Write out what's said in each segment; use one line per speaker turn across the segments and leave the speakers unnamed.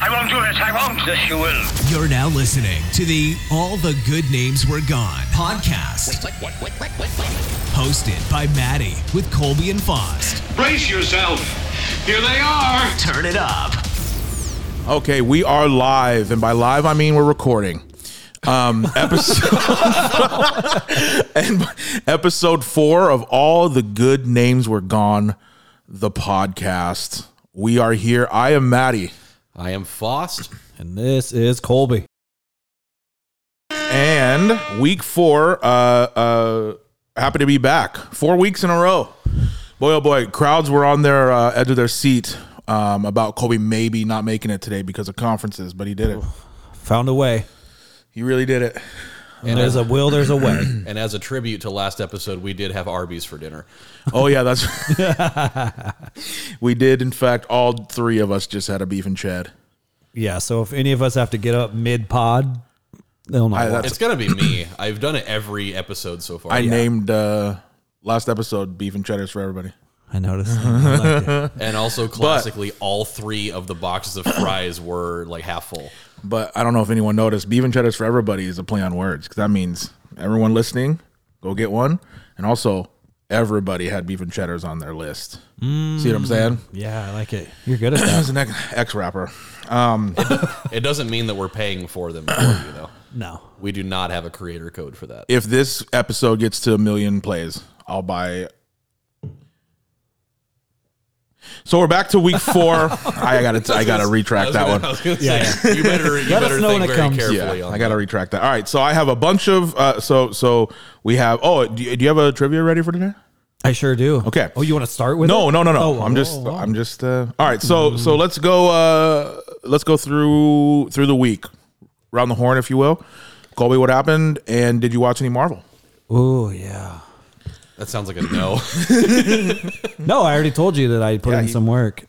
I won't do it. I won't. Yes, you will.
You're now listening to the All the Good Names Were Gone podcast,
What, what, what, what, what, what?
hosted by Maddie with Colby and Fost.
Brace yourself. Here they are.
Turn it up.
Okay, we are live, and by live I mean we're recording. Um, episode and episode four of all the good names were gone. The podcast. We are here. I am Maddie,
I am Fost.
And this is Colby.
and week four. Uh, uh, happy to be back. Four weeks in a row. Boy, oh boy, crowds were on their uh, edge of their seat um, about Kobe maybe not making it today because of conferences, but he did it.
Found a way.
He really did it.
And there's a will, there's a way.
And as a tribute to last episode, we did have Arby's for dinner.
Oh yeah, that's we did. In fact, all three of us just had a beef and chad.
yeah. So if any of us have to get up mid pod, they'll know.
I,
why.
that's,
It's gonna be me. I've done it every episode so far.
I
Yeah.
named uh, last episode beef and cheddars for everybody.
I noticed. I liked it.
And also classically, all three of the boxes of fries were like half full.
But I don't know if anyone noticed. Beef and cheddars for everybody is a play on words because that means everyone listening go get one, and also everybody had beef and cheddars on their list. See what I'm saying?
yeah, I like it. You're good at
That was
that.
an ex rapper.
It doesn't mean that we're paying for them for you though.
No.
We do not have a creator code for that.
If this episode gets to a million plays, I'll buy. So we're back to week four. I gotta, I gotta retract that one.
I was gonna say, you better, you
Let us
better
know
think
when it
very
comes.
carefully.
yeah,
on
I gotta retract that. All right, so I have a bunch of uh, so so we have. Oh, do you, do you have a trivia ready for today?
I sure do.
Okay.
Oh, you want to start with
No,
it?
no, no, no.
Oh,
I'm just
oh, oh.
I'm just. Uh, all right, so so let's go. Uh, let's go through through the week, round the horn, if you will. Colby, what happened, and did you watch any Marvel?
Oh, yeah.
that. That sounds like a no.
No, I already told you that I put in
you- Oh.
some work.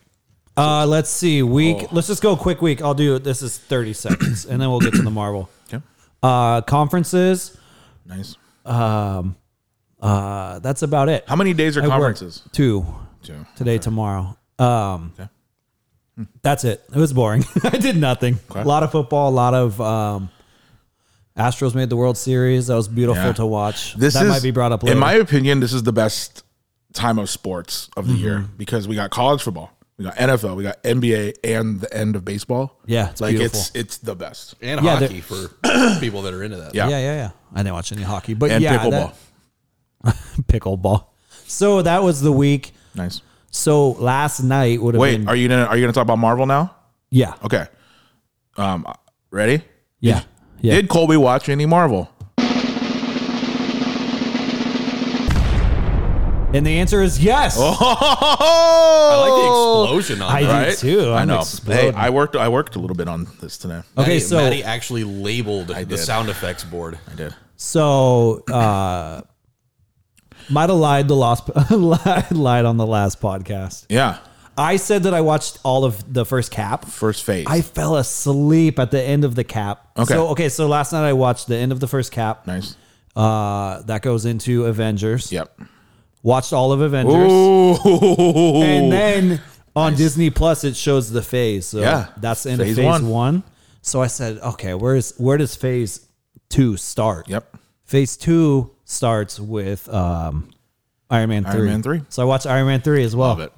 Uh, let's see. Week. Let's just go quick week. I'll do this is 30 seconds and then we'll get to the Marvel.
Okay,
Uh, conferences.
nice.
Uh, that's about it.
How many days are
I worked
conferences?
Two.
Two.
today, tomorrow. Um,
Okay. Hmm.
That's it. It was boring. I did nothing.
Okay.
A lot of football. A lot of um, Astros made the World Series. That was beautiful
Yeah.
to watch.
This
that
is
might be brought up later. Mm-hmm.
In my opinion, this is the best time of sports of the year because we got college football, we got NFL, we got NBA, and the end of baseball.
Yeah, it's
like
beautiful.
it's it's the best.
And
Yeah,
hockey for people that are into that.
Yeah.
yeah, yeah, yeah. I didn't watch any hockey, but
And
yeah,
pickleball,
that- pickleball. So that was the week.
nice.
So last night would have
Wait,
been.
are you gonna are you gonna talk about Marvel now?
yeah,
Okay, um, ready?
yeah, yeah.
Did Colby watch any Marvel?
and the answer is yes.
Oh.
I like the explosion on
I
that.
do too. I'm
I know. Hey,
exploding.
I worked. I worked a little bit on this today.
okay,
Maddie-
so
Maddie actually labeled the
did.
sound effects board.
I did.
So uh might have lied the last lied lied on the last podcast.
Yeah,
I said that I watched all of the first cap.
first phase.
I fell asleep at the end of the cap.
Okay.
So okay, so last night I watched the end of the first cap.
nice.
Uh that goes into Avengers.
Yep.
Watched all of Avengers.
Ooh.
And then on Disney Plus it shows the phase. So
Yeah.
that's the end
Phase
of phase
one.
one. So I said, okay, where is where does phase two start?
yep.
Phase two starts with um, Iron Man three.
Iron Man 3.
So I watched Iron Man three as well.
Love it.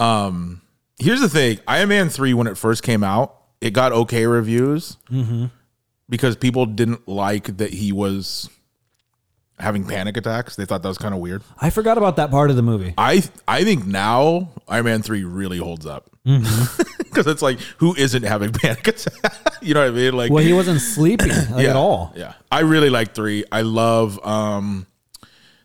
Um, here's the thing: Iron Man three, when it first came out, it got okay reviews
Mm-hmm.
because people didn't like that he was having panic attacks. They thought that was kind of weird.
I forgot about that part of the movie.
I I think now Iron Man three really holds up because
Mm-hmm.
it's like who isn't having panic attacks? you know what I mean? Like
Well, he wasn't sleeping like, at all.
yeah, I really like three. I love. um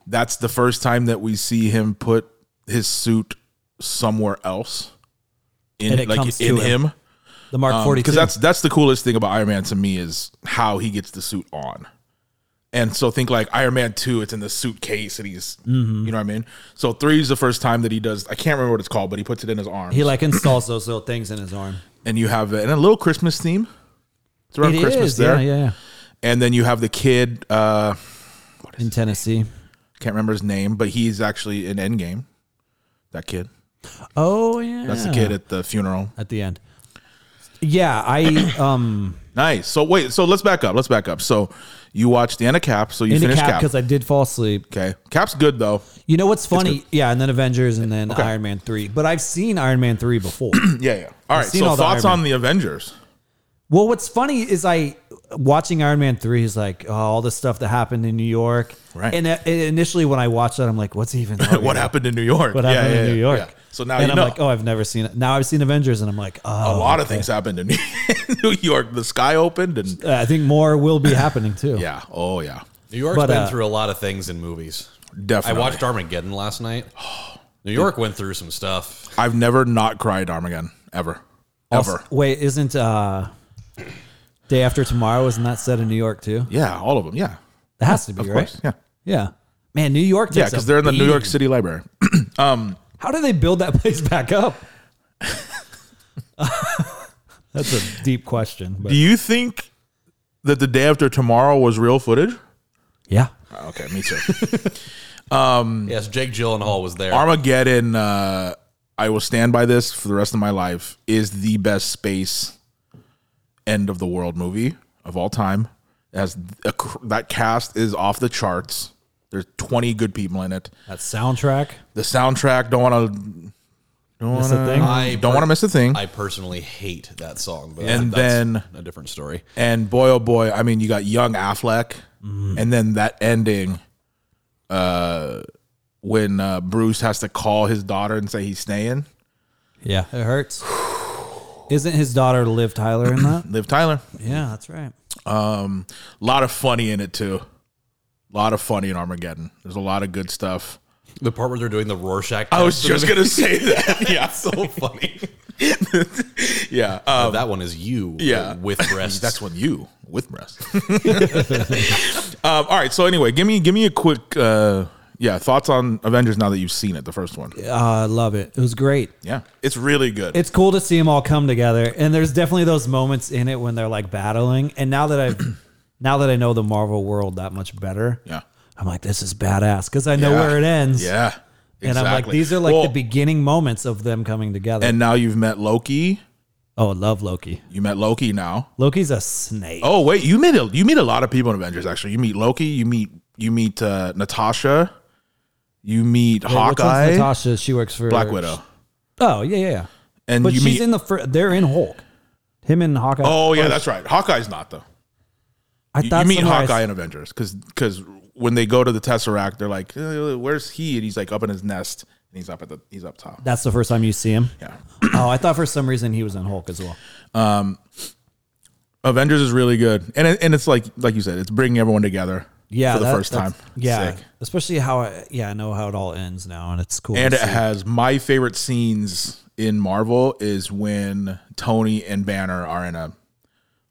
That's the first time that we see him put his suit somewhere else in
And it
like
comes to
in
him.
him
The Mark forty two.
because Um, that's that's the coolest thing about Iron Man to me is how he gets the suit on. And so think like Iron Man two, it's in the suitcase, and he's
Mm-hmm.
you know what I mean. So three is the first time that he does. I can't remember what it's called, but he puts it in his arm,
he like installs those little things in his arm.
and you have and a little Christmas theme. It's around
It
Christmas
is,
there,
Yeah, yeah,
and then you have the kid. uh
yeah. In Tennessee.
can't remember his name, but he's actually in Endgame. That kid.
Oh yeah.
That's the kid at the funeral.
at the end. yeah, I um
Nice. So wait. So let's back up. Let's back up. So you watched the end of Cap. So you
in a
finished
cap
Cap.
because I did fall asleep.
okay. Cap's good though.
You know what's funny? Yeah, and then Avengers and then Iron Man 3. But I've seen Iron Man 3 before.
Yeah. Yeah. All right.
seen
So
all the
thoughts
Iron
on the Avengers?
well, what's funny is I watching Iron Man 3 is like oh, all this stuff that happened in New York.
Right.
And uh, initially when I watched that I'm like what's even
What happened in New York?
Oh, What
Yeah,
happened
yeah,
in New
yeah,
York?
yeah. So now
and
you
I'm
know.
like, oh, I've never seen it. Now I've seen Avengers, and I'm like, oh,
a lot of things happened in New York. The sky opened and
Uh, I think more will be happening too.
yeah. Oh yeah.
New York's
But,
been
uh,
through a lot of things in movies. I
Definitely.
watched Armageddon last night. New York went through some stuff.
I've never not cried Armageddon ever.
Also-
ever.
Wait, isn't uh, Day After Tomorrow? Isn't that set in New York too?
Yeah. All of them. Yeah.
That has to be
Of
right.
course. Yeah.
Yeah, man, New York.
Yeah.
Takes
Because
a
they're in the New York
beating.
City Library.
How do they build that place back up? That's a deep question. But
Do you think that the day after tomorrow was real footage?
yeah,
Uh, Okay, me too. Mm.
Yes, Jake Gyllenhaal was there.
Armageddon. Uh, I will stand by this for the rest of my life. Is the best space end of the world movie of all time. As a, cr- that cast is off the charts. There's 20 good people in it.
that soundtrack.
The soundtrack. Don't want to. Don't
That's the
wanna-
thing.
I
Don't want to miss a thing.
I personally hate that song, but
And
that's
then-
a different story.
And boy, oh boy, I mean, you got young Affleck, and then that ending, uh, when uh, Bruce has to call his daughter and say he's staying.
yeah, it hurts. Isn't his daughter Liv Tyler in that?
Liv Tyler, a
yeah, that's right.
lot of funny in it too. A lot of funny in Armageddon. There's a lot of good stuff.
The part where they're doing the Rorschach.
I was
test
just
in
gonna um, say that.
the- Yeah, it's so funny.
yeah, um,
that one is you.
yeah.
with breasts.
that's when you with breasts. um, all right. So anyway, give me give me a quick uh, yeah thoughts on Avengers now that you've seen it, the first one. Yeah,
Uh, I love it. It was great.
it's really good.
it's cool to see them all come together and there's definitely those moments in it when they're like battling and now that i've now that i know the marvel world that much better
yeah.
i'm like this is badass because i know
Yeah.
where it ends
Yeah.
and i'm like
exactly.
these are like
Well,
the beginning moments of them coming together
And now you've met Loki.
oh I love loki
You met Loki now.
loki's a snake
Oh wait, you meet a, you meet a lot of people in Avengers. Actually, you meet Loki. You meet you meet uh, Natasha. You meet
Wait, which one's
Hawkeye,
natasha she works for
Black Widow,
oh yeah yeah, yeah.
and
but
you
she's
meet.
in the fir- they're in hulk him and hawkeye
oh yeah, that's right. Hawkeye's not though.
i
You, you meet
somewhere I s-
Hawkeye in Avengers because when they go to the Tesseract, they're like, "Uh, "Where's he?" And he's like up in his nest, and he's up at the he's up top.
that's the first time you see him
Yeah.
oh i thought for some reason he was in hulk as well
Avengers is really good, and it, and it's like like you said, it's bringing everyone together.
yeah,
for the
that-
first time.
that's- Yeah,
Sick.
especially how I, yeah I know how it all ends now, and it's cool.
and
to
it
see.
has my favorite scenes in Marvel is when Tony and Banner are in a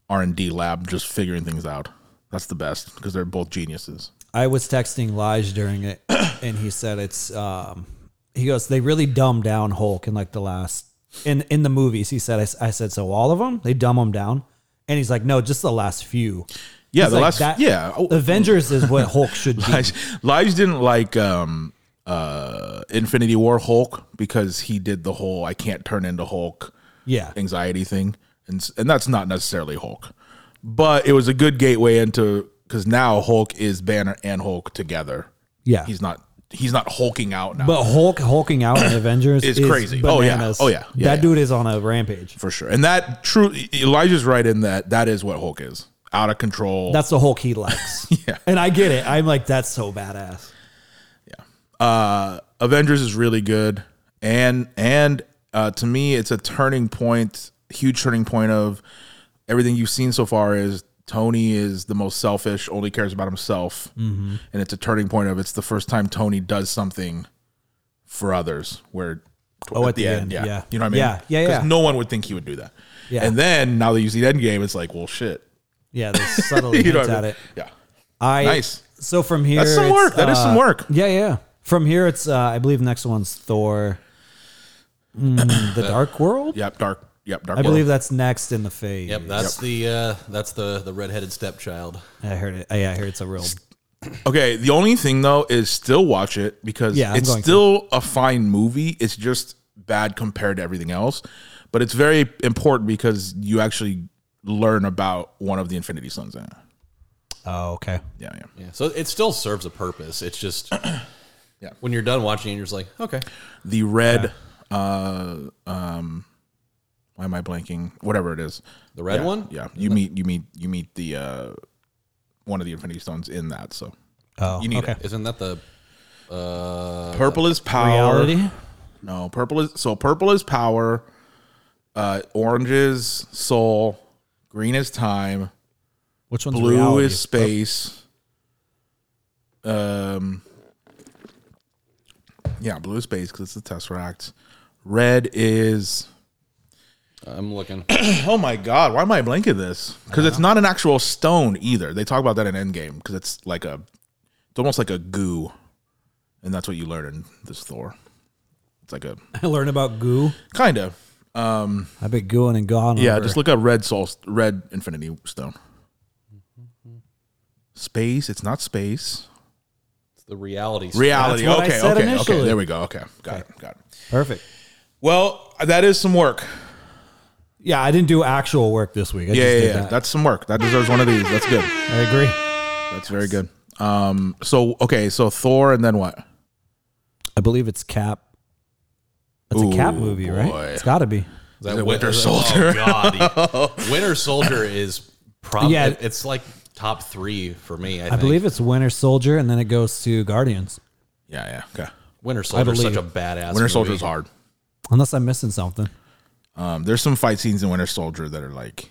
R and D lab just figuring things out. That's the best because they're both geniuses.
I was texting Lige during it, and he said it's um he goes they really dumb down Hulk in like the last in in the movies. He said I, s- I said so all of them they dumb them down, and he's like no just the last few.
Yeah,
He's
the
like,
last
that-
yeah. Oh,
Avengers is what Hulk should be.
Lige, Lige didn't like um, uh, Infinity War Hulk because he did the whole I can't turn into Hulk
Yeah,
anxiety thing, and s- and that's not necessarily Hulk, but it was a good gateway into because now Hulk is Banner and Hulk together.
yeah.
He's not he's not hulking out now.
but Hulk hulking out in Avengers
It's
is
crazy. Oh, yeah.
bananas.
Oh, yeah. Yeah,
that
yeah.
dude is on a rampage.
for sure. And that true Elijah's right in that that is what Hulk is. Out of control.
That's the Hulk he likes.
Yeah.
and I get it. I'm like that's so badass.
uh Avengers is really good. And and uh to me it's a turning point, huge turning point of everything you've seen so far is Tony is the most selfish, only cares about himself.
Mm-hmm.
And it's a turning point of it's the first time Tony does something for others where
Oh, at the end, yeah.
You know what I mean?
Yeah, yeah,
'Cause
yeah.
no one would think he would do that.
Yeah.
And then now that you see Endgame, it's like, well, shit.
Yeah, they subtly
You know
hints
what I
at
mean?
it.
Yeah.
I
Nice.
So from here,
That's some
it's,
work. That is some
uh,
work.
Yeah, yeah. From here, it's uh, I believe next one's Thor, Mm, the Dark World.
Yep, dark. Yep, dark.
I believe
World.
that's next in the phase.
Yep, that's the uh, that's the the redheaded stepchild.
I heard it. Yeah, I heard it's a real.
Okay, the only thing though is still watch it because
Yeah, I'm
it's
going to.
still a fine movie. It's just bad compared to everything else. But it's very important because you actually learn about one of the Infinity Stones. in it.
Oh, okay.
Yeah, yeah.
Yeah, so it still serves a purpose. It's just
Yeah.
when you're done watching it, you're just like, okay,
The red, uh, um, why am I blanking? Whatever it is,
the red
Yeah,
one.
Yeah, you meet, you meet, you meet the uh, one of the Infinity Stones in that. So
Oh,
you need
okay.
it.
Isn't that the uh,
Purple is power.
Reality.
No, purple is so purple is power. Uh, orange is soul. Green is time.
Which one's
Blue
reality?
is space. Um, yeah, blue is space because it's the tesseract. Red is
I'm looking.
oh my god, why am I blanking this? Because it's not an actual stone either. They talk about that in Endgame because it's like a, it's almost like a goo, and that's what you learn in this Thor. It's like a
I learned about goo.
kind of Um,
I've been gooing and gone.
Yeah,
over.
just look up red soul, red infinity stone. Space. It's not space.
It's the reality.
Reality.
what I
okay.
said
okay. Okay.
initially.
There we go. Okay. Got it. Got it.
perfect.
Well, that is some work.
Yeah, I didn't do actual work this week. I
Yeah,
just
yeah,
did
yeah.
That.
That's some work. That deserves one of these. That's good.
I agree.
That's very good. Um. So okay. So Thor, and then what?
I believe it's Cap. It's a Cap
Ooh,
movie,
boy.
right? It's got to be.
Is that
The
Win-
Winter
is that-
Soldier.
Oh, God. The Winter Soldier is probably
Yeah.
it's like top three for me. I,
I
think.
believe it's Winter Soldier, and then it goes to Guardians.
Yeah. Yeah. Okay.
Winter Soldier is such
believe.
a badass.
Winter Soldier
movie.
is hard.
Unless I'm missing something.
Um. There's some fight scenes in Winter Soldier that are like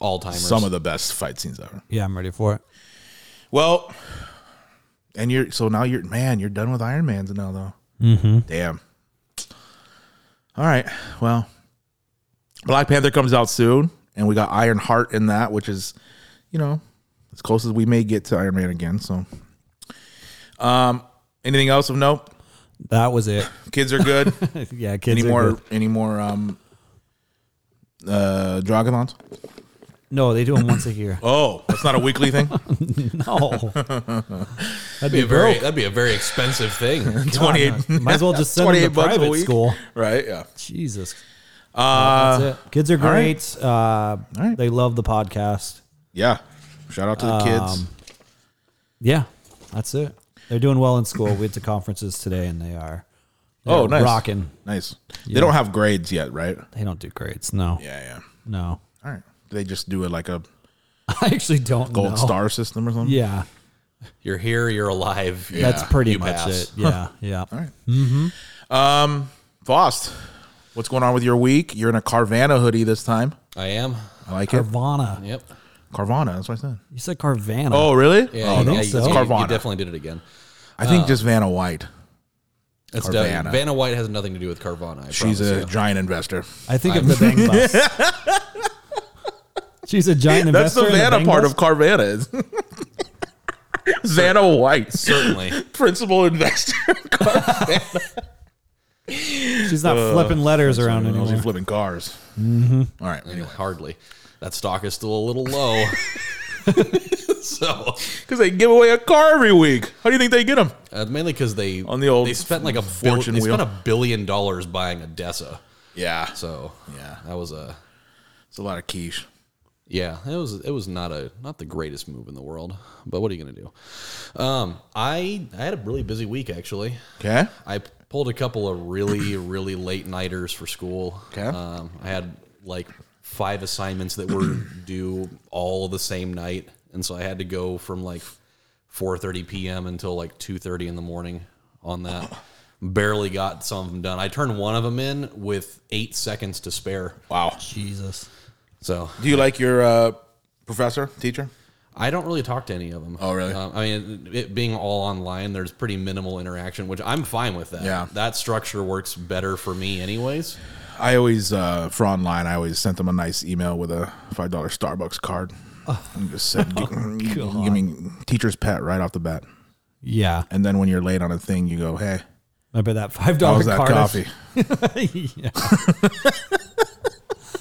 all timers.
some of the best fight scenes ever.
Yeah, I'm ready for it.
Well, and you're so now you're man, you're done with Iron Man's now though. Mm-hmm. Damn. All right. Well, Black Panther comes out soon, and we got Iron Heart in that, which is, you know, as close as we may get to Iron Man again. So, um, anything else of note?
That was it.
Kids are good.
yeah, kids.
any
are
more?
good.
Any more? Um, uh, Dragonlance.
No, they do them once a year.
Oh, that's not a weekly thing.
No, that'd
Be
be
a very,
broke.
that'd be a very expensive thing.
Twenty eight.
Might as well just send them to
28 bucks a
private
week.
school.
Right. Yeah.
Jesus,
Uh,
that's it. Kids are
all right.
great. Uh,
right.
They love the podcast.
Yeah. Shout out to the kids.
Um,
Yeah, that's it. They're doing well in school. We went to conferences today, and they are. they
Oh,
are
nice.
Rocking.
Nice. They don't have grades yet, right?
They don't do grades. No,
Yeah, yeah.
no.
All right. They just do it like a
I actually don't
gold
know.
star system or something.
Yeah,
You're here. You're alive.
that's pretty
you
much
pass.
it. Yeah, yeah.
Vost, what's going on with your week? You're in a Carvana hoodie this time.
I am.
I like it.
Carvana.
Yep.
Carvana. That's what I said.
You said Carvana.
Oh, really?
Yeah,
oh,
you-
no.
yeah,
It's
you- you- You
Carvana.
definitely uh, did it again.
I think just Vanna White.
It's
Carvana.
Carvana. Vanna White has nothing to do with Carvana. I
She's
promise
a
you.
giant investor.
I think of the bang bus. She's a giant
That's
investor.
the
in
Vanna
Bang
part
Bus?
of Carvana. Is. Vanna White,
certainly.
principal investor.
She's not flipping letters around
Those are
anymore.
flipping cars. All right.
Mm-hmm. Yeah, Hardly. That stock is still a little low. so
Because they give away a car every week. How do you think they get them?
uh, mainly because they
On the old
they spent like a bill,
fortune
they
wheel.
spent a billion dollars buying a Dessa.
Yeah.
So
Yeah.
that was a
It's a lot of quiche.
yeah. It was it was not a not the greatest move in the world. But what are you gonna do? Um, I I had a really busy week actually.
Okay.
I pulled a couple of really, really late nighters for school.
Okay.
Um, I had like five assignments that were due all the same night, and so I had to go from like 4:30 p.m. until like 2:30 in the morning on that. Barely got some of them done. I turned one of them in with eight seconds to spare.
Wow.
Jesus.
So
Do you like your uh, professor, teacher?
I don't really talk to any of them.
Oh, really?
Um, I mean, it, it being all online, there's pretty minimal interaction, which I'm fine with that.
Yeah.
That structure works better for me, anyways.
I always, uh, for online, I always sent them a nice email with a $5 Starbucks card. And just said, gi- give me teacher's pet right off the bat.
Yeah.
And then when you're late on a thing, you go, hey,
Remember that five
how's
dollar
that
card?
coffee?
Yeah.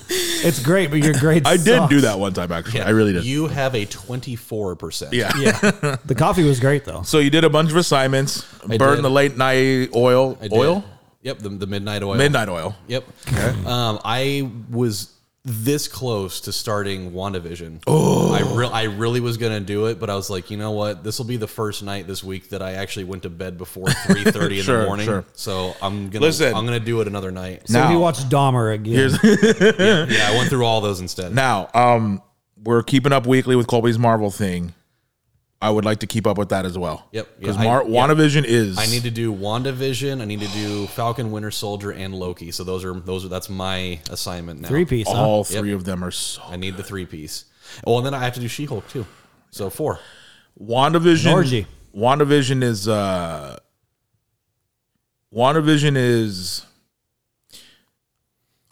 it's great, but your grades.
I did
suck.
do that one time, actually. I really did.
You have a 24%.
yeah.
Yeah. The coffee was great though.
So you did a bunch of assignments, burn
did.
the late night oil.
I did.
Oil?
Yep, the, the Midnight Oil.
Midnight Oil.
Yep. Um, I was this close to starting WandaVision. Oh, I real I really was gonna do it, but I was like, you know what? This will be the first night this week that I actually went to bed before three thirty in
Sure,
the morning.
sure.
So I'm gonna
Listen.
I'm gonna do it another night.
So
Now-
we watched Dahmer again.
yeah, I went through all those instead.
Now, um, we're keeping up weekly with Colby's Marvel thing. I would like to keep up with that as well.
Yep. Yeah,
Because
I-
Mar-
yeah.
WandaVision is.
I need to do WandaVision. I need to do Falcon, Winter Soldier, and Loki. So those are those are that's my assignment now.
Three piece. Huh?
all three of them are so.
I need the three piece. Oh, and then I have to do She Hulk too. So four.
WandaVision.
Orgy.
WandaVision is. uh WandaVision is.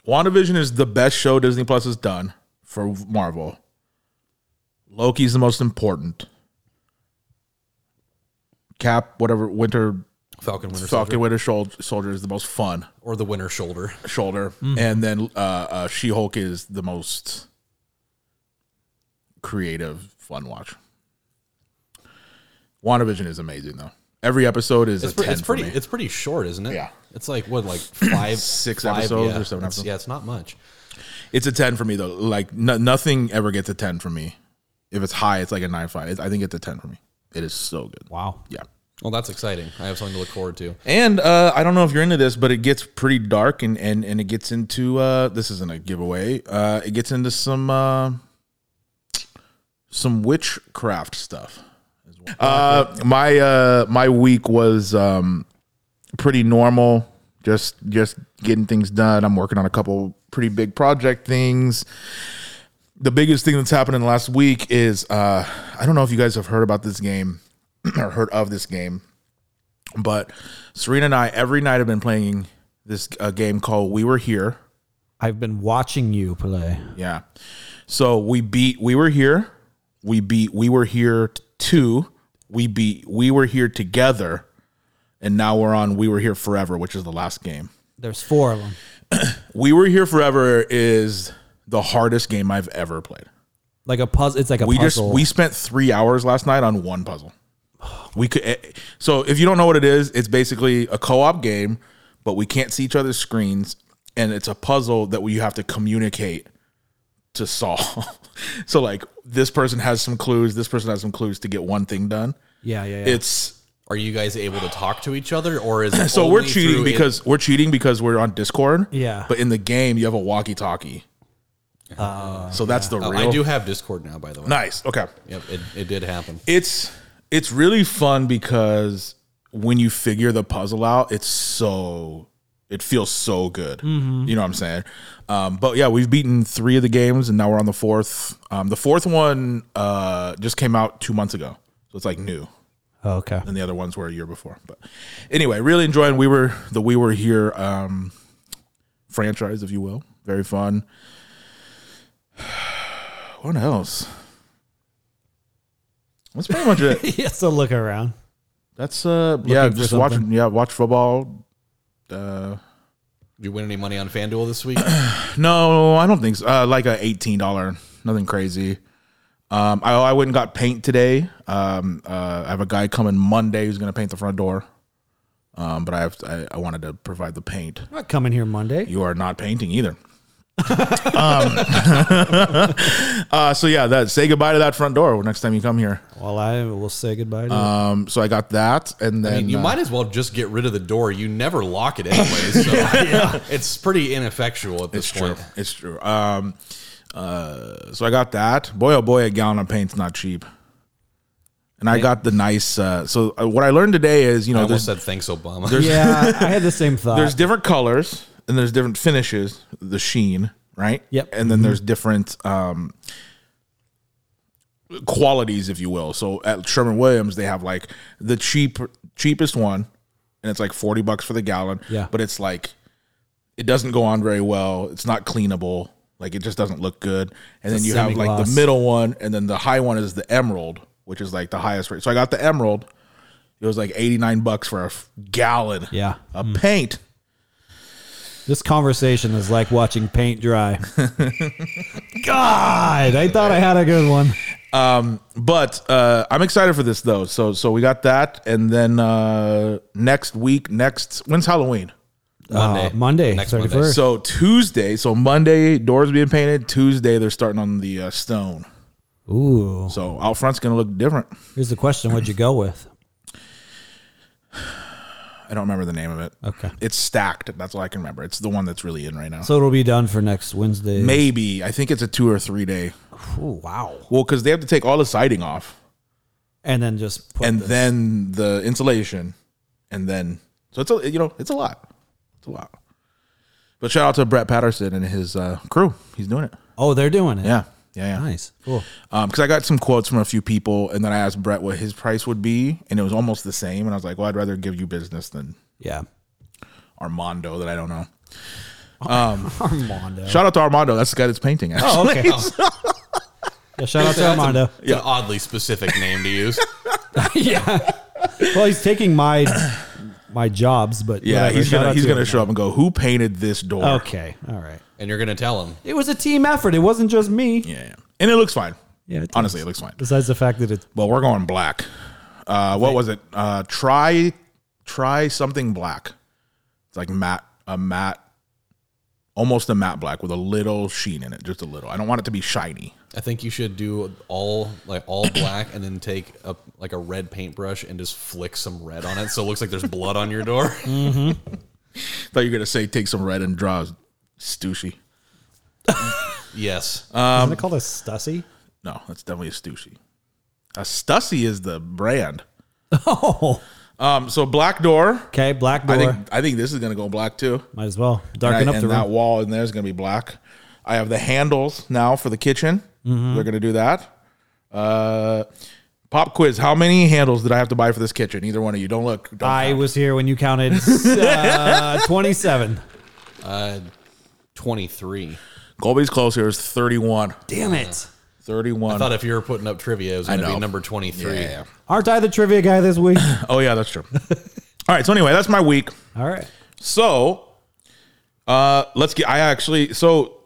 WandaVision is the best show Disney Plus has done for Marvel. Loki's the most important. Cap, whatever, Winter
Falcon, Winter
Falcon
Soldier,
Winter Shol- Soldier is the most fun
or the Winter Shoulder.
shoulder,
Mm.
and then uh, uh, She Hulk is the most creative, fun watch. WandaVision is amazing though. Every episode is
It's,
a
pre-
ten
it's pretty.
For me.
It's pretty short, isn't it?
Yeah.
It's like what, like five,
Six
five-
episodes
yeah.
or seven
It's-
episodes.
Yeah, it's not much.
It's a ten for me though. Like no, nothing ever gets a ten for me. If it's high, it's like a nine five. It's, I think it's a ten for me. It is so good.
Wow.
Yeah.
Well, that's exciting. I have something to look forward to.
And uh, I don't know if you're into this, but it gets pretty dark, and and and it gets into uh, this isn't a giveaway. Uh, it gets into some uh, some witchcraft stuff. Uh, my uh, my week was um, pretty normal. Just just getting things done. I'm working on a couple pretty big project things. The biggest thing that's happened in the last week is uh, I don't know if you guys have heard about this game or heard of this game but Serena and I every night have been playing this uh, game called We Were Here.
I've been watching you play.
Yeah. So we beat We Were Here. We beat We Were Here t- 2. We beat We Were Here Together. And now we're on We Were Here Forever, which is the last game.
There's four of them.
We Were Here Forever is the hardest game I've ever played.
Like a puzzle. It's like a
we
puzzle.
just we spent three hours last night on one puzzle we could eh, so if you don't know what it is it's basically a co-op game but we can't see each other's screens and it's a puzzle that we have to communicate to solve so like this person has some clues this person has some clues to get one thing done
yeah, yeah, yeah.
it's
Are you guys able to talk to each other, or is it
so we're
only
cheating
through it-
because we're cheating because we're on discord
Yeah.
but in the game you have a walkie-talkie so that's the
Oh,
real
I do have Discord now, by the way.
nice okay
Yep, it, it did happen.
it's it's really fun because when you figure the puzzle out, it's so it feels so good. You know what I'm saying? Um, but yeah, we've beaten three of the games, and now we're on the fourth. Um, the fourth one uh, just came out two months ago, so it's like new
oh, okay.
and the other ones were a year before. But anyway, really enjoying. We were the we were here um, franchise, if you will. Very fun. What else? That's pretty much it.
yeah, so look around.
That's uh, yeah,
for
just watch
something.
yeah, watch football. Uh,
Did you win any money on FanDuel this week?
no, I don't think so. Uh, like a eighteen dollar, nothing crazy. Um, I I went and got paint today. Um, uh, I have a guy coming Monday who's gonna paint the front door. Um, but I have I, I wanted to provide the paint.
I'm not coming here Monday.
You are not painting either. um, uh, so yeah, that say goodbye to that front door next time you come here.
Well, I will say goodbye to
Um, so I got that, and then
I mean, you
uh,
might as well just get rid of the door. You never lock it anyways. So It's pretty ineffectual at this
It's true.
point.
It's true. Um, uh, so I got that. Boy, oh boy, a gallon of paint's not cheap. And I got the nice. Uh, so uh, what I learned today is,
I
you know,
almost
there's,
said thanks, Obama.
you. Yeah, I had the same thought.
there's different colors and there's different finishes. The sheen, right?
Yep. Mm-hmm.
And then there's different um, qualities, if you will. So at Sherman Williams, they have like the cheap cheapest one, and it's like forty bucks for the gallon.
Yeah.
But it's like it doesn't go on very well. It's not cleanable. Like it just doesn't look good. And
It's
then
a
you have like the
semi-gloss.
middle one, and then the high one is the emerald, which is like the highest rate. So I got the emerald. It was like eighty nine bucks for a f- gallon.
Yeah.
of paint.
This conversation is like watching paint dry. God, I thought I had a good one.
But uh, I'm excited for this though. So so we got that, and then uh, next week, next when's Halloween?
Monday.
Uh, Monday,
Next
31st.
Monday.
So Tuesday, so Monday doors being painted. Tuesday they're starting on the uh, stone.
Ooh.
So out front's gonna look different.
Here's the question: What'd you go with?
I don't remember the name of it.
Okay.
It's stacked. That's all I can remember. It's the one that's really in right now.
So it'll be done for next Wednesday.
Maybe I think it's a two or three day.
Ooh, wow.
Well, because they have to take all the siding off,
And then just put
and
the-
then the insulation, and then so it's a you know it's a lot, it's a lot. But shout out to Brett Patterson and his uh, crew. He's doing it.
oh, they're doing it.
Yeah, yeah, yeah.
Nice. Cool.
because I got some quotes from a few people, and then I asked Brett what his price would be, and it was almost the same. And I was like, "Well, I'd rather give you business than
Yeah.
Armando that I don't know." Um,
Armando.
Shout out to Armando. That's the guy that's painting. Actually.
Oh, okay. yeah, shout out to
That's a-
Armando.
it's an oddly specific name to use.
yeah. Well, he's taking my my jobs, but
yeah,
whatever.
he's
Shout
gonna
out
he's
to
gonna
him.
show up and go, "Who painted this door?"
Okay. All right.
and you're going to tell him.
It was a team effort. It wasn't just me.
Yeah, yeah. and it looks fine.
Yeah, it
honestly, it looks fine.
Besides the fact that it's
Well, we're going black. Uh, what was it? Uh, try try something black. It's like matte a matte, almost a matte black with a little sheen in it, just a little. I don't want it to be shiny.
I think you should do all like all black and then take a like a red paintbrush and just flick some red on it so it looks like there's blood on your door.
thought you were gonna say take some red and draw stushy.
yes.
Uh,
um, is it called a stussy?
No, that's definitely a stushy. A stussy is the brand.
Oh,
Um, so black door.
okay. Black door.
I think I think this is gonna go black too.
Might as well
And, I-
darken up
and
the
that
room.
wall in there is gonna be black. I have the handles now for the kitchen.
Mm-hmm.
They're gonna do that. Uh, pop quiz: How many handles did I have to buy for this kitchen? Either one of you. Don't look. Don't
I
count.
was here when you counted uh, twenty-seven.
Uh, 23.
Colby's close here is thirty-one.
Damn it!
I
Thirty-one.
thought if you were putting up trivia, it was going to
know.
be number 23.
Yeah.
Aren't I the trivia guy this week?
Oh yeah, that's true. All right. So anyway, that's my week.
All right.
So, uh, let's get. I actually so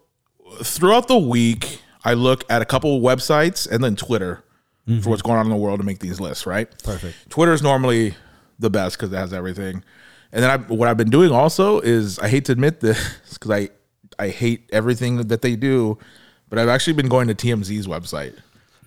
throughout the week, I look at a couple websites and then Twitter for what's going on in the world to make these lists. Right. Perfect. Twitter is normally the best because it has everything. And then I, what I've been doing also is I hate to admit this because I I hate everything that they do, but I've actually been going to TMZ's website.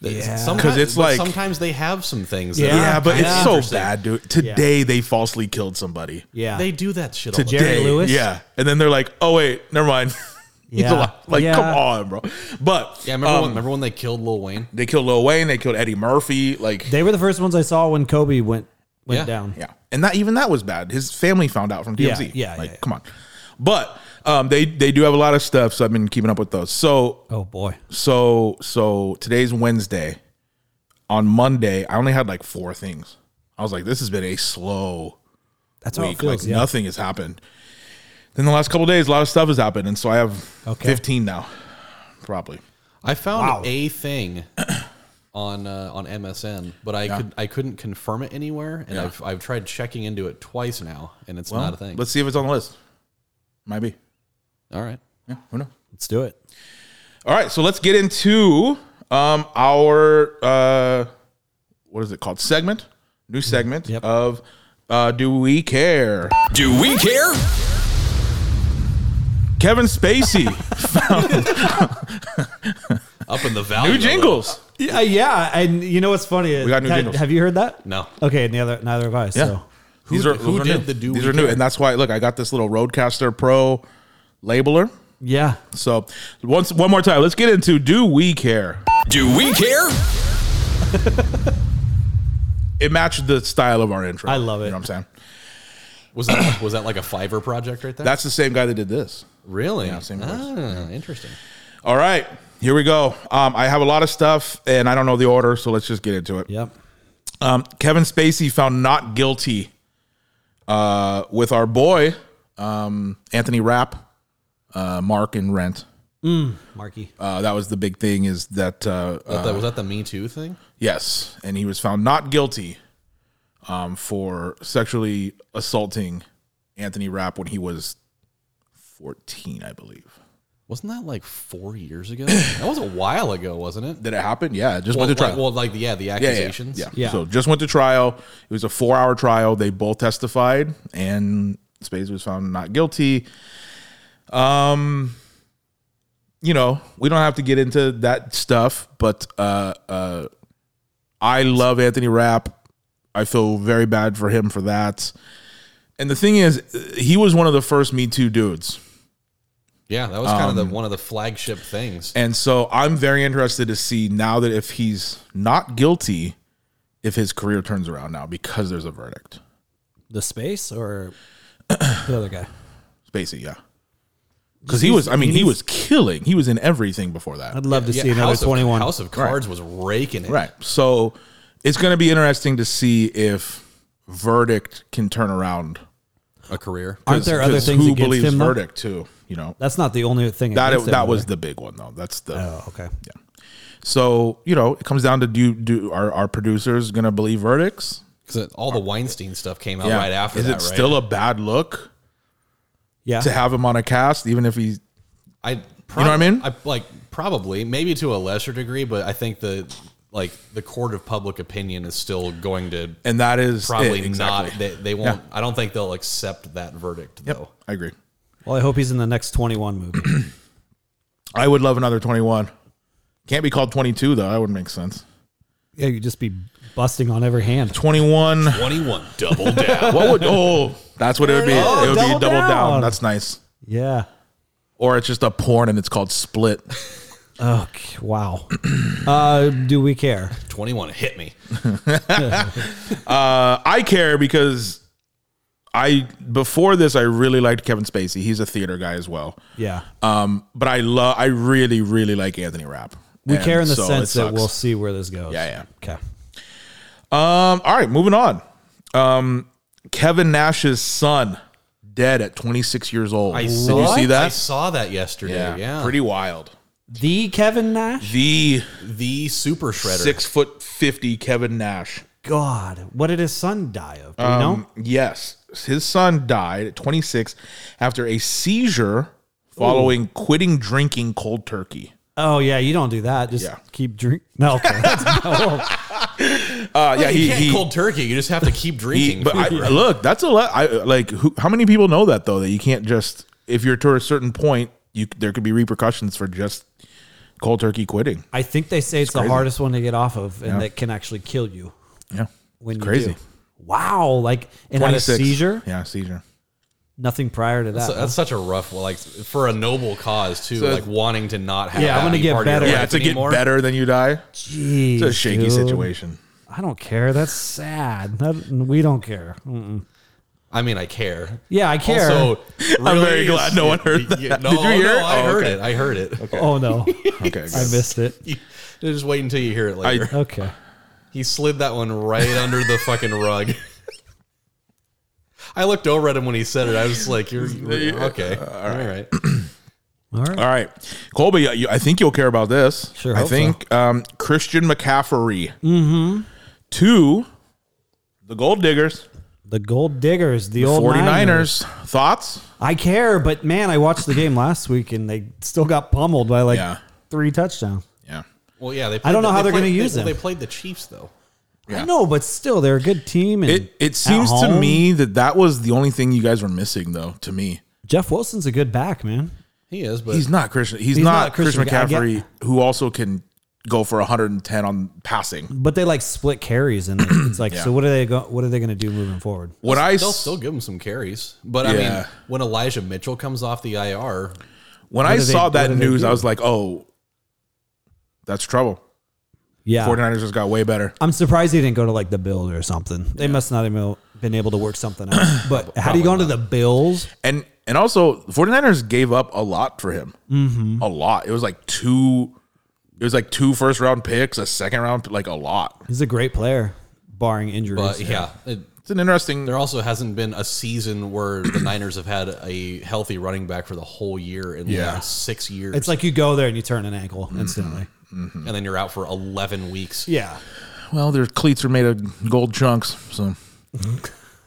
Yeah.
Because it's like-
sometimes they have some things.
Yeah.
That
Yeah, but
kinda
it's so
interesting.
bad, dude. Today they falsely killed somebody.
Yeah.
They do that shit all the
today.
time.
Jerry Lewis?
Oh, Yeah. And then they're like, oh, wait, never mind. He's
Yeah.
alive. Like,
Yeah.
come on, bro. But
Yeah, remember,
um,
when, remember when they killed Lil Wayne?
they killed Lil Wayne, they killed Eddie Murphy. Like,
They were the first ones I saw when Kobe went went
Yeah.
down.
yeah. And that even that was bad. His family found out from
Yeah,
TMZ.
yeah,
Like,
yeah, yeah.
come on. But um, they they do have a lot of stuff, so I've been keeping up with those. So
Oh boy.
so so today's Wednesday. On Monday, I only had like four things. I was like, this has been a slow
That's how it
week.
feels.
like
yeah.
nothing has happened. Then the last couple days, a lot of stuff has happened, and so I have
Okay.
fifteen now, probably.
I found
Wow.
a thing on uh, on MSN, but I could I couldn't confirm it anywhere, and I've I've tried checking into it twice now, and it's not a thing.
Let's see if it's on the list. Might be.
All right,
Yeah, who knows?
Let's do it.
All right, so let's get into um, our uh, what is it called? Segment, new segment
Mm-hmm. Yep.
of uh, Do We Care?
Do we care?
Kevin Spacey,
up in the valley.
new jingles.
Yeah, yeah, and you know what's funny? We
got new
have,
jingles.
Have you heard that?
No.
Okay, neither neither have I. So
These are
who
these are
did
new.
the Do
These
We
are new,
Care?
and that's why. Look, I got this little Roadcaster Pro labeler.
yeah,
So once one more time, let's get into Do We Care?
Do we care?
it matched the style of our intro.
I love it.
You know what I'm saying?
Was that was that like a Fiverr project right there?
That's the same guy that did this.
really
same
ah, interesting.
All right, here we go. Um, I have a lot of stuff, and I don't know the order, so let's just get into it.
yep.
Um, Kevin Spacey found not guilty uh, with our boy um, Anthony Rapp, uh, Mark, and Rent.
Marky,
Uh, that was the big thing. Is that uh, uh,
That- was that the Me Too thing?
yes? And he was found not guilty um, for sexually assaulting Anthony Rapp when he was 14, I believe.
Wasn't that like four years ago? that was a while ago, wasn't it?
Did it happen? Yeah, it just
Well,
went to trial.
like, well, like yeah, the
yeah, yeah,
accusations.
Yeah,
Yeah.
So just went to trial. It was a four-hour trial. They both testified, and Spades was found not guilty. Um, you know, we don't have to get into that stuff, but uh, uh, I love Anthony Rapp. I feel very bad for him for that. And the thing is, he was one of the first Me Too dudes.
Yeah, that was kind
Um,
of the one of the flagship things.
And so I'm very interested to see now that if he's not guilty, if his career turns around now because there's a verdict.
The space or the other guy?
Spacey, yeah. Because he was, I mean, he was killing. He was in everything before that.
I'd love to
Yeah,
see another
House of-
21.
House of Cards was raking it.
Right. So it's going to be interesting to see if verdict can turn around.
A career.
Aren't there other
'Cause
things
who
against
believes
him? though?
verdict too? You know
That's not the only thing.
that
against him,
that was
right?
the big one though. That's the
Oh, okay.
so you know it comes down to do do are our producers going to believe verdicts?
Because all the Weinstein stuff came out right after
is
that,
it
right?
still a bad look?
Yeah.
to have him on a cast, even if he.
I
know what I mean?
I like probably maybe to a lesser degree, but I think the like the court of public opinion is still going to
And that is
probably
it, exactly.
not. They, they won't. I don't think they'll accept that verdict though.
I agree.
Well, I hope he's in the next 21 movie.
I would love another twenty-one. Can't be called twenty-two though. That wouldn't make sense.
yeah, you'd just be busting on every hand.
Twenty-one.
Twenty one double down.
What would? Oh, that's what it would be.
Oh,
it would
double
be double down.
down.
That's nice.
Yeah.
Or it's just a porn and it's called Split.
Okay. Wow. uh, do we care?
Twenty one hit me.
Uh, I care because I before this I really liked Kevin Spacey. He's a theater guy as well.
Yeah.
Um, but I love. I really, really like Anthony Rapp.
we
And
care in the
so it
sense that
sucks.
we'll see where this goes.
Yeah,
Okay.
Um, all right, moving on. Um, Kevin Nash's son dead at 26 years old. Did you see
I
that?
saw that yesterday. Yeah,
pretty wild.
The Kevin Nash?
The
the super shredder.
six foot 50 Kevin Nash.
God. What did his son die of? Do we
Um,
know?
Yes, his son died at 26 after a seizure following quitting drinking cold turkey.
Oh, yeah. You don't do that. Just
Yeah.
keep drink. No. Okay.
Uh, yeah,
you
he,
can't
he,
cold turkey. You just have to keep drinking.
But I, look, that's a lot. I like who, how many people know that though that you can't just if you're to a certain point, you there could be repercussions for just cold turkey quitting.
I think they say it's, the hardest one to get off of and that can actually kill you
Yeah,
when you
Crazy.
do. Wow. Like, and had a
26.
seizure?
Yeah, seizure.
Nothing prior to that.
So
huh?
that's such a rough, like for a noble cause too,
So-
like wanting to not have.
Yeah, I
that
wanna
be
get
part of your
better.
life
Yeah, to
anymore.
get better than you die.
Jeez,
It's a shaky
dude.
situation.
I don't care. That's sad. That, we don't care. Mm-mm.
I mean, I care.
Yeah, I care.
Also, really,
I'm very glad no one heard that.
Yeah, no,
Did you hear?
no,
it?
I
Oh,
heard
okay.
it. I heard it.
oh no,
Okay,
I
good.
missed it.
You- Just wait until you hear it later.
Okay.
he slid that one right under the fucking rug. I looked over at him when he said it. I was like, "You're, you're- okay, all right."
All right.
All right, Colby. you- I think you'll care about this.
Sure
I
hope so. Mm-hmm.
think um, Christian McCaffrey to the Gold Diggers,
The Gold Diggers, the, old
49ers.
49ers.
Thoughts?
I care, but man, I watched the game last week and they still got pummeled by like
Yeah.
three touchdowns.
Yeah.
Well, yeah, they.
I don't know
played-
how
they
they're gonna
played-
use
they,
him.
They played the Chiefs though.
Yeah.
I know, but still, they're a good team. And
It
at
it seems to
home-
me that that was the only thing you guys were missing, though. To me,
Jeff Wilson's a good back, man.
He is, but
he's not Christian.
He's
He's, not,
not
Christian
Christian- I get-
McCaffrey, who also can go for 110 on passing.
But they like split carries, and it's like,
Yeah.
so what are they? Go- what are they going to do moving forward?
What I
they'll
s-
still give him some carries. But I
Yeah.
mean, when Elijah Mitchell comes off the IR,
when I
do they-
saw
what
that
do they
news,
do?
I was like, oh, that's trouble.
Yeah,
49ers just got way better.
I'm surprised he didn't go to like the Bills or something. They must not have been able to work something out. But how do you go into the Bills?
And and also, 49ers gave up a lot for him.
Mm-hmm.
A lot. It was like two. It was like two first round picks, a second round, like a lot.
He's a great player, barring injuries.
but yeah, it,
It's an interesting.
there also hasn't been a season where the Niners have had a healthy running back for the whole year in
Yeah.
like six years.
It's like you go there and you turn an ankle instantly.
Mm-hmm.
and then you're out for eleven weeks.
Yeah.
Well, their cleats are made of gold chunks, so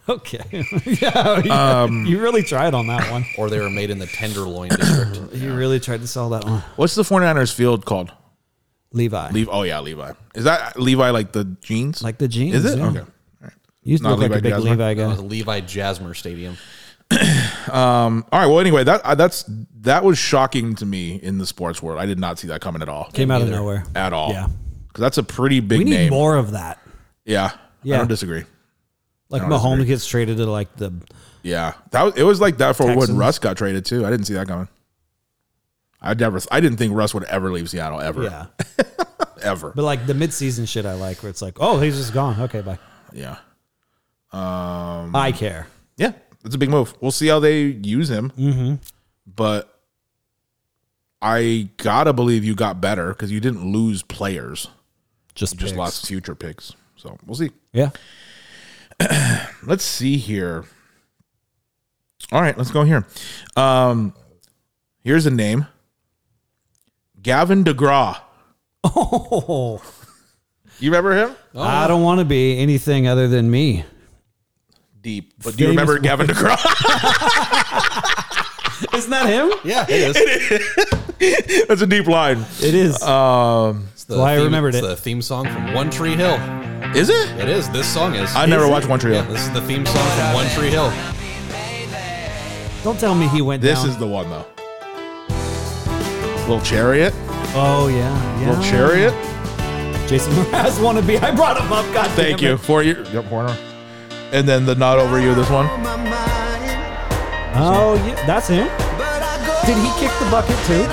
Okay. yeah. yeah.
Um,
you really tried on that one.
Or they were made in the tenderloin district.
You really tried to sell that one.
What's the 49ers field called?
Levi.
Levi. Oh yeah, Levi. Is that Levi like the jeans?
Like the jeans,
Is it?
yeah.
Okay.
you used to
Not
look like a
Levi
big
Jasmer?
Levi
That
guy.
was Levi Jasmer Stadium.
um, all right. Well, anyway, that uh, that's that was shocking to me in the sports world. I did not see that coming at all.
Came out of nowhere.
at all.
Yeah.
because that's a pretty big
We need
name.
more of that.
Yeah, I
Yeah.
don't disagree.
Like
that's
Mahomes
great.
gets traded to like the
Yeah, that was, it was like that for when
Texans.
Russ got traded too. I didn't see that coming. I never. I didn't think Russ would ever leave Seattle ever.
yeah,
Ever.
but like the midseason shit I like where it's like, oh, he's just gone. Okay, bye.
yeah. Um,
I care.
Yeah, it's a big move. We'll see how they use him. Mm-hmm. But I gotta believe you got better because you didn't lose players.
Just
You just
picks.
lost future picks. So we'll see.
Yeah,
Let's see here. All right, let's go here. Um, here's a name. Gavin DeGraw.
Oh,
You remember him?
I don't want to be anything other than me.
Deep. But do you remember
Famous-
Gavin DeGraw?
Isn't that him?
Yeah, it is.
That's a deep line. Um,
It is.
Uh,
It's the
Well, I
theme-
remembered
it's
it.
The theme song from One Tree Hill.
Is it?
It is. This song is.
I never watched One Tree
Yeah,
Hill.
this is the theme song from One Tree Hill.
Don't tell me he went
This
down.
is the one though. Little chariot.
oh yeah, yeah.
Little chariot.
Jason Mraz wannabe. I brought him up. God
Thank you. Four year. Yep, four in a row. And then the not over you. This one.
Oh yeah, that's him. Did he kick the bucket too?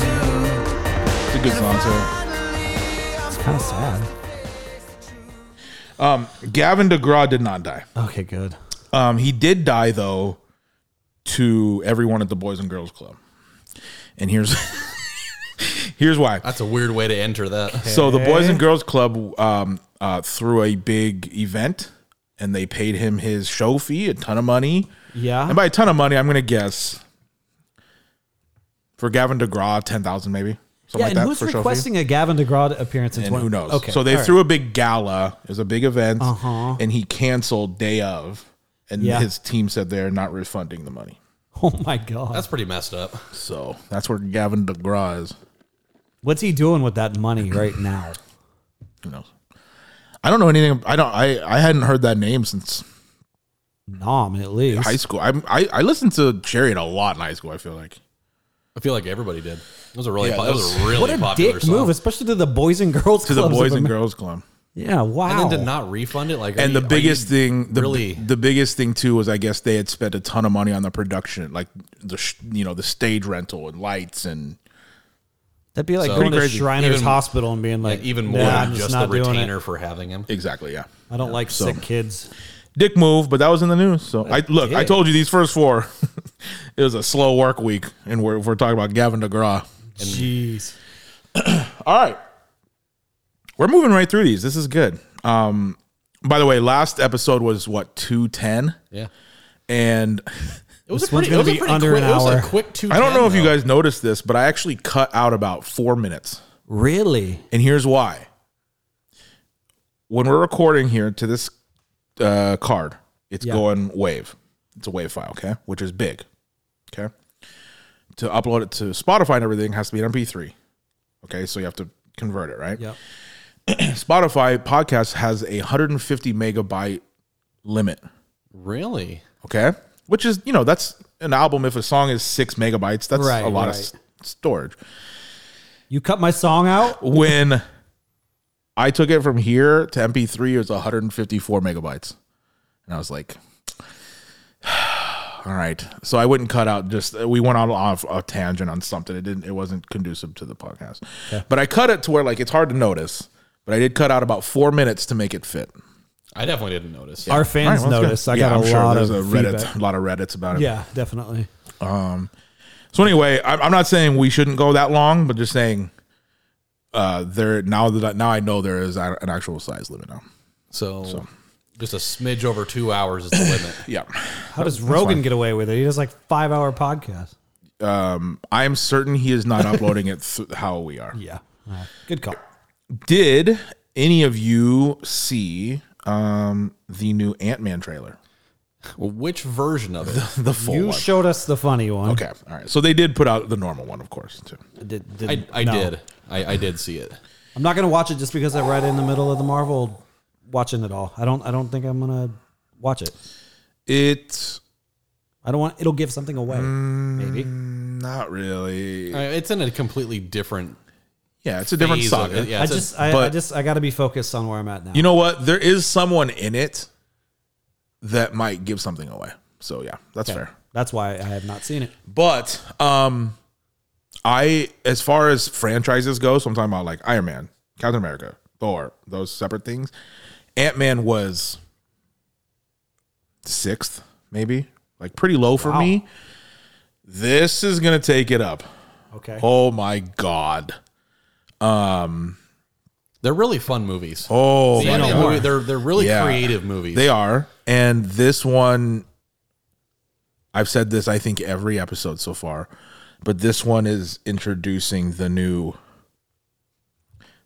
It's a good song too.
It's kind of sad.
Um, Gavin DeGraw did not die.
Okay, good.
Um, he did die though. To everyone at the Boys and Girls Club. And here's here's why.
That's a weird way to enter that.
So the Boys and Girls Club um, uh, threw a big event, and they paid him his show fee, a ton of money.
Yeah.
And by a ton of money, I'm going to guess for Gavin DeGraw, ten thousand maybe. Something
yeah,
like
and
that
who's
for show fee.
requesting a Gavin DeGraw appearance in
and
20?
who knows?
Okay,
So they
all right.
threw a big gala. It was a big event,
Uh-huh.
and he canceled day of, and
Yeah.
his team said they're not refunding the money.
Oh my god,
That's pretty messed up.
So that's where Gavin DeGraw is.
what's he doing with that money right now?
Who knows? I don't know anything. I don't. I I hadn't heard that name since
Nom at least.
high school. I'm, I I listened to Chariot a lot in high school. I feel like
I feel like everybody did. It was a really,
Yeah,
po-
that
it was, a really
what a
popular
dick
song.
move, especially to the boys and girls
to the
clubs of
Boys and
Amer-
Girls Club.
Yeah, wow.
and then did not refund it. Like, are
And
you-
the
are
biggest
you
thing, the,
really-
the biggest thing too was I guess they had spent a ton of money on the production, like the sh- you know the stage rental and lights and
That'd be like
So-
going
Pretty
to
crazy.
Shriners
Even-
Hospital and being like,
like even more
"Nah, I'm
than just, the
not doing it.
retainer for having him.
exactly yeah,
I don't like
so-
sick kids.
dick move. But that was in the news. So I look, I told you these first four, it was a slow work week, and we're we're talking about Gavin DeGraw.
Jeez.
All right. We're moving right through these. This is good. Um, by the way, last episode was what, 210?
Yeah,
And
it was
This one's gonna be under
quick,
an
It was
hour.
a quick two.
I don't know if you guys noticed this, but I actually cut out about four minutes.
Really?
And here's why. When we're recording here to this uh, card, it's
Yeah.
going wave. It's a wave file, okay? Which is big. Okay. To upload it to Spotify and everything has to be an MP3. Okay, so you have to convert it, right?
Yep.
Spotify podcast has a 150 megabyte limit.
really.
Okay. Which is, you know, that's an album. If a song is six megabytes, that's
Right,
a lot of
right.
s- storage.
You cut my song out?
When I took it from here to MP3, it was 154 megabytes. And I was like, all right. So I wouldn't cut out just, we went on off a tangent on something. It didn't, it wasn't conducive to the podcast. But I cut it to where, like, it's hard to notice, but I did cut out about four minutes to make it fit.
I definitely didn't notice.
Our
All
fans
right, well, that's
noticed.
good.
I
Yeah,
got a
I'm sure
lot
there's
of
a Reddit,
feedback.
a lot of Reddits about it.
Yeah, definitely.
So anyway, I'm, I'm not saying we shouldn't go that long, but just saying uh, there now that I, now I know there is a- an actual size limit now.
So, just a smidge over two hours is the limit.
Yeah,
How does Rogan get away with it? He does like five hour podcasts.
I am certain he is not uploading it th- how we are.
Yeah. Uh, good call.
Did any of you see um, the new Ant Man trailer?
Well, which version of it?
The full
You
one.
showed us the funny one.
okay, all right. So they did put out the normal one, of course, too.
Did,
I, I
no.
did. I, I did see it.
I'm not gonna watch it just because I read in the middle of the Marvel watching it all. I don't. I don't think I'm gonna Watch it.
It's
I don't want. It'll give something away.
Mm,
Maybe.
not really.
I mean, it's in a completely different
Yeah, it's a different
phase of
saga.
it. Yeah,
I
it's a-
just. I, I
but-
just. I got to be focused on where I'm at now.
You know what? There is someone in it that might give something away. So yeah, that's fair.
That's why I have not seen it.
But um I as far as franchises go, so I'm talking about like Iron Man, Captain America, Thor, those separate things. Ant Man was sixth, maybe. Like pretty low for me. This is gonna take it up.
Okay.
Oh my god.
they're really fun movies.
Oh
The
my
Ant-Man
god.
movie, they're they're really
Yeah.
creative movies.
They are. And this one, I've said this, I think, every episode so far, but this one is introducing the new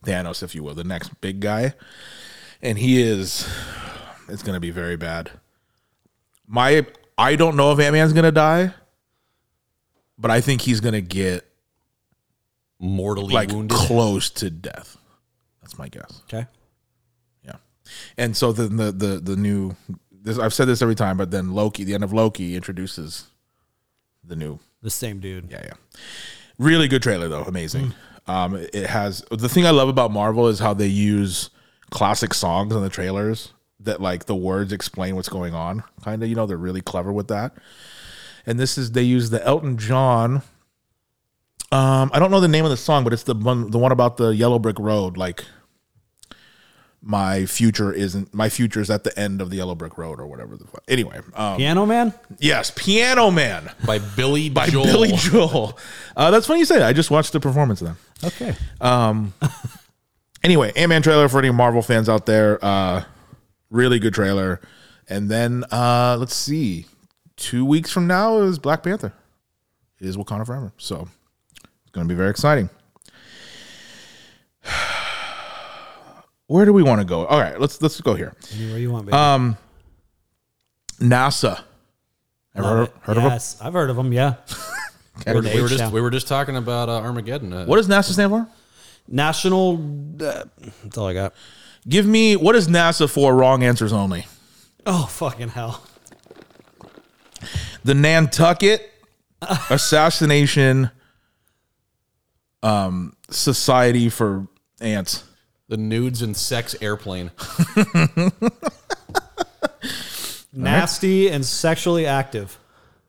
Thanos, if you will, the next big guy. And he is, it's going to be very bad. My, I don't know if Ant Man's going to die, but I think he's going to get
mortally
like
wounded.
close to death. That's my guess.
Okay.
Yeah. And so then the the the new this I've said this every time, but then Loki, the end of Loki introduces the new
The same dude.
yeah, yeah. Really good trailer though, amazing. Um it has the thing I love about Marvel is how they use classic songs in the trailers that like the words explain what's going on. Kind of, you know, they're really clever with that. And this is they use the Elton John um, I don't know the name of the song, but it's the one the one about the yellow brick road. Like my future isn't my future's at the end of the yellow brick road or whatever the fuck. Anyway, um,
Piano Man.
yes, Piano Man
by Billy
by
Joel.
Billy Joel. Uh, that's funny you say that. I just watched the performance of them.
Okay.
Anyway, Ant Man trailer for any Marvel fans out there. Uh, really good trailer. And then uh, let's see, two weeks from now is Black Panther. It is Wakanda Forever, so it's going to be very exciting. Where do we want to go? All right, let's let's go here.
Anywhere you
Uh,
want, baby.
NASA. Ever heard, of- heard of them?
yes, I've heard of him. Yeah.
We were, we were
Yeah.
just we were just talking about uh, Armageddon. Uh,
What does NASA stand for?
National. uh, that's all I got.
Give me what is NASA for? Wrong answers only.
Oh fucking hell!
the Nantucket assassination um society for ants.
The nudes and sex airplane.
Nasty and sexually active.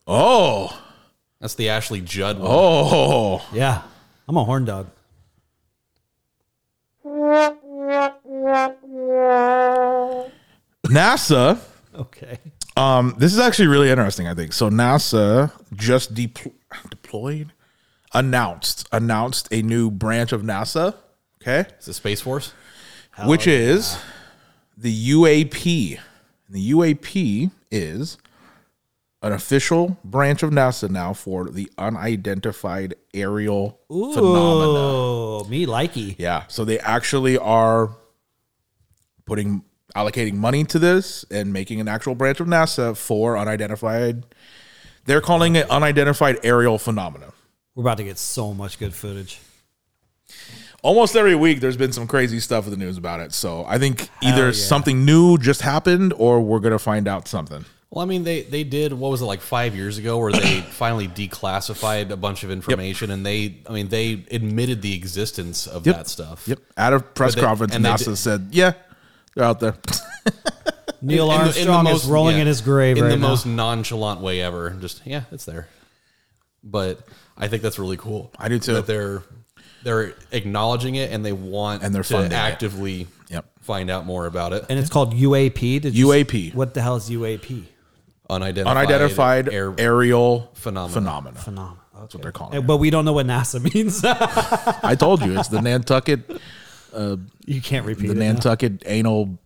Oh,
That's the Ashley Judd one.
oh,
Yeah, I'm a horn dog.
NASA.
Okay.
Um, this is actually really interesting. I think so. NASA just depl- deployed, announced, announced a new branch of NASA. Okay,
Is it Space Force?
which is the UAP. And the UAP is an official branch of NASA now for the unidentified aerial phenomena.
Oh, me likey.
Yeah, so they actually are putting allocating money to this and making an actual branch of NASA for unidentified. They're calling it unidentified aerial phenomena.
We're about to get so much good footage.
almost every week there's been some crazy stuff in the news about it. So I think either something new just happened or we're gonna find out something.
Well, I mean, they they did what was it like five years ago, where they finally declassified a bunch of information, and they, I mean, they admitted the existence of that stuff.
At a
But
press
they-
conference,
and they
NASA
did-
said, "Yeah, they're out there."
Neil
In the- in the
Armstrong is
most-
rolling
yeah,
in his grave
in
right
the
now.
most nonchalant way ever. Just yeah, it's there. But I think that's really cool.
I do too.
That they're they're acknowledging it and they want
And they're
to
funding it.
actively
Yep.
find out more about it.
and it's called UAP. Did you-
UAP,
what the hell is UAP?
unidentified,
unidentified
air,
aerial
phenomena.
phenomena.
Phenom.
That's what they're calling.
Eh,
it.
But we don't know what NASA means.
I told you it's the Nantucket,
you can't repeat
the
it. now.
Nantucket anal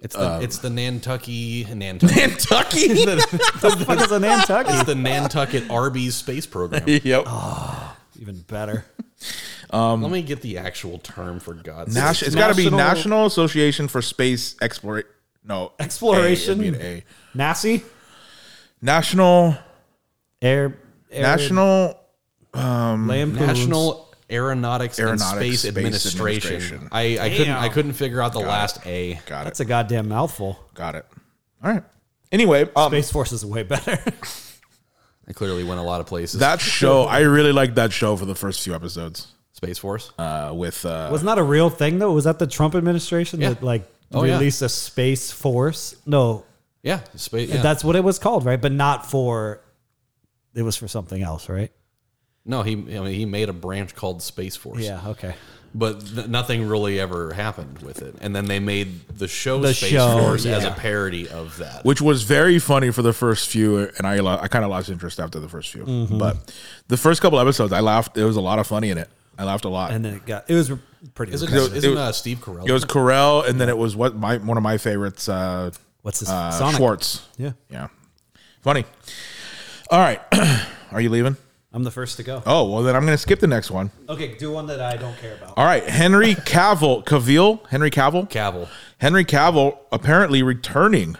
It's the
uh,
it's the Nantucky Nantucky.
Nantucky.
what the fuck is a
it's
Nantucket?
the Nantucket Arby's space program.
yep.
Oh,
Even better.
Um,
Let me get the actual term for God's sake.
Nas- it's got to be
National-
National Association for Space Exploration. No, A,
Exploration.
it'd be an A.
Nasty.
National
Air. air
National
Lampoons.
National Aeronautics,
Aeronautics
and Space,
Space
Administration.
Administration.
I, I couldn't I couldn't figure out the last A.
Got
That's
it.
a goddamn mouthful.
Got it. All right. Anyway, um,
Space Force is way better.
I clearly went a lot of places.
that show I really liked that show for the first few episodes
Space Force.
uh, with uh,
Wasn't that a real thing though? Was that the Trump administration
Yeah.
that like
Oh, yeah.
released a space force? No,
yeah, space. Yeah.
that's what it was called, right? But not for. It was for something else, right?
no, he. I mean, he made a branch called Space Force.
Yeah. Okay.
but th- nothing really ever happened with it. And then they made the show
The
Space
show,
Force as a
yeah.
parody of that.
which was very funny for the first few, and I lo- I kind of lost interest after the first few,
Mm-hmm.
but the first couple episodes I laughed. There was a lot of funny in it. I laughed a lot.
And then it got. It was pretty.
Isn't,
it-
isn't
it-
uh, Steve Carell?
it was Carell, and then it was what my one of my favorites, uh,
What's this?
uh,
Sonic.
Schwartz.
Yeah.
Yeah, funny. All right, are you leaving?
I'm the first to go.
Oh well, then I'm going to skip the next one.
Okay, do one that I don't care about.
All right, Henry Cavill, Cavill, Henry Cavill,
Cavill.
Henry Cavill apparently returning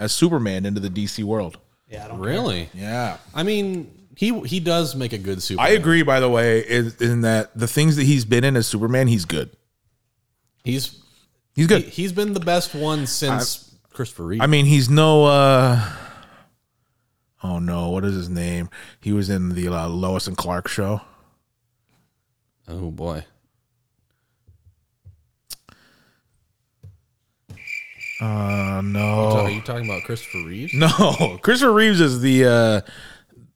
as Superman into the DC world.
Yeah, I don't.
Really?
Yeah.
I mean, he he does make a good super.
I agree, by the way, in, in that the things that he's been in as Superman, he's good.
He's
He's
he,
good.
he's been the best one since Christopher Reeve.
I mean, he's no. uh Oh no, what is his name? He was in the uh, Lois and Clark show.
oh boy.
Uh,
Oh.
Are
no,
you talking about Christopher Reeve?
no. Christopher Reeves is the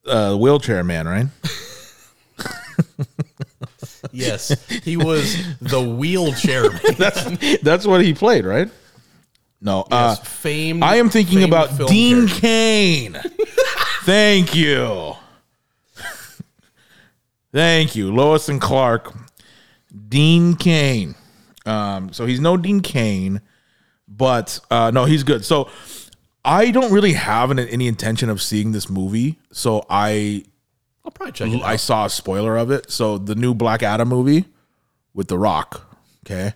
uh, uh, wheelchair man, right?
Yes, he was the wheelchair
Uh,
man.
That's what he played, right? No, uh,
Yes, famed.
I am thinking
famed
about
film
Dean
character.
Kane. Thank you. Thank you. Lois and Clark. Dean Kane. Um, so he's no Dean Kane, but uh, no, he's good. So I don't really have an, any intention of seeing this movie. So I
I'll probably check it. Out.
I saw a spoiler of it. So the new Black Adam movie with The Rock. Okay.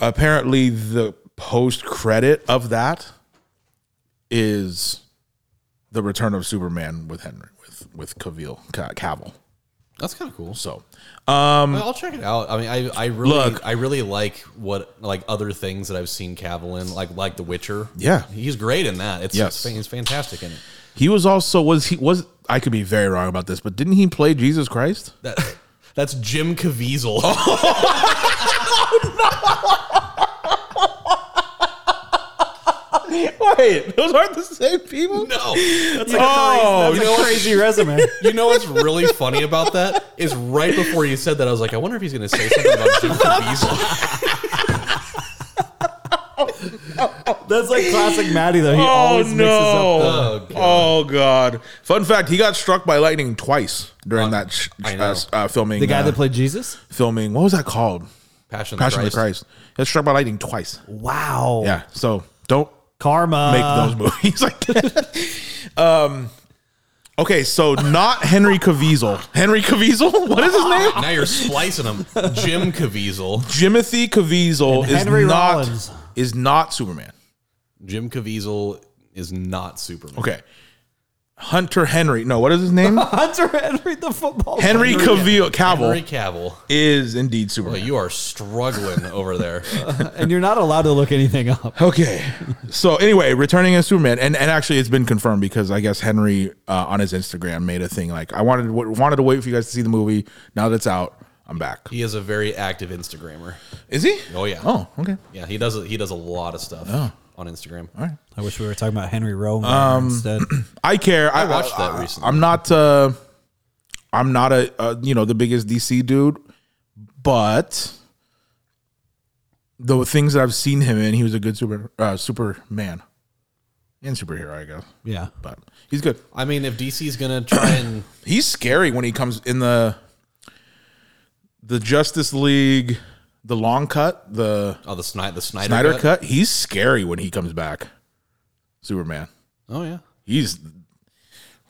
Apparently, the post credit of that is the return of Superman with Henry with with Cavill Ca- Cavill.
That's kind of cool.
So
Well, I'll check it out. I mean, I, I really
Um, Look.
I really like what like other things that I've seen Cavill in, like like The Witcher.
Yeah.
he's great in that. It's
Yes.
it's- he's fantastic in it.
he was also was he was I could be very wrong about this, but didn't he play Jesus Christ?
That that's Jim Caviezel. Oh,
Wait, those aren't the same people.
no,
oh,
That's a crazy resume.
you know what's really funny about that is right before you said that, I was like, I wonder if he's going to say something about Jim Caviezel.
That's like classic Maddie though. He
Oh
always mixes up the
no! Oh god! Fun fact: He got struck by lightning twice during that sh-
I know.
uh, uh, filming.
the guy
uh,
that played Jesus.
filming. What was that called?
Passion, of
Passion
the
of the Christ. He got struck by lightning twice.
Wow.
Yeah. So don't
Karma.
make those movies like that. um. Okay, so not Henry Caviezel. Henry Caviezel. What is his name?
Now you're splicing him, Jim Caviezel.
Jimothy Caviezel
And
is
Henry
not
Rollins.
is not Superman.
Jim Caviezel is not Superman.
Okay. Hunter Henry. No, what is his name?
Hunter Henry, the football.
Henry Cavill, Cavill
Henry Cavill.
is indeed
Well,
Superman.
you are struggling over there.
player. and you're not allowed to look anything up.
Okay. So anyway, returning as Superman, and, and actually it's been confirmed because I guess Henry uh, on his Instagram made a thing like I wanted wanted to wait for you guys to see the movie. Now that it's out, I'm back.
He is a very active Instagrammer.
Is he?
Oh yeah.
Oh, okay.
Yeah, he does he does a lot of stuff on Instagram.
I wish we were talking about Henry Rowan
Um,
instead.
I care. I,
watched
I-
that
I-
recently.
I'm not. Uh, I'm not a, a you know the biggest DC dude, but the things that I've seen him in, he was a good super uh, Superman and superhero, I guess.
Yeah.
But he's good.
I mean, if DC's going to try and
He's scary when he comes in the the Justice League, the long cut, the
oh the Snyder the Snyder,
Snyder
cut.
cut. He's scary when he comes back. Superman.
Oh yeah.
He's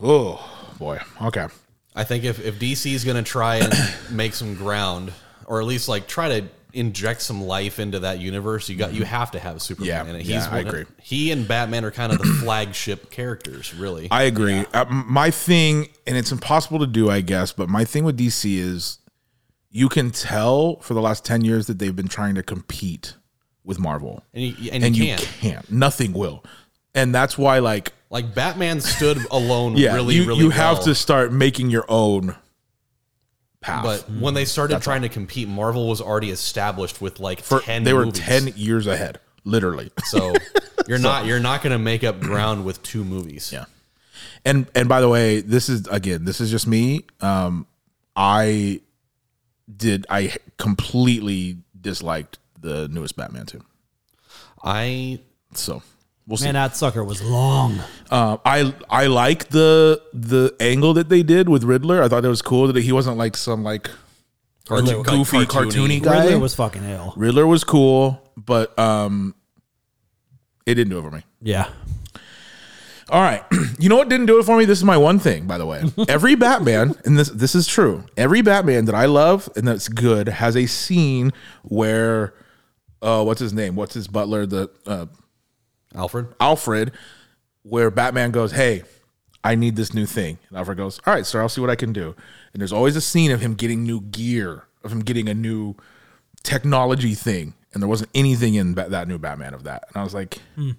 oh boy. Okay.
I think if if DC's going to try and make some ground or at least like try to inject some life into that universe, you got you have to have Superman
Yeah,
in it.
yeah, I
one of-
agree.
he and Batman are kind of the flagship characters, really.
I agree. Uh, m- my thing, and it's impossible to do, I guess, but my thing with DC is you can tell for the last 10 years that they've been trying to compete with Marvel,
And you- and you can't.
can't. Nothing will, and that's why like
Like Batman stood alone
yeah,
really,
you,
really
you have
well.
to start making your own path.
But when they started trying to compete, Marvel was already established with like
For-
ten.
they were
movies.
ten years ahead, literally.
So you're not you're not going to make up ground with two movies.
Yeah. And and by the way, this is again, this is just me. Um I did I completely disliked the newest Batman too.
I
So we'll see.
Man, that sucker was long.
Uh, I I like the the angle that they did with Riddler. I thought it was cool that he wasn't like some like
Cartoon-
goofy
like
cartoony,
cartoony.
guy.
Riddler was fucking ill.
Riddler was cool, but um it didn't do it for me.
Yeah.
All right. You know what didn't do it for me? This is my one thing, by the way. Every Batman, and this this is true. Every Batman that I love and that's good has a scene where uh what's his name? What's his butler? The uh
Alfred.
Alfred, where Batman goes, Hey, I need this new thing. And Alfred goes, All right, sir, I'll see what I can do. And there's always a scene of him getting new gear, of him getting a new technology thing. And there wasn't anything in Ba- that new Batman of that. And I was like, Okay,
Hmm.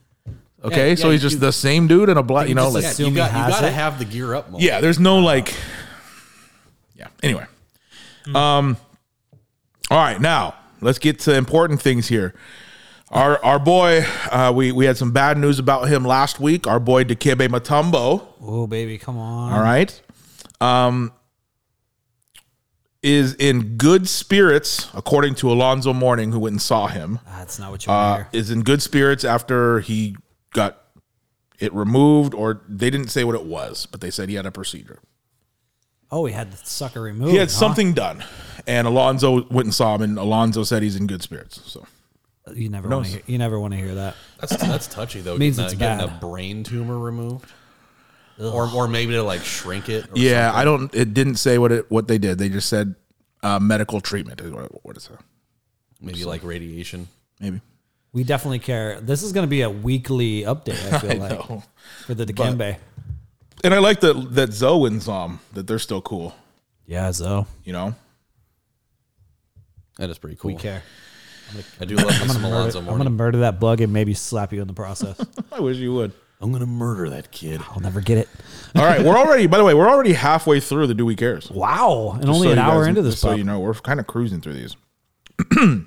Yeah,
so
yeah,
he's just
you-
the same dude in a black, you know,
just
like,
assume
you
he
got you
has
got to
it.
have the gear up moment.
yeah, there's no like, yeah. Anyway, um, all right, now let's get to important things here. Our our boy, uh, we we had some bad news about him last week. Our boy Dikembe Matumbo.
Oh baby, come on.
All right. Um, is in good spirits, according to Alonzo Mourning, who went and saw him.
That's not what you
Uh,
want to hear.
is in good spirits after he got it removed, or they didn't say what it was, but they said he had a procedure.
Oh, he had the sucker removed.
He had
huh?
something done, and Alonzo went and saw him, and Alonzo said he's in good spirits. So
You never want to hear. You never want to hear that.
That's that's touchy though.
Means
getting,
it's
a, getting
bad.
a brain tumor removed, or or maybe to like shrink it. Or
yeah, I don't. It didn't say what it what they did. They just said uh, medical treatment. Is what, what is that?
something. maybe like radiation.
Maybe.
We definitely care. This is going to be a weekly update. I feel like
know.
for the Dikembe.
And I like that that Zoe and Zom that they're still cool.
Yeah, so
You know.
That is pretty cool.
we care.
I do love me some Alonzo
Murder- I'm going to
Mourning.
murder that bug and maybe slap you in the process.
I wish you would.
I'm gonna murder that kid.
I'll never get it.
All right, we're already. By the way, we're already halfway through the Do We Cares.
Wow, and only
So
an
you
hour
guys-
into this.
So
pup.
you know, we're kind of cruising through these.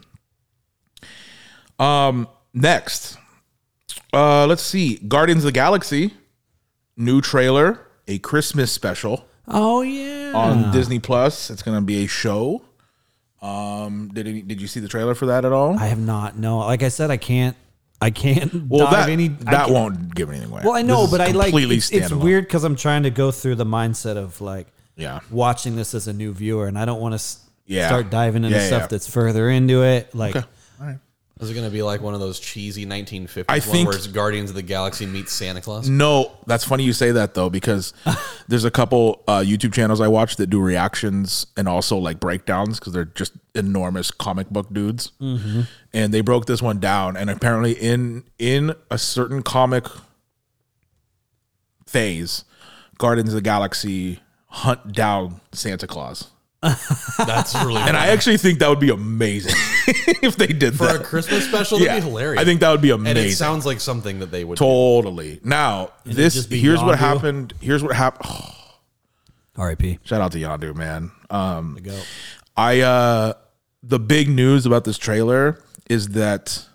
um, next, uh, let's see, Guardians of the Galaxy, new trailer, a Christmas special
oh yeah.
on Disney Plus. It's gonna be a show. Um, did any, did you see the trailer for that at all?
I have not. No, like I said, I can't. I can't.
well,
dive
that
any, I
that
can't-
won't give anything away.
Well, I know,
This is
but I like.
completely
It's, it's
standalone.
weird because I'm trying to go through the mindset of like
Yeah,
watching this as a new viewer, and I don't want to
Yeah.
start diving into
Yeah,
stuff
yeah.
that's further into it. Like,
Is it gonna be like one of those cheesy 1950s
I
one
think-
where it's Guardians of the Galaxy meets Santa Claus?
No, that's funny you say that though, because there's a couple uh, YouTube channels I watch that do reactions and also like breakdowns because they're just enormous comic book dudes,
Mm-hmm.
and they broke this one down. And apparently, in in a certain comic phase, Guardians of the Galaxy hunt down Santa Claus,
That's really
and I actually think that would be amazing if they did
Uh-huh. for a
that.
Christmas special.
yeah,
That'd be hilarious.
I think that would be amazing.
and it sounds like something that they would.
Totally. Now, this
just be
here's what
Yondu.
happened. Here's what happened.
R.I.P.
Shout out to Yondu, man. Um,
Go.
I uh, the big news about this trailer is that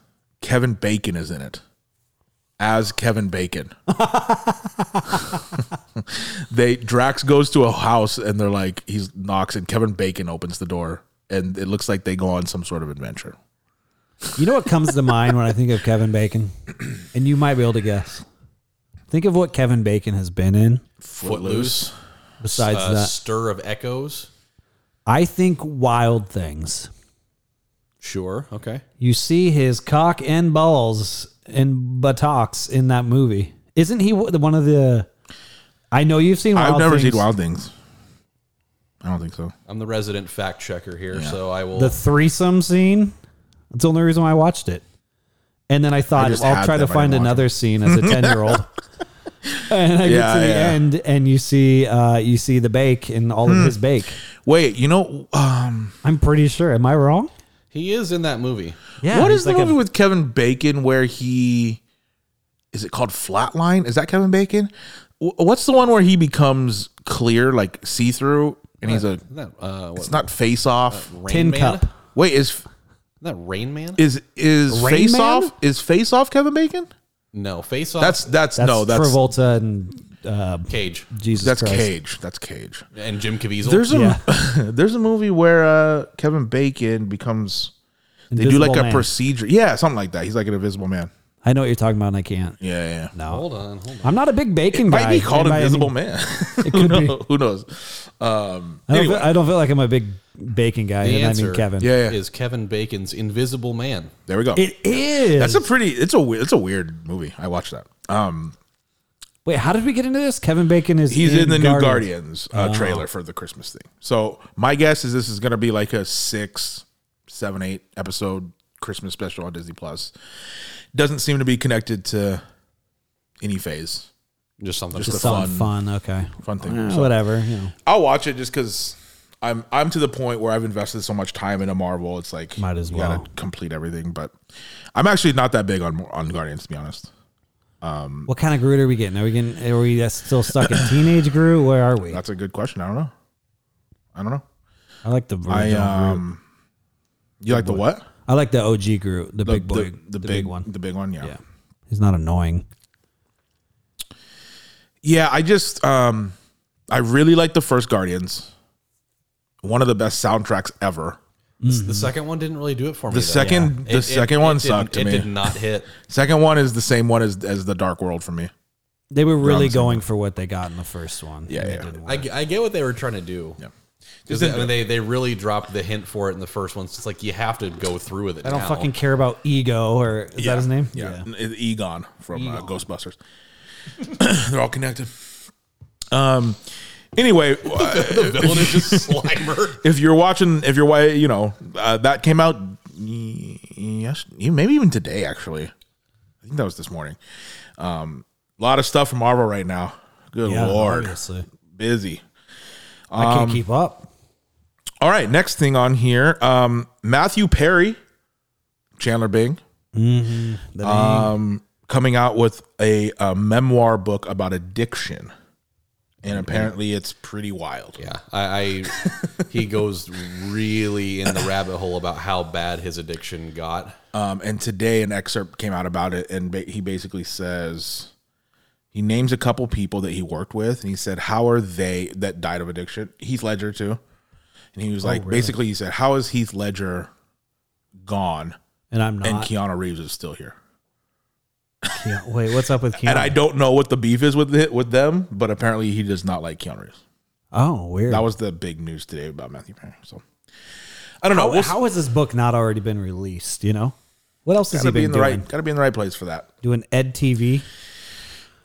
Kevin Bacon is in it as Kevin Bacon. they Drax goes to a house and they're like he's knocks and Kevin Bacon opens the door and it looks like they go on some sort of adventure.
You know what comes to mind when I think of Kevin Bacon, and you might be able to guess. Think of what Kevin Bacon has been in.
Footloose,
Besides
uh,
that,
Stir of Echoes.
I think Wild Things.
Sure. Okay.
You see his cock and balls and buttocks in that movie. Isn't he w- one of the? I know you've seen. Wild
I've never
Things.
seen Wild Things. I don't think so.
I'm the resident fact checker here, so I will.
The threesome scene. That's the only reason why I watched it. And then I thought
just
I'll
had
try to
them, I didn't
find
watch
another scene as a ten year old. and I get
Yeah,
to the
yeah.
end, and you see, uh, you see
Hmm.
the bake and all of his bake.
Wait, you know, um,
I'm pretty sure. Am I wrong?
He is in that movie.
Yeah.
what
he's
is the
like a-
movie with Kevin Bacon where he is it called Flatline? Is that Kevin Bacon? Wh- What's the one where he becomes clear, like see through, and he's a
Isn't that uh, what,
it's not Face Off.
Rain
Tin
Man?
Cup?
Isn't
Wait, is
that Rain Man?
is is
Rain
Face
Man?
Off? Is Face Off Kevin Bacon?
no, Face Off.
That's that's,
That's
no, that's
Travolta and uh,
Cage
Jesus.
that's
Christ.
Cage. That's Cage.
and Jim Caviezel.
There's a
Yeah.
there's a movie where uh, Kevin Bacon becomes they do
Invisible
like a
Man.
procedure, yeah, something like that. He's like an invisible man.
I know what you're talking about, and I can't.
Yeah, yeah.
hold on, hold on.
I'm not a big bacon guy.
Might be called
Am I any-
Invisible Man.
It could be.
Who knows? Um,
I don't,
anyway.
feel, I don't feel like I'm a big bacon guy,
The
and I
answer
mean Kevin.
Yeah, yeah.
is Kevin Bacon's Invisible Man.
There we go.
It is.
That's a pretty. It's a we- it's a weird movie. I watched that. Um,
Wait, how did we get into this? Kevin Bacon is
he's in, the
Guardians.
new Guardians uh, trailer for the Christmas thing. So my guess is this is gonna be like a six, seven, eight episode Christmas special on Disney Plus. Doesn't seem to be connected to any phase.
Just something.
Just
Just
the
something fun. Okay,
Fun thing.
Eh,
So
whatever. You know,
I'll watch it just because. I'm I'm to the point where I've invested so much time into Marvel. It's like
Might as
you
well.
gotta complete everything. But I'm actually not that big on on Guardians to be honest.
what kind of Groot are we getting? Are we getting? Are we that's still stuck in teenage Groot? Where are we?
That's a good question. I don't know. I don't know.
I like the
I
original Groot.
um, you like the what?
I like the OG Groot, the, big boy,
the, the, big, one. The big one. Yeah.
Yeah,
yeah.
he's not annoying.
I just um, I really like the first Guardians. One of the best soundtracks ever.
The second one didn't really do it for me.
Mm-hmm.
though.
The second, the
It- it-
second
it
one
didn't-
sucked to
It
me.
did not hit.
Second one is the same one as as the Dark World for me.
They were really
the same
going for what they got in the first one.
Yeah,
and it
yeah.
didn't work.
I, ge- I get what they were trying to do.
Yeah.
'Cause they, I mean, they they really dropped the hint for it in the first one. So it's like you have to go through with it.
I don't
now.
fucking care about Ego or is that his name?
Yeah, N- Egon from Uh, Ghostbusters. They're all connected. Um. Anyway, uh,
villain is just Slimer.
if you're watching, if you're wa- you know, uh, that came out y- yes, maybe even today actually. I think that was this morning. Um, a lot of stuff from Marvel right now. Good
Yeah,
lord, Um,
obviously.
busy.
I can't keep up.
All right, next thing on here, um, Matthew Perry, Chandler Bing, um, coming out with a, a memoir book about addiction, and apparently it's pretty wild.
Yeah, I, I he goes really in the rabbit hole about how bad his addiction got.
Um, and today, an excerpt came out about it, and ba- he basically says he names a couple people that he worked with, and he said, "How are they that died of addiction?" Heath Ledger too, and he was
Oh,
like, basically, he said, "How is Heath Ledger gone,
And I'm
and
not.
Keanu Reeves is still here?"
Keanu- Wait, what's up with Keanu?
And I don't know what the beef is with it, with them, but apparently, he does not like Keanu Reeves.
oh, weird.
That was the big news today about Matthew Perry. So I don't know.
how,
We'll
how has this book not already been released? You know, what else has
gotta
he
be
been
in the
doing?
right, gotta be in the right place for that.
Doing Ed TV?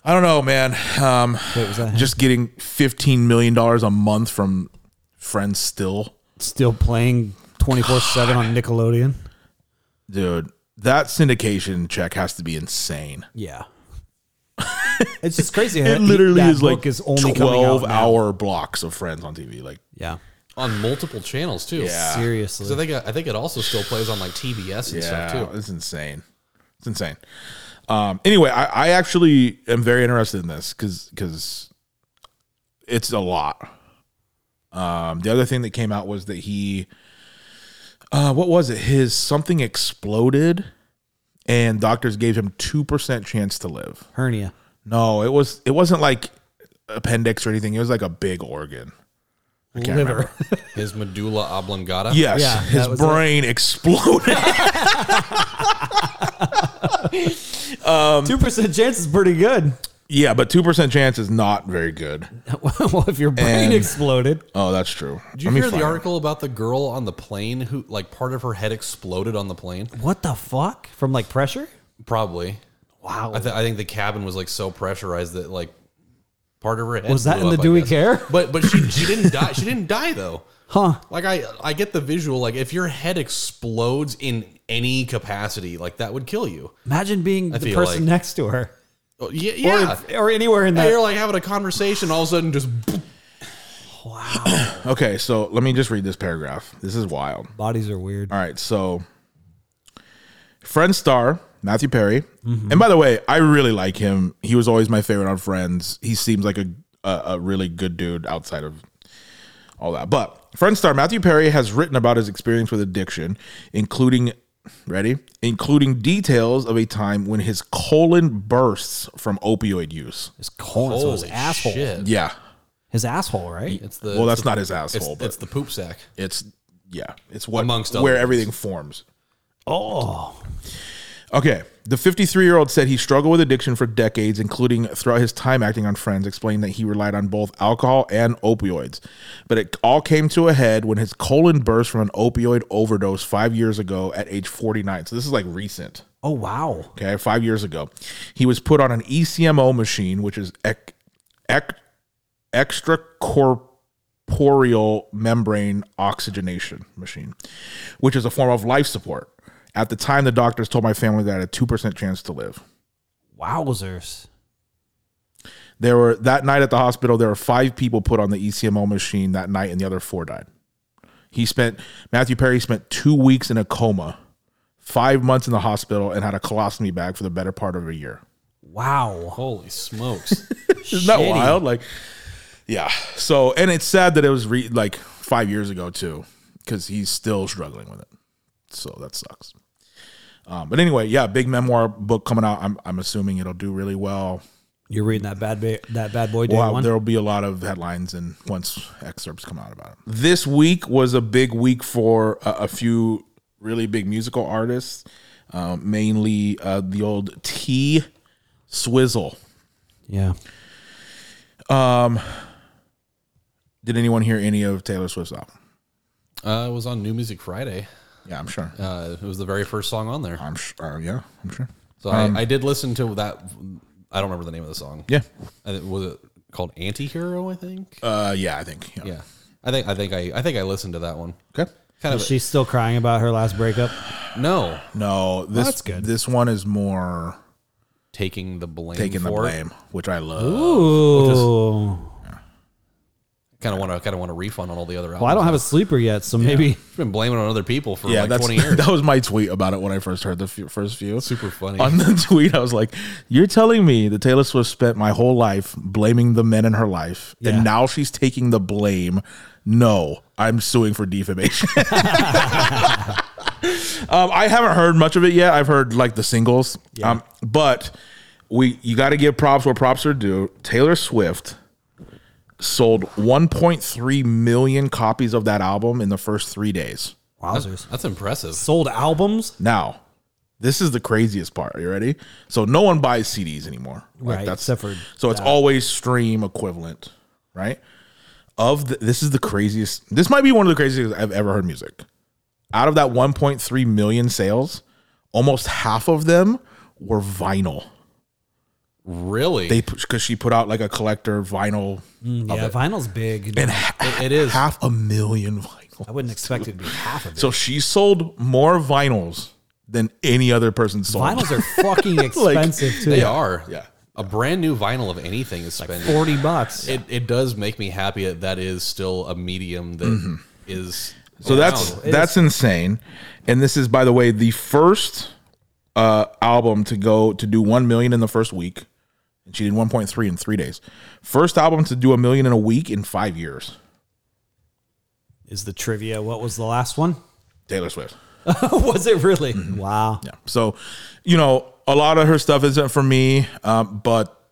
I don't know, man. Um,
Wait, was that him?
just getting fifteen million dollars a month from friends still,
still playing twenty four seven on Nickelodeon?
dude. That syndication check has to be insane.
Yeah, it's just crazy.
It
how
literally
that
is like
book is only coming out
twelve
now.
hour blocks of Friends on TV. Like,
Yeah,
on multiple channels too.
Yeah.
seriously.
So I think I think it also still plays on like TBS and
yeah,
stuff too.
it's insane. It's insane. Um, anyway, I, I actually am very interested in this because because it's a lot. Um, the other thing that came out was that he, uh, what was it? His something exploded, and doctors gave him two percent chance to live.
Hernia.
No, it was it wasn't like appendix or anything. It was like a big organ. I can't
Liver.
remember.
His medulla oblongata.
Yes,
Yeah,
his
that was
brain exploded. Um,
Two percent chance is pretty good.
yeah, but two percent chance is not very good.
well, if your brain
And-
exploded,
Oh, that's true.
Did you hear the article about the girl on the plane who like part of her head exploded on the plane?
what the fuck? From like pressure?
Probably.
Wow.
I, th- I think the cabin was like so pressurized that like part of her head
Was that in
blew
the
up, I
Do We
guess.
Care?
But but she she didn't die. She didn't die though.
Huh.
Like I I get the visual. Like if your head explodes in any capacity, like that would kill you.
Imagine being the
feel
person
like-
next to her,
Oh, Yeah,
or,
yeah.
or anywhere in
Hey,
that.
you're like having a conversation, all of a sudden just
Wow.
Okay, so let me just read this paragraph. This is wild.
Bodies are weird.
All right, so Friends star Matthew Perry,
Mm-hmm.
and by the way, I really like him. He was always my favorite on Friends. He seems like a a, a really good dude outside of all that. But Friends star Matthew Perry has written about his experience with addiction, including ready, including details of a time when his colon bursts from opioid use.
His corn, so his asshole.
shit.
Yeah,
His asshole, right?
It's the
well, that's
it's the-
not his asshole,
It's,
but
it's the poop sack.
it's yeah, it's what
Amongst other
where
things.
everything forms.
Oh,
Okay. The 53 year old said he struggled with addiction for decades, including throughout his time acting on Friends, explaining that he relied on both alcohol and opioids. But it all came to a head when his colon burst from an opioid overdose five years ago at age 49. So this is like recent.
oh wow.
Okay. Five years ago. He was put on an E ECMO machine, which is ec- ec- extracorporeal membrane oxygenation machine, which is a form of life support. At the time, the doctors told my family that I had a 2% chance to live.
Wowzers.
There were that night at the hospital, there were five people put on the E ECMO machine that night, and the other four died. He spent Matthew Perry spent two weeks in a coma, five months in the hospital, and had a colostomy bag for the better part of a year.
Wow.
Holy smokes!
Isn't that wild? Like, yeah. So, and it's sad that it was re- like five years ago too, because he's still struggling with it. So that sucks. Um, but anyway, yeah, big memoir book coming out. I'm, I'm assuming it'll do really well.
You're reading that bad ba- that bad boy day
Well,
one.
there'll be a lot of headlines and once excerpts come out about it. This week was a big week for a, a few really big musical artists, um, mainly uh, the old T Swizzle.
yeah.
Did anyone hear any of Taylor Swift's album?
Uh, it was on New Music Friday.
Yeah, I'm sure.
Uh, it was the very first song on there.
I'm sure. Uh, yeah, I'm sure.
So I, I did listen to that. I don't remember the name of the song.
Um, Yeah.
I think- was it called Antihero? I think.
Uh, yeah, I think. Yeah.
yeah, I think I think I I think I listened to that one.
Okay.
Kind of
She's still crying about her last breakup.
no
No, this
that's good.
this one is more
taking the blame.
taking the
for
blame, which I love.
Ooh.
Kind of want to kind of want to refund on all the other. Albums.
Well, I don't have a sleeper yet, so maybe
I've been blaming it on other people for
Yeah,
like
that's
twenty years.
that was my tweet about it when I first heard the few, first few.
Super funny.
On the tweet, I was like, "You're telling me that Taylor Swift spent my whole life blaming the men in her life,
Yeah.
and now she's taking the blame." No, I'm suing for defamation. um, I haven't heard much of it yet. I've heard like the singles, um, but we you got to give props where props are due. Taylor Swift sold 1.3 million copies of that album in the first three days.
wowzers.
That's impressive.
Sold albums.
Now, this is the craziest part. Are you ready? So no one buys CDs anymore. Like,
Right, except for
so it's always stream equivalent, right? Of the, this is the craziest. This might be one of the craziest I've ever heard music. Out of that 1.3 million sales, almost half of them were vinyl.
Really,
They because she put out like a collector vinyl
Mm, Yeah, vinyl's big.
It- it is.
half a million vinyl.
I wouldn't expect it to be half of it.
So she sold more vinyls than any other person sold.
Vinyls are fucking expensive too.
They are.
Yeah.
A brand new vinyl of anything is spending.
Forty bucks.
it, it does make me happy that that is still a medium that
Mm-hmm.
is.
So that's
around.
that's insane. And this is, by the way, the first uh, album to go to do one million in the first week, and she did one point three in three days. First album to do a million in a week in five years.
Is the trivia? What was the last one?
Taylor Swift.
was it really? Wow.
Mm-hmm. Yeah. So, you know, a lot of her stuff isn't for me, um, but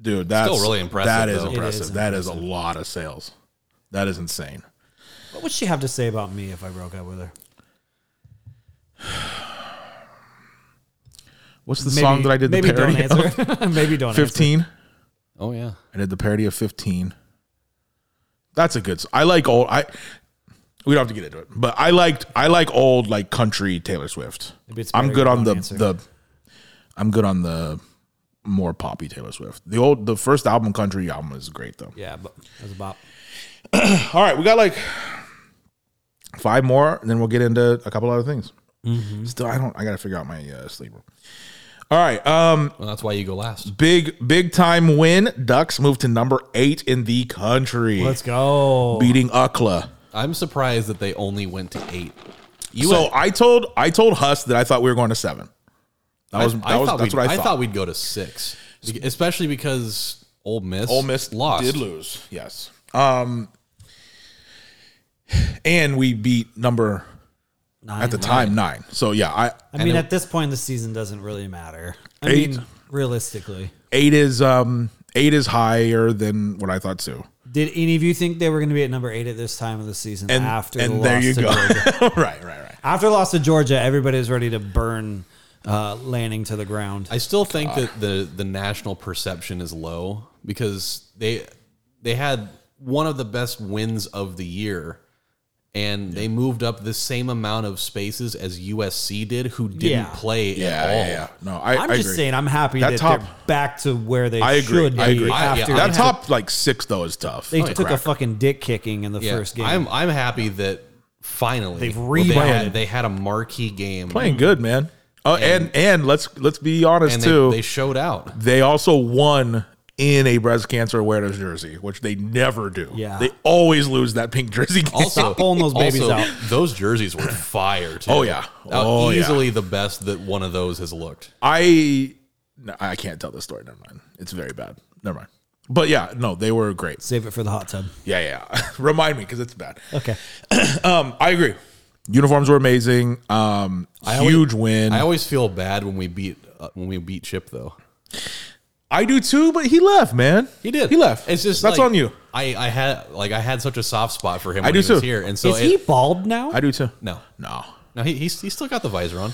dude, that's
really impressive,
That is
though. It is
impressive. That is a lot of sales. That is insane.
What would she have to say about me if I broke up with her?
What's the song that I did the
maybe
parody?
don't answer. maybe don't answer.
Fifteen.
oh yeah.
I did the parody of 15. That's a good. s- I like old. I we don't have to get into it, but I liked I like old like country Taylor Swift.
Maybe it's
I'm
better
good
you
on
don't
the
answer.
the. I'm good on the more poppy Taylor Swift. The old the first album country album is great though.
Yeah, but that's about.
All right, we got like five
Mm-hmm.
more, and then we'll get into a couple other things. Still, I don't. I got to figure out my uh, sleeper. All right. Um,
Well, that's why you go last.
big big time win. Ducks move to number eight in the country,
Let's go.
beating Ukla.
I'm surprised that they only went to eight. You
so I told I told Huss that I thought we were going to seven. That was, that was
thought
that's
we'd-
what I, thought.
we'd go to six, Be- especially because Ole Miss,
Ole Miss
lost.
did lose. Yes. Um, and we beat number
Nine.
at the time nine. So yeah, I
I mean, at this point in the season, doesn't really matter. I
Eight.
mean, realistically,
eight is um eight is higher than what I thought too.
did any of you think they were going to be at number eight at this time of the season?
And
after
and
the
there
loss
you
to
go.
Georgia?
right, right, right.
after the loss to Georgia, everybody was ready to burn uh, Lanning to the ground.
I still think that the the national perception is low because they they had one of the best wins of the year, and they moved up the same amount of spaces as USC did, who didn't
Yeah.
play
Yeah,
at all.
yeah, yeah. No, I,
Oh. I'm
I
just
agree.
saying, I'm happy
That
that, they're
top-
back to where they
I agree.
should be.
I agree.
I- yeah,
After
that
they
top like six though is tough.
They
to
took a
Oh, crack.
fucking dick kicking in the
Yeah,
first game.
I'm I'm happy that finally
They've
well, they had,
rebounded.
they had a marquee game
playing good, man. Oh, and, and let's let's be honest
and
too.
they, they showed out.
they also won in a breast cancer awareness jersey, which they never do.
Yeah.
They always lose that pink jersey. Game.
Also,
Stop pulling those babies
also,
out.
Those jerseys were fire. Too.
Oh, yeah.
Now,
Oh, yeah.
easily the best that one of those has looked.
I no, I can't tell this story. Never mind. It's very bad. Never mind. But yeah, no, they were great.
Save it for the hot tub.
Yeah, yeah. Remind me because it's bad.
Okay.
Um, I agree. Uniforms were amazing. Um,
always-
huge win.
I always feel bad when we beat uh, when we beat Chip though.
I do too, but he left, man. He left.
It's just
that's
like,
on you.
I I had like I had such a soft spot for him.
I
when
do
he was
too.
Here and so
Is he
it-
bald now?
I do too.
no
No.
no he he's, he's still got the visor on.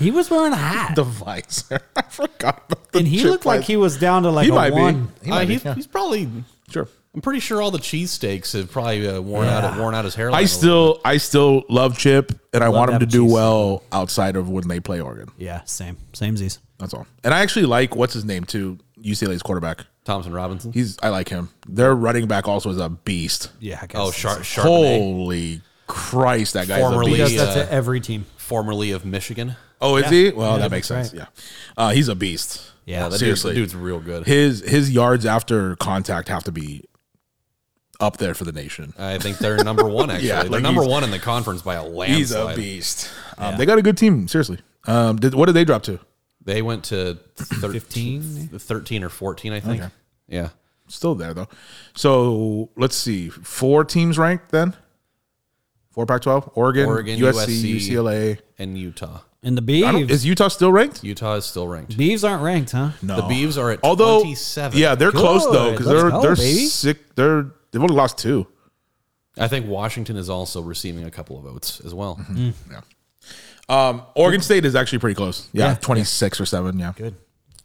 he was wearing a hat.
The visor. I forgot about the
and he
chip
looked like
visor.
he was down to like
He
a
might
one.
be. He
Uh,
might be.
he's,
yeah.
he's probably.
Sure.
I'm pretty sure all the cheesesteaks have probably uh, worn out worn out his hairline.
I
a
still I still love Chip and I want him to
that
do
cheese.
well outside of when they play Oregon.
Yeah, same. Same Z's.
That's all. And I actually like what's his name too, UCLA's quarterback.
little. Thompson Robinson.
He's I like him. Their running back also is a beast.
Yeah, I guess.
oh, Char- Chardonnay,
Holy Christ, that guy
Formerly-
is a
Because
beast.
that's
uh,
at every team.
formerly of Michigan.
Oh, is he? Well, that
that's
makes sense.
right.
Yeah. Uh, he's a beast.
Yeah,
that dude-
seriously.
dude's real good.
His his yards after contact have to be up there for the nation.
I think they're number one actually.
Yeah,
they're
like
number
he's-
one in the conference by a landslide.
He's a beast. Um, They got a good team, seriously. Um, did, what did they drop to?
They went to 13,
15?
13 or 14, I think. Yeah.
Still there though. So let's see. Four teams ranked then. Four Pac-12: Oregon,
Oregon,
USC,
USC.
UCLA.
And Utah.
And the
I don't,
Beavs.
is Utah still ranked?
Utah is still ranked.
Beavs aren't ranked, huh?
No.
The Beavs are at
Although,
27.
yeah, they're close though because
Good.
they're
Let's go,
they're
baby.
sick. They're they've only lost two.
I think Washington is also receiving a couple of votes as well.
Mm-hmm. Um, Oregon State is actually pretty close. Yeah,
Yeah.
twenty six or seven. Yeah,
Good.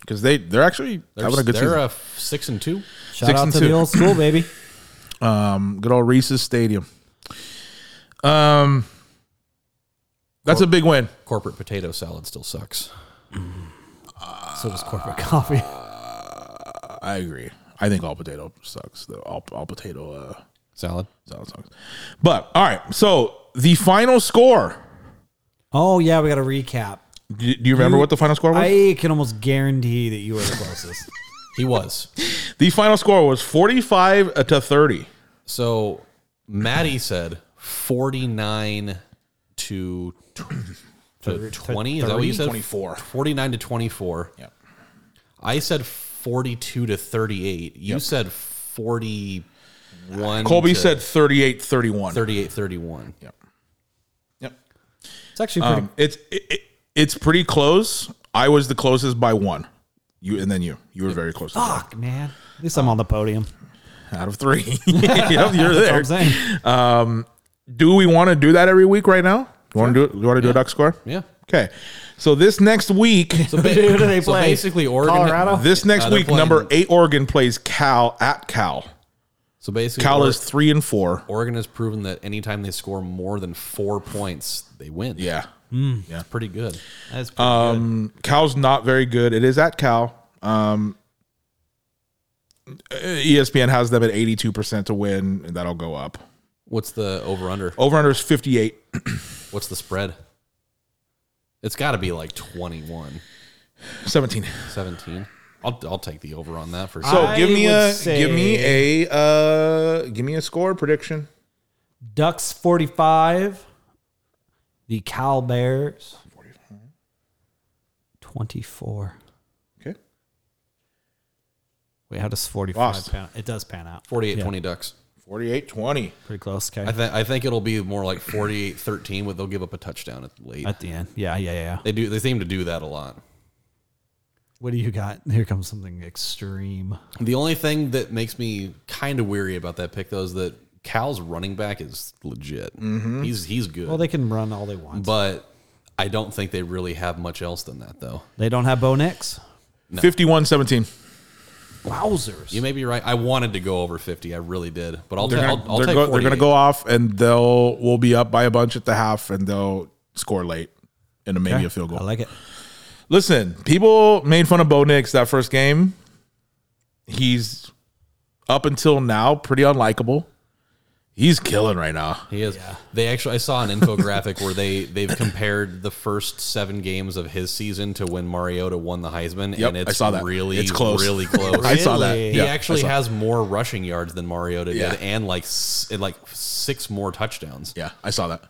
because they they're actually
They're,
having a good
they're
season.
uh, f- six and two.
Shout
Six
out
and
to
two.
the old school, baby.
um, good old Reese's Stadium. Um, that's a big win.
Corporate potato salad still sucks.
So does corporate coffee.
I agree. I think all potato sucks. though. All all potato. Uh,
Salad.
Sounds sucks. But all right, so the final score.
Oh yeah, we got to recap.
Do, do you remember what the final score was?
I can almost guarantee that you were the closest.
He was.
the final score was forty-five to thirty.
so Maddie said 49 to, tw- to 20. Is that what you said?
24.
49 to 24.
Yep.
I said 42 to 38. You said 41.
Colby
to
said 38-31.
38 31.
Yep. Yep.
It's actually pretty.
Um, it's it, it, it's pretty close. I was the closest by one. You and then you. You were very close. to that.
fuck, man. At least I'm on the podium.
Out of three, Yep, you're
That's all
there.
I'm saying.
Do we want to do that every week right now? You want to do it? You want to do a duck score?
Yeah.
Okay. So this next week,
Who do they
So
play?
basically, Oregon.
Colorado.
this next
Uh, they're
week,
playing-
number eight Oregon plays Cal at Cal.
So basically,
Cal
Or-
is three and four.
Oregon has proven that anytime they score more than four points, they win.
Yeah.
It's pretty good.
That's pretty good.
Um, Cal's not very good. It is at Cal. Um, E ESPN has them at 82% to win, and that'll go up.
What's the over under?
Over under is 58.
What's the spread? It's got to be like 21.
Seventeen.
17. I'll, I'll take the over on that for sure.
So
I
give me
would
a
say-
give me a uh give me a score prediction.
Ducks 45. The Cal Bears 24.
Okay.
Wait, how does 45
Lost.
pan It does pan out.
48
Yeah,
20 Ducks.
48-20.
Pretty close. Okay.
I, th- I think it'll be more like 48 13, but they'll give up a touchdown at late.
At the end. Yeah, yeah, yeah.
They do. They seem to do that a lot.
What do you got? Here comes something extreme.
The only thing that makes me kind of weary about that pick, though, is that Cal's running back is legit.
Mm-hmm.
He's he's good.
Well, they can run all they want.
but I don't think they really have much else than that, though.
they don't have Bo Nix.
51-17.
Wowzers.
You may be right. I wanted to go over 50. I really did. But I'll,
They're
ta-
gonna,
I'll, I'll
they're,
take
go, they're gonna
48.
go off and they'll we'll be up by a bunch at the half and they'll score late and maybe a field goal.
I like it.
Listen, people made fun of Bo Nix that first game. He's up until now pretty unlikable. He's killing right now.
He is. They actually, I saw an infographic where they they've compared the first seven games of his season to when Mariota won the Heisman,
Yep,
and it's
I saw that.
really,
It's close.
really close.
I saw that.
Really?
He
Yeah, I
actually
saw-
has more rushing yards than Mariota did,
Yeah.
and like s- and like six more touchdowns.
Yeah, I saw that.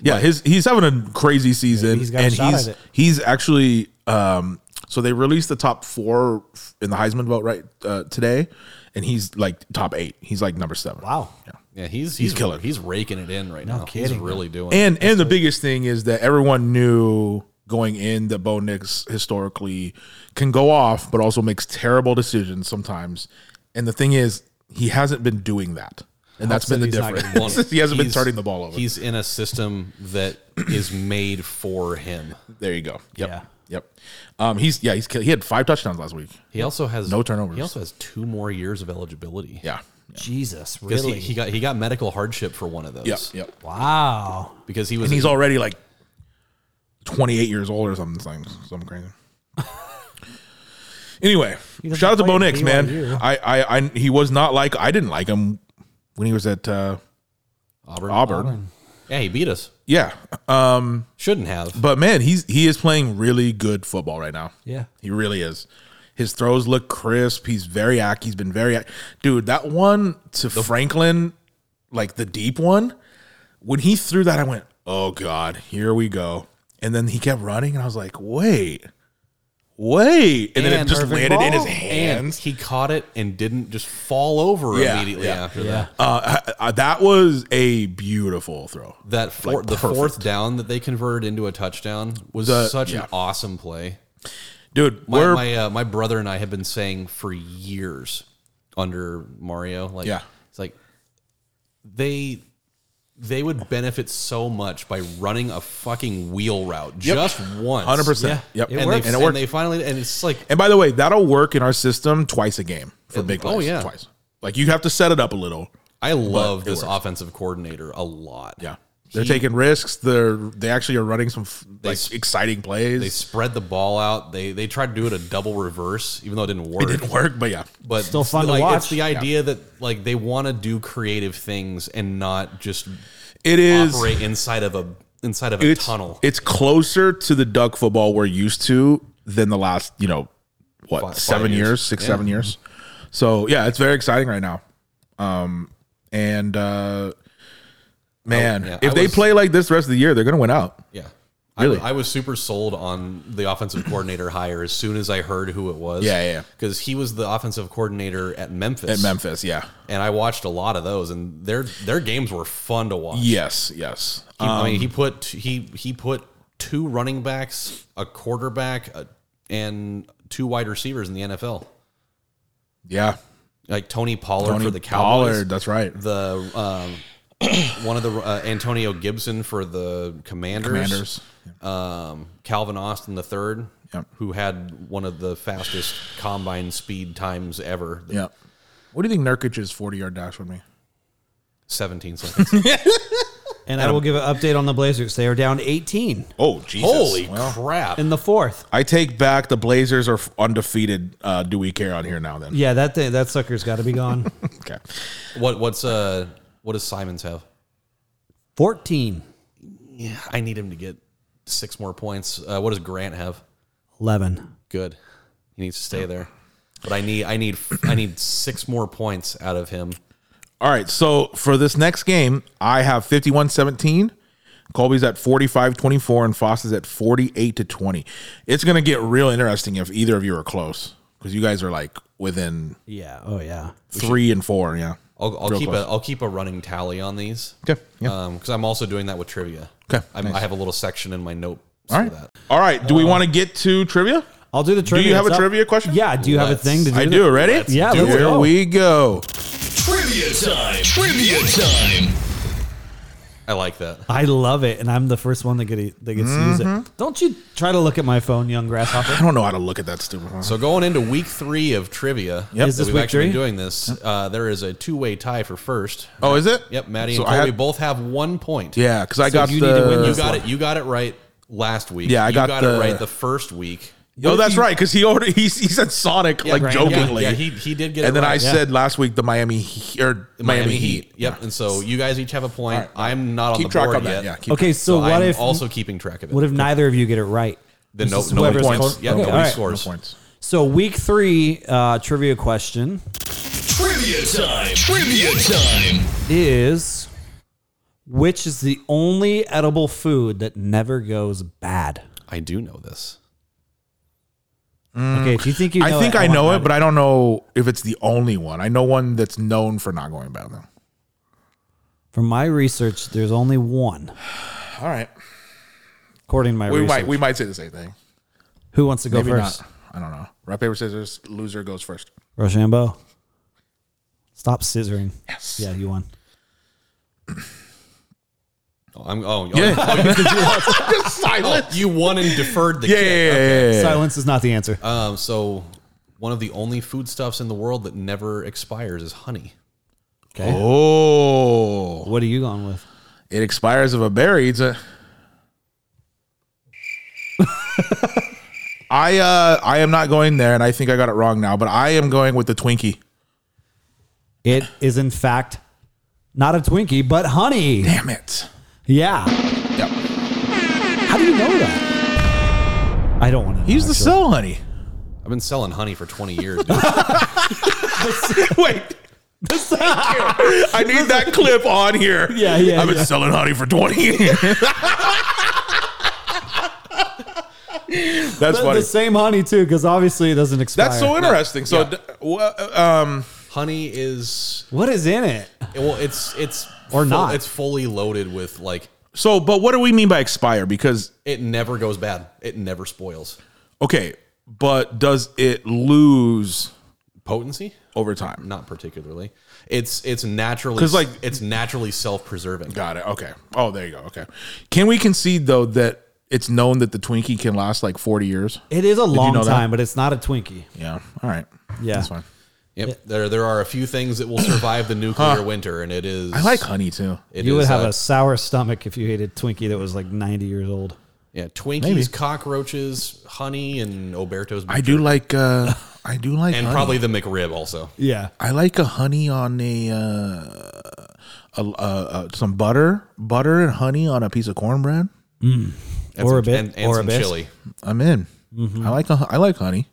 Yeah, his he's having a crazy season,
he's got a
and
shot
he's
at it.
he's actually. Um, so they released the top four in the Heisman vote right uh, today, and he's like top eight. He's like number seven.
Wow.
Yeah, he's he's,
killer.
He's raking it in right now. he's
kidding.
really doing. it.
And and the biggest thing is that everyone knew going in that Bo Nix historically can go off, but also makes terrible decisions sometimes. And the thing is, he hasn't been doing that, and that's been the
he's not gonna
Well,
difference. he hasn't been
he's-
turning the ball over.
He's in a system that is made for him.
There you go. Yep.
Yeah.
Yep. Um, he's yeah. He's kill- he had five touchdowns last week.
He also has
No turnovers.
He also has two more years of eligibility.
Yeah.
Jesus,
Because
really?
he, he got he got medical hardship for one of those.
Yep. Yep.
wow.
Because he was
And he's
in-
already like 28 years old or something, something, something crazy. anyway,
doesn't
shout out to
play
Bo
at
Nix, man.
BYU.
I, I, I, he was not like I didn't like him when he was at uh,
Auburn.
Auburn.
Yeah, he beat us.
Yeah, um,
Shouldn't have.
but man, he's he is playing really good football right now.
Yeah.
He really is. His throws look crisp. He's very ac. He's been very ac- dude. That one to Franklin, like the deep one, when he threw that, I went, "Oh God, here we go." And then he kept running, and I was like, "Wait, wait!" And, then it
And
just
Irving
landed in his
Ball. And
hands.
he caught it and didn't just fall over
Yeah,
immediately
yeah,
after
Yeah.
that.
Uh, I- I- that was a beautiful throw.
That four,
Like,
the fourth
perfect.
down that they converted into a touchdown was
The-
such
yeah.
an awesome play.
dude.
My
we're
my, uh, my brother and I have been saying for years under Mario, like
Yeah.
it's like they they would benefit so much by running a fucking wheel route just once,
hundred percent. Yep,
And,
worked.
They,
and
and,
it worked.
they finally and it's like
And by the way, that'll work in our system twice a game for big
oh,
plays.
yeah.
twice. Like you have to set it up a little.
I love
it
this
worked.
offensive coordinator a lot.
Yeah, they're taking risks. They're they actually are running some f- like
sp-
exciting
They
plays.
spread the ball out. They they tried to do it a double reverse, even though it didn't work.
it didn't work, but yeah,
But
Still fun to
like,
watch.
It's the idea that like they want to do creative things and not just
it is.
operate inside of a inside of a
It's
tunnel.
It's closer to the duck football we're used to than the last you know what
Five-
seven
five
years,
years.
six
Yeah.
seven years. So yeah, it's very exciting right now. Um, and uh, man,
I- Oh, yeah,
if
I
they
was-
play like this the rest of the year, they're gonna win out.
yeah.
Really?
I, I was super sold on the offensive coordinator hire as soon as I heard who it was.
Yeah, yeah, yeah.
Because he was the offensive coordinator at Memphis.
At Memphis, yeah,
And I watched a lot of those, and their their games were fun to watch.
yes, yes. Uh,
He- I mean, he put he he put two running backs, a quarterback, a, and two wide receivers in the NFL.
Yeah.
Like Tony Pollard
Tony
for the Cowboys,
Pollard, that's right.
the um, one of the uh, Antonio Gibson for the Commanders,
Commanders.
Um, Calvin Austin the third,
Yep.
who had one of the fastest combine speed times ever,
Yeah. What do you think Nurkic's 40 yard dash would be?
seventeen seconds.
And I will give an update on the Blazers. They are down 18
Oh, Jesus.
Holy crap!
in the fourth.
I take back the Blazers are undefeated. Uh, do we care on here now then?
Yeah, that thing, that sucker's got to be gone.
Okay.
What what's uh what does Simons have?
14,
I need him to get six more points. Uh, what does Grant have?
Eleven.
Good. He needs to stay there. But I need I need I need six more points out of him.
All right. So for this next game, I have 51 17. Colby's at 45 24, and Foss is at 48 to 20. It's going to get real interesting if either of you are close because you guys are like within
Yeah. Oh yeah.
three and four. Yeah.
I'll, I'll
Real
keep
close.
a I'll keep a running tally on these.
Okay. Yeah.
Uh,
because I'm also doing that with trivia.
Okay,
I'm, I have a little section in my note.
All right. All right.
uh,
Do we want to get to trivia?
I'll do the trivia.
you have a
It's up-
trivia question?
Yeah. Do you have a
Let's-
thing to do?
I
that?
do. Ready?
Yeah,
Here
let's go.
we go.
Trivia time! Trivia time!
I like that.
I love it, and I'm the first one that get that gets to use it. Don't you try to look at my phone, young
Mm-hmm. I
grasshopper.
don't know how to look at that stupid one.
So going into week three of trivia,
Yep.
Is
that
this
we've
week
actually
three?
been doing this. Uh, there is a two way tie for first.
oh, is it?
Yep, Maddie
So
and
I
Colby
had-
both have one point.
Yeah, because I
So
got
you
the.
need to win
you
this
got it. You got it right last week.
Yeah, I
You
got the-
it right the first week.
Oh, that's
you-
right. Because he already he, he said Sonic like
right.
jokingly.
Yeah, yeah, he- he did get
And
it
then I
right. Yeah.
said last week the Miami He- or Miami, Heat.
Yep. And so you guys each have a point.
All right.
I'm not on
Keep
the
track
board
of that.
yet.
Yeah. Keep
Okay, so
So
what
I'm
if
also keeping track of it.
what if neither of you get it right?
Then
It's
no,
just
no
whoever's
points.
close-
Yeah,
Okay,
nobody
all right.
scores.
points.
So week three uh, trivia question
Trivia time! Trivia time!
is which is the only edible food that never goes bad?
I do know this.
Okay, if you think you, know
Mm. I think
it,
I
want
know
that.
it, but I don't know if it's the only one. I know one that's known for not going bad though.
from my research, there's only one.
All right,
According to my
we
research,
might we might say the same thing.
who wants to go
Maybe
first?
not. I don't know. Rock paper scissors. Loser goes first.
Rochambeau, stop scissoring. Yes. Yeah, you won.
Oh, I'm oh,
Yeah.
oh,
Just silent.
you won and deferred the
Yeah,
kick.
yeah, yeah, yeah, Uh, yeah.
Silence is not the answer.
Um, so one of the only foodstuffs in the world that never expires is honey.
Okay.
Oh,
What are you going with?
it expires if a berry eats it. I uh I am not going there, and I think I got it wrong now. But I am going with the Twinkie.
It is in fact not a Twinkie, but honey.
Damn it!
Yeah.
Yep.
How do you know that? I don't want to.
He's the sell honey.
I've been selling honey for 20 years. Dude.
Wait. I need that clip on here.
Yeah, yeah,
I've been
yeah.
selling honey for 20 years. That's
the,
funny.
the same honey too, because obviously it doesn't expire.
That's so interesting. So, d- wha- um,
honey is
What is in it?
well, it's it's
Or not.
It's fully loaded with like
so, but what do we mean by expire? Because,
it never goes bad. It never spoils
okay, but does it lose
potency.
over time?
Not particularly. It's it's naturally
'Cause, like-
it's naturally self preserving.
Got it. Okay. Oh, there you go. Okay. Can we concede, though, that it's known that the Twinkie can last like 40 years?
It is a long
know that?
time, but it's not a Twinkie.
Yeah. All right.
Yeah.
That's fine.
Yep. There there are a few things that will survive the nuclear winter, and it is
I like honey, too.
it
You would
is,
have
uh,
a sour stomach if you ate a Twinkie that was like 90 years old.
yeah Twinkies, cockroaches, honey, and Oberto's.
I do like uh I do like
and
honey.
probably the McRib also.
Yeah.
I like a honey on a uh, a, uh, uh some butter, butter and honey on a piece of cornbread.
And
Or a
some-
bit,
and, and
or a
some
bit.
chili.
I'm in. I like a, I like honey.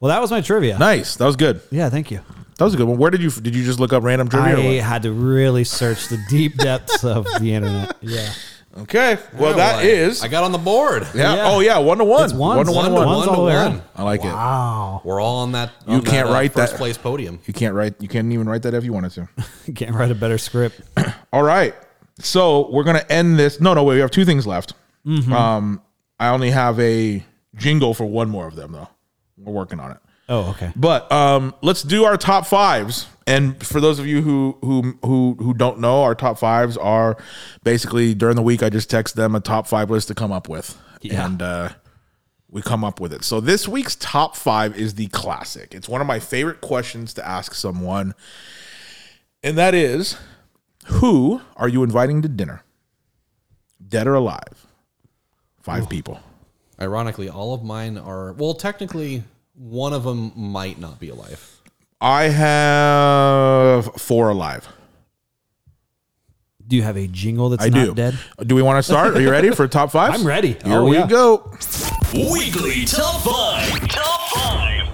Well, that was my trivia.
Nice. That was good.
Yeah, thank you.
That was a good one. Where did you did you just look up random
I
trivia? or
had to really search the deep depths of the internet. Yeah.
what? Okay. Well, that
I-
is.
I got on the board.
yeah.
yeah.
Oh yeah. One to one.
It's ones.
One to one. to
One
one.
to one's all the way around.
I like it.
We're all on that.
You
on that,
can't
uh,
write
first
that.
place podium.
You can't write. You can't even write that if you wanted to.
Can't write a better script.
All right. So we're gonna end this. No, no, wait. We have two things left. Um, I only have a jingle for one more of them though. We're working on it.
Oh, okay.
But um, let's do our top fives. And for those of you who who who who don't know, our top fives are basically during the week. I just text them a top five list to come up with, and uh, we come up with it. So this week's top five is the classic. It's one of my favorite questions to ask someone, and that is, who are you inviting to dinner, dead or alive? Five people.
Ironically, all of mine are. Well, technically, one of them might not be alive.
I have four alive.
Do you have a jingle that's
I
not
do.
dead?
Do we want to start? Are you ready for top five?
I'm ready.
Here
Oh,
we
yeah.
go.
Weekly Top 5. Top 5.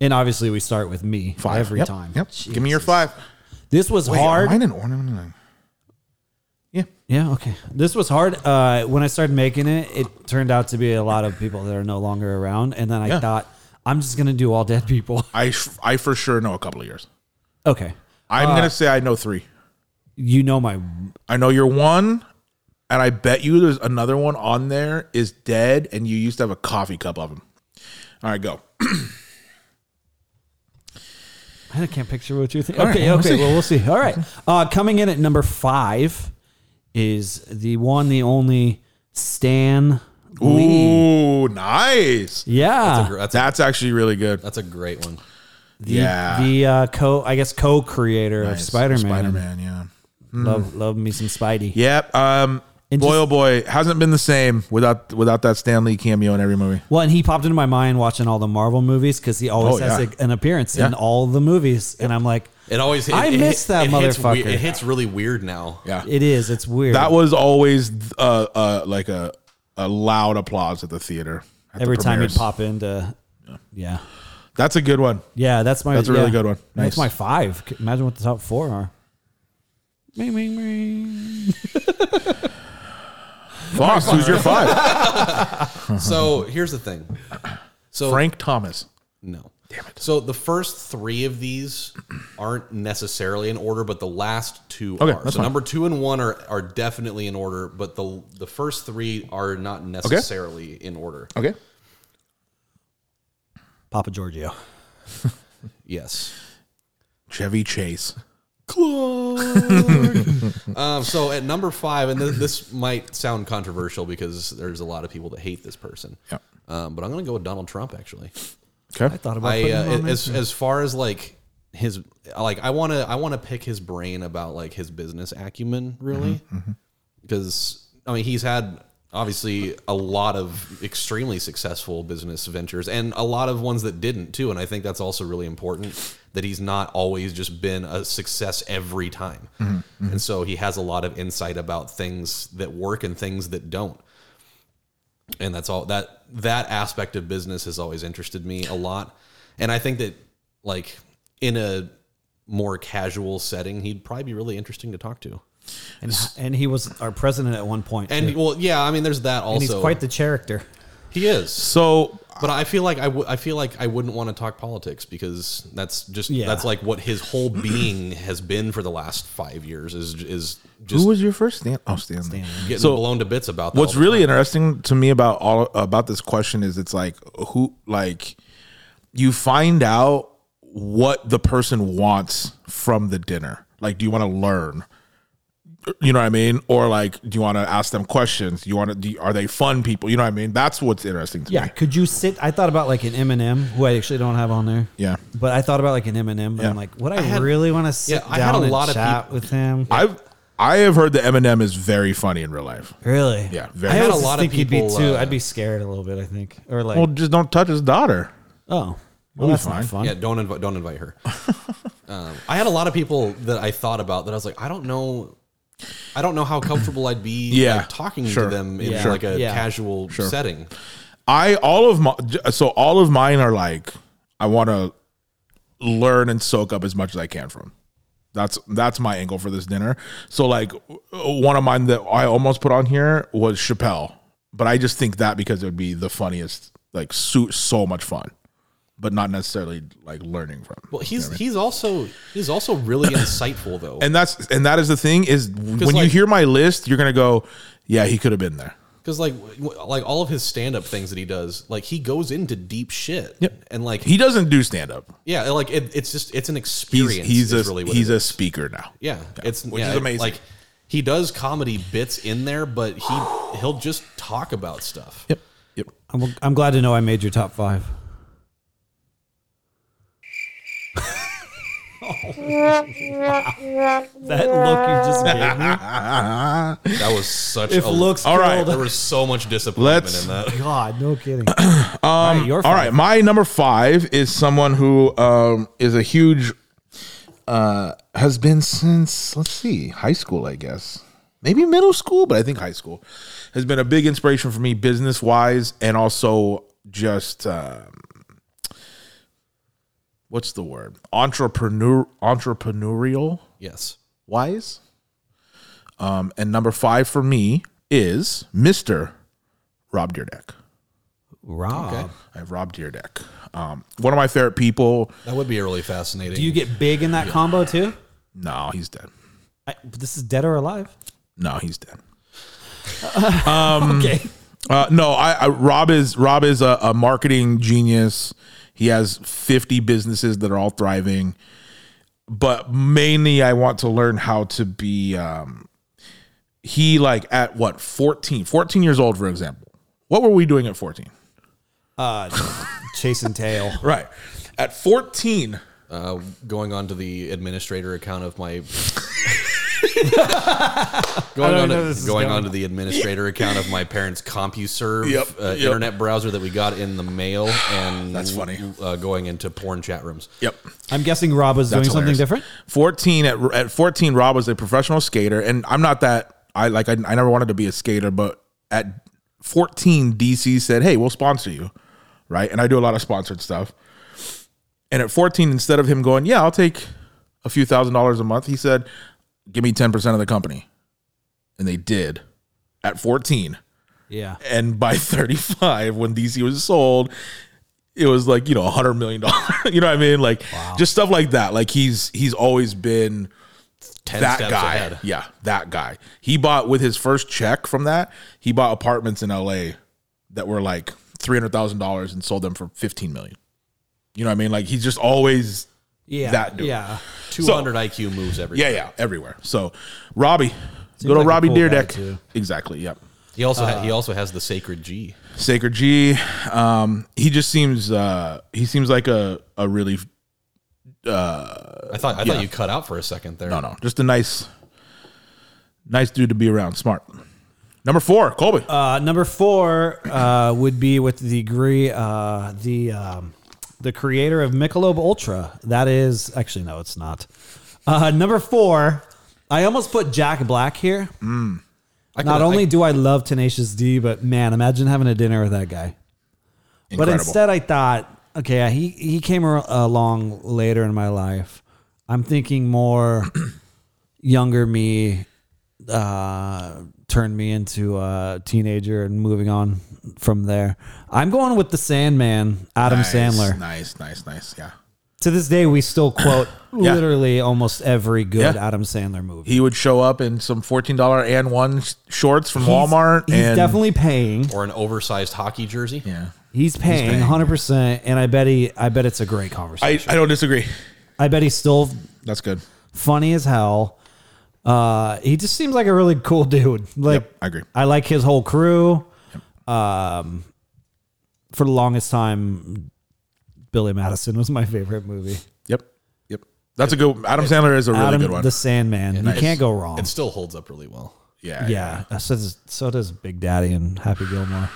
And obviously, we start with me
Five.
every
Yep,
time.
Yep. Give me your five.
This was
Wait,
hard.
Mine in order. No. Yeah.
Yeah, okay. This was hard. Uh, when I started making it, it turned out to be a lot of people that are no longer around. And then I
Yeah.
thought, I'm just going to do all dead people.
I f- I for sure know a couple of yours.
okay.
I'm
Uh.
gonna say I know three.
You know my.
I know you're one, and I bet you there's another one on there is dead, and you used to have a coffee cup of him. All right, go.
I can't picture what you think.
right,
Okay,
we'll
okay.
see.
Well, we'll see. All right. Uh, coming in at number five is the one, the only Stan Lee.
Ooh, nice.
Yeah.
Gr- That's a,
That's actually really good.
that's a great one.
the,
yeah.
The uh, co, I guess, co creator of Spider Man.
Spider Man, yeah. Hmm.
Love, love me some Spidey.
Yep. Um,
And
boy,
just-
oh boy, hasn't been the same without without that Stan Lee cameo in every movie.
Well, and he popped into my mind watching all the Marvel movies because he always
Oh,
has
yeah.
like, an appearance in
Yeah.
all the movies, and I'm like,
It always. It,
I
it-
miss
it-
that
it hits we-
motherfucker.
it hits really weird now.
Yeah,
it is, it's weird.
that was always uh, uh like a a loud applause at the theater at the
every time he'd
premieres.
pop into, yeah, yeah,
That's a good one.
that's my
That's a really
yeah.
good one. Nice.
That's my five. C- Imagine what the top four are. Bing, bing, bing.
Fox, who's your five?
So here's the thing. So
Frank Thomas.
No. Damn it. So the first three of these aren't necessarily in order, but the last two
Okay,
are.
that's
So
fine.
number two and one are, are definitely in order, but the the first three are not necessarily in order.
Okay.
Papa Giorgio.
Yes.
Chevy Chase.
Um, so at number five, and th- this might sound controversial because there's a lot of people that hate this person.
Yeah.
Um, but I'm going to go with Donald Trump actually.
Okay.
Thought about
I
putting him
uh,
on
as as far as like his like I want to I want to pick his brain about like his business acumen really
Mm-hmm.
because I mean he's had obviously a lot of extremely successful business ventures and a lot of ones that didn't too and I think that's also really important that he's not always just been a success every time
Mm-hmm.
and so he has a lot of insight about things that work and things that don't and that's all that that aspect of business has always interested me a lot and i think that like in a more casual setting he'd probably be really interesting to talk to
and, and he was our president at one point,
and
too.
well yeah i mean there's that also
and he's quite the character.
he is
So
but i feel like i, w- I feel like i wouldn't want to talk politics because that's just
Yeah.
that's like what his whole being has been for the last five years is is just
who was your first Stan? Oh, Stan. Lee.
getting
so-
blown to bits about that all
What's
the
really
time.
interesting to me about all about this question is it's like who like you find out what the person wants from the dinner. Like, do you want to learn? You know what I mean? Or like, do you want to ask them questions? Do you want to? Do you- are they fun people? You know what I mean? That's what's interesting to
Yeah,
me.
could you sit? I thought about like an Eminem, who I actually don't have on there.
Yeah.
but I thought about like an Eminem, but
Yeah.
I'm like, would I, really want to sit
yeah, I had
down
a
and
lot of
chat
peop-
with him?
I've I have heard that Eminem is very funny in real life.
really?
Yeah, very.
I had a
lot
lot
of
think he'd be
people,
too.
uh,
I'd be scared a little bit. I think, or like,
well, just don't touch his daughter.
oh, well,
we'll be
that's
fine.
not fun.
Yeah, don't invite don't invite her. um, I had a lot of people that I thought about that I was like, I don't know, I don't know how comfortable I'd be
Yeah,
like, talking
sure,
to them in
Yeah.
like a
Yeah.
casual setting.
I all of my so all of mine are like I want to learn and soak up as much as I can from. That's that's my angle for this dinner. So like w- one of mine that I almost put on here was Chappelle, but I just think that because it would be the funniest, like so, so much fun, but not necessarily like learning from.
Well, he's he's also he's also really insightful though.
and that's and that is the thing is when you
like-
hear my list, you're gonna go, yeah, he could have been there.
Because like w- like all of his stand up things that he does, like he goes into deep shit.
Yep.
And like
He doesn't do stand up.
yeah, like it, it's just it's an experience.
He's he's
is
a
really what
he's
it
a
is.
speaker now.
Yeah, it's
which
yeah,
is amazing.
Like he does comedy bits in there, but he he'll just talk about stuff.
Yep. Yep.
I'm, I'm glad to know I made your top five. Oh, That look you just gave me.
That was such
If
a
looks
All right.
killed-
There was so much disappointment
Let's-
in that.
God, no kidding. um, all right, your
All
five.
right, my number five is someone who um, is a huge uh, has been since let's see high school, I guess. maybe middle school, but I think high school, has been a big inspiration for me business wise and also just um, what's the word entrepreneur entrepreneurial
Yes.
wise. Um, and number five for me is Mister Rob Deerdeck.
Rob.
I have Rob Deerdeck, um, one of my favorite people.
That would be really fascinating.
Do you get big in that combo too?
No, he's dead.
I, this is dead or alive.
No, he's dead.
Okay.
Uh, no, I, I Rob is Rob is a, a marketing genius. He has fifty businesses that are all thriving, but mainly I want to learn how to be. Um, he like at what 14, 14 years old, for example. What were we doing at fourteen?
Uh, chasing tail.
Right, at fourteen.
uh, going on to the administrator account of my going on
know
to,
this is
going
going.
on to the administrator account of my parents' CompuServe
Yep,
uh,
yep.
internet browser that we got in the mail, and
That's funny.
Uh, going into porn chat rooms.
Yep.
I'm guessing Rob was doing
That's
something
hilarious.
different.
14 at, at 14 rob was a professional skater and i'm not that i like I, I never wanted to be a skater but at 14 dc said hey we'll sponsor you right and i do a lot of sponsored stuff and at 14 instead of him going yeah i'll take a few thousand dollars a month he said give me 10% of the company and they did at 14
Yeah.
and by 35 when dc was sold it was like you know 100 million dollars you know what i mean like just stuff like that like he's he's always been
Ten
that
steps
guy
ahead.
yeah that guy he bought with his first check from that he bought apartments in la that were like $300000 and sold them for 15 million you know what i mean like he's just always
Yeah.
That dude.
Yeah.
Two hundred IQ moves every.
yeah
day.
yeah everywhere so robbie go to
like a
robbie
cool guy,
deerdeck
too.
exactly yep
He also ha- he
Uh,
also has the sacred G.
Sacred G. Um, he just seems uh, he seems like a a really
I thought I thought you cut out for a second there.
no no just a nice nice dude to be around. Smart. Number four, Colby.
Uh, number four uh, would be with the degree uh, the um, the creator of Michelob Ultra. That is actually no, it's not. Uh, number four, I almost put Jack Black here.
Mm. I
Not
could- I-
only do I love Tenacious D, but man, imagine having a dinner with that guy. But
Incredible.
instead, I thought, okay, he he came ar- along later in my life. I'm thinking more younger me uh, turned me into a teenager and moving on from there. I'm going with the Sandman, Adam
nice,
Sandler.
Nice, nice, nice. Yeah,
To this day, we still quote
Yeah.
literally almost every good
Yeah.
Adam Sandler movie.
he would show up in some fourteen dollar and one sh- shorts from
He's-
Walmart.
He's
and
definitely paying.
or an oversized hockey jersey.
yeah.
He's paying
paying.
100%, and I bet he. I bet it's a great
I,
conversation.
I don't disagree.
I bet he's still
That's good.
funny as hell. Uh, he just seems like a really cool dude. Like
I agree.
I like his whole crew. Um, for the longest time, Billy Madison was my favorite movie.
Yep, yep. That's a good. Adam Sandler is a really
Adam
good one.
the Sandman. you can't go wrong.
It still holds up really well.
yeah,
yeah. So does, so does Big Daddy and Happy Gilmore.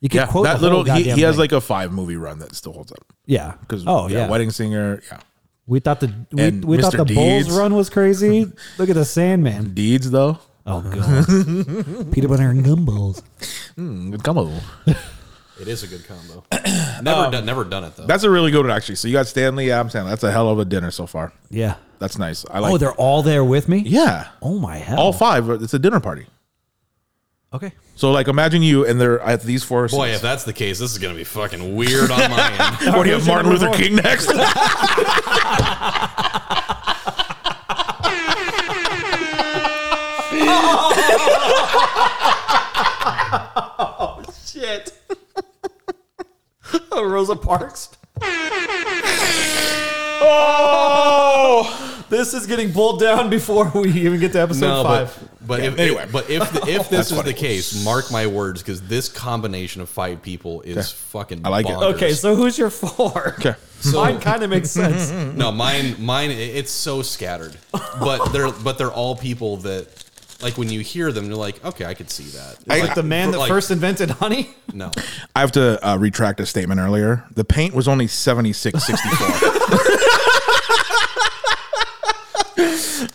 You can
yeah.
quote
That
the whole
little he,
goddamn
he has
thing.
like a five movie run that still holds up
yeah.
because
oh yeah.
Wedding Singer, yeah.
we thought the we,
and
we thought
Mr.
the Bulls
Deeds.
run was crazy. Look at the Sandman.
Deeds though,
Oh god. Peanut butter and gumballs.
Mm, come on.
It is a good combo. never done, never done it though.
That's a really good one, actually. So you got Stanley Adam Sandler. That's a hell of a dinner so far.
Yeah.
That's nice. I like.
oh, they're all there with me.
yeah,
Oh my hell!
all five. It's a dinner party.
Okay.
So like, imagine you and they're at these four.
Boy, if that's the case, this is gonna be fucking weird on my end.
what do you have, Martin Luther King next?
Shit. Rosa Parks.
oh,
This is getting pulled down before we even get to episode
no,
five.
but but if,
anyway.
but if if this
That's
is
funny.
the case, mark my words, because this combination of five people is fucking.
I like it.
bonkers.
okay, so who's your four?
okay.
Mine kind of makes sense.
No, mine, mine. i- It's so scattered, but they're but they're all people that, like, when you hear them, you're like, okay, I could see that.
I-
Like,
the man
for,
that
like,
first invented honey.
No,
I have to uh, retract a statement earlier. The paint was only seventy six sixty four.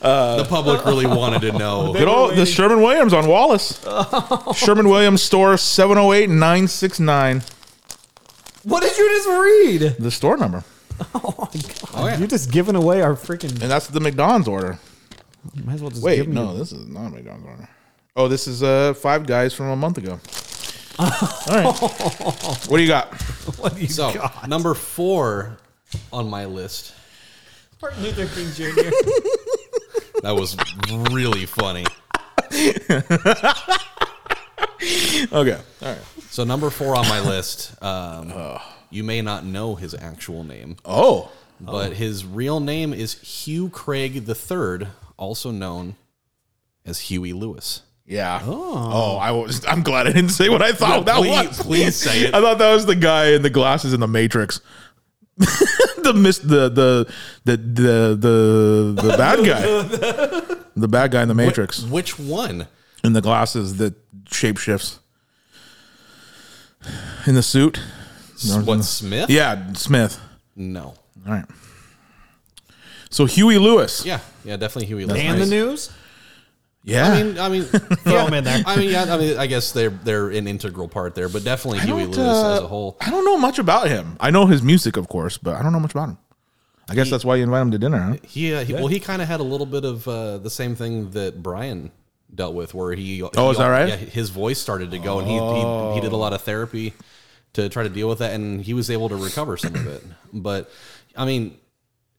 the public really wanted to know.
Good old the Sherman Williams on Wallace. Sherman Williams store 708 969.
What did you just read?
The store number. Oh,
You're just giving away our freaking.
And that's the McDonald's order.
Might as well just
Wait,
give 'em
no, this is not a McDonald's order. Oh, this is uh Five Guys from a month ago. All right. What do you got?
So number four on my list.
Martin Luther King Jr.
That was really funny.
Okay. All right.
So number four on my list. Um, you may not know his actual name,
Oh.
but his real name is Hugh Craig III, also known as Huey Lewis.
Yeah. Oh, I was. I'm glad I didn't say what I thought that
please-
was.
please say it.
I thought that was the guy in the glasses in the Matrix. the mis- the the the the the, the bad guy. the bad guy in the Matrix
Which one?
in the glasses that shapeshifts. In the suit.
What Smith?
Yeah, Smith.
No.
All right. So Huey Lewis.
Yeah. Yeah. Definitely Huey Lewis.
And the news?
Yeah.
I mean, I mean,
Throw him in there.
I mean, yeah, I mean, I guess they're they're an integral part there, but definitely Huey
don't,
Lewis
uh,
as a whole.
I don't know much about him. I know his music, of course, but I don't know much about him. I guess that's why you invite him to dinner, huh?
He, uh, he well, he kind of had a little bit of uh, the same thing that Brian dealt with, where he
Oh,
he-
is that right?
Yeah, his voice started to go, and he, he he did a lot of therapy to try to deal with that, and he was able to recover some of it. But I mean,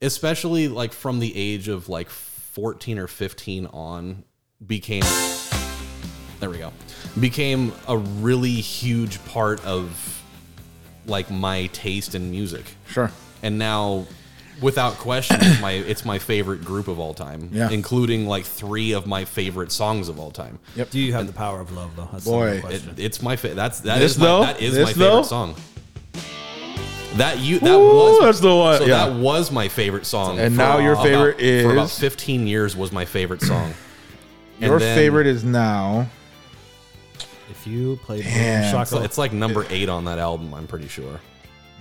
especially like from the age of like fourteen or fifteen on, became there we go became a really huge part of like my taste in music
Sure.
and now without question it's my it's my favorite group of all time
Yeah.
including like three of my favorite songs of all time
Do you have the power of love, though? That's the
Boy.
real
It-
it,
question.
it's my fa- that's that
This
is my,
though?
that is
This
my favorite
though?
song that you that
Ooh,
was
that's the one,
so
yeah.
that was my favorite song
And now your
about-
favorite
for about
is-
15 years was my favorite song And
Your
then-
favorite is now.
if you played
Damn.
Boom
it's like,
Shaka,
it's like number eight on that album I'm pretty sure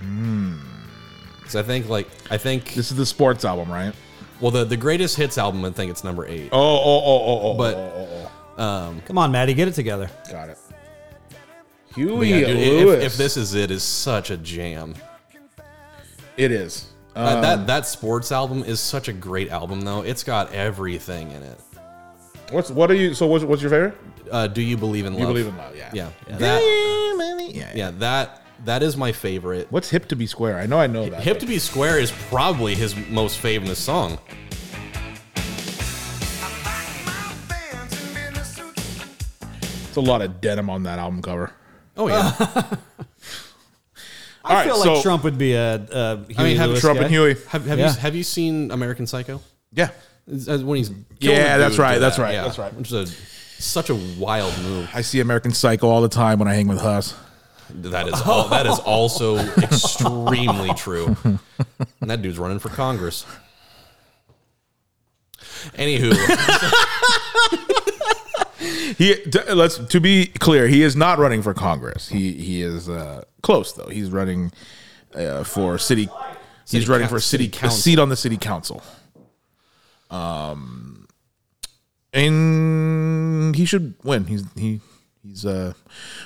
because I think like I think
Hmm. This is the sports album, right?
well the the greatest hits album I think it's number eight
Oh, oh, oh, oh, oh.
But-
oh,
come on, Maddie, get it together.
oh. got it.
But
Huey
yeah, dude, if-
Lewis.
If, if this is it, is such a jam.
it is.
That,
Um,
that that sports album is such a great album, though. It's got everything in it.
what's what are you? So what's, what's your favorite?
Uh, Do you believe in love?
You believe in love? Yeah.
Yeah, that,
That, yeah.
yeah, that that is my favorite.
What's hip to be square? I know I know that.
Hip to be square is probably his most famous song.
It's a lot of denim on that album cover.
Oh yeah,
I
All
feel
right,
like
so-
Trump would be a. a Huey
mean, have
Lewis
Trump
guy.
and Huey.
have, have
Yeah.
you have you seen American Psycho?
Yeah.
It's- uh, When he's killing
Yeah,
the
that's
dude
right,
to
that's right, that's right.
Which is a, such a wild move.
I see American Psycho all the time when I hang with Huss.
That is all, that is also extremely true. And that dude's running for Congress. Anywho,
He t- let's to be clear, he is not running for Congress. He he is uh, close though. He's running uh, for city.
City
he's running
coun-
for city,
city council.
a seat on the city council. Um, and he should win. He's he he's uh,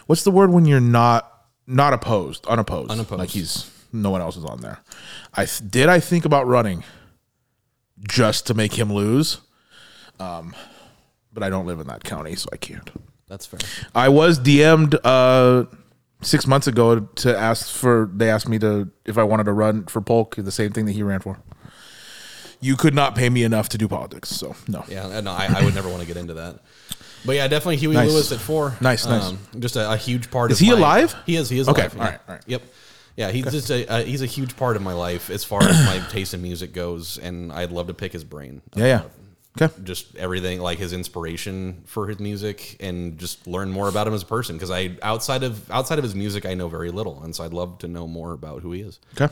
what's the word when you're not not opposed, unopposed,
Unopposed.
Like he's no one else is on there. I th- did I think about running just to make him lose. Um, but I don't live in that county, so I can't.
that's fair.
I was DM'd uh, six months ago to ask for. They asked me to if I wanted to run for Polk, the same thing that he ran for. You could not pay me enough to do politics, so no.
Yeah, no, I, I would never want to get into that. But yeah, definitely Huey
Nice.
Lewis at four. Um,
Nice, nice.
Just a, a huge part.
Is
of
he
my-
alive?
He is. He is.
Okay,
alive,
all right, all right.
Yep. Yeah, he's just a, uh, he's a huge part of my life as far as my taste in music goes, and I'd love to pick his brain.
Yeah, yeah. Okay.
just everything like his inspiration for his music and just learn more about him as a person because I outside of outside of his music I know very little and so I'd love to know more about who he is.
Okay.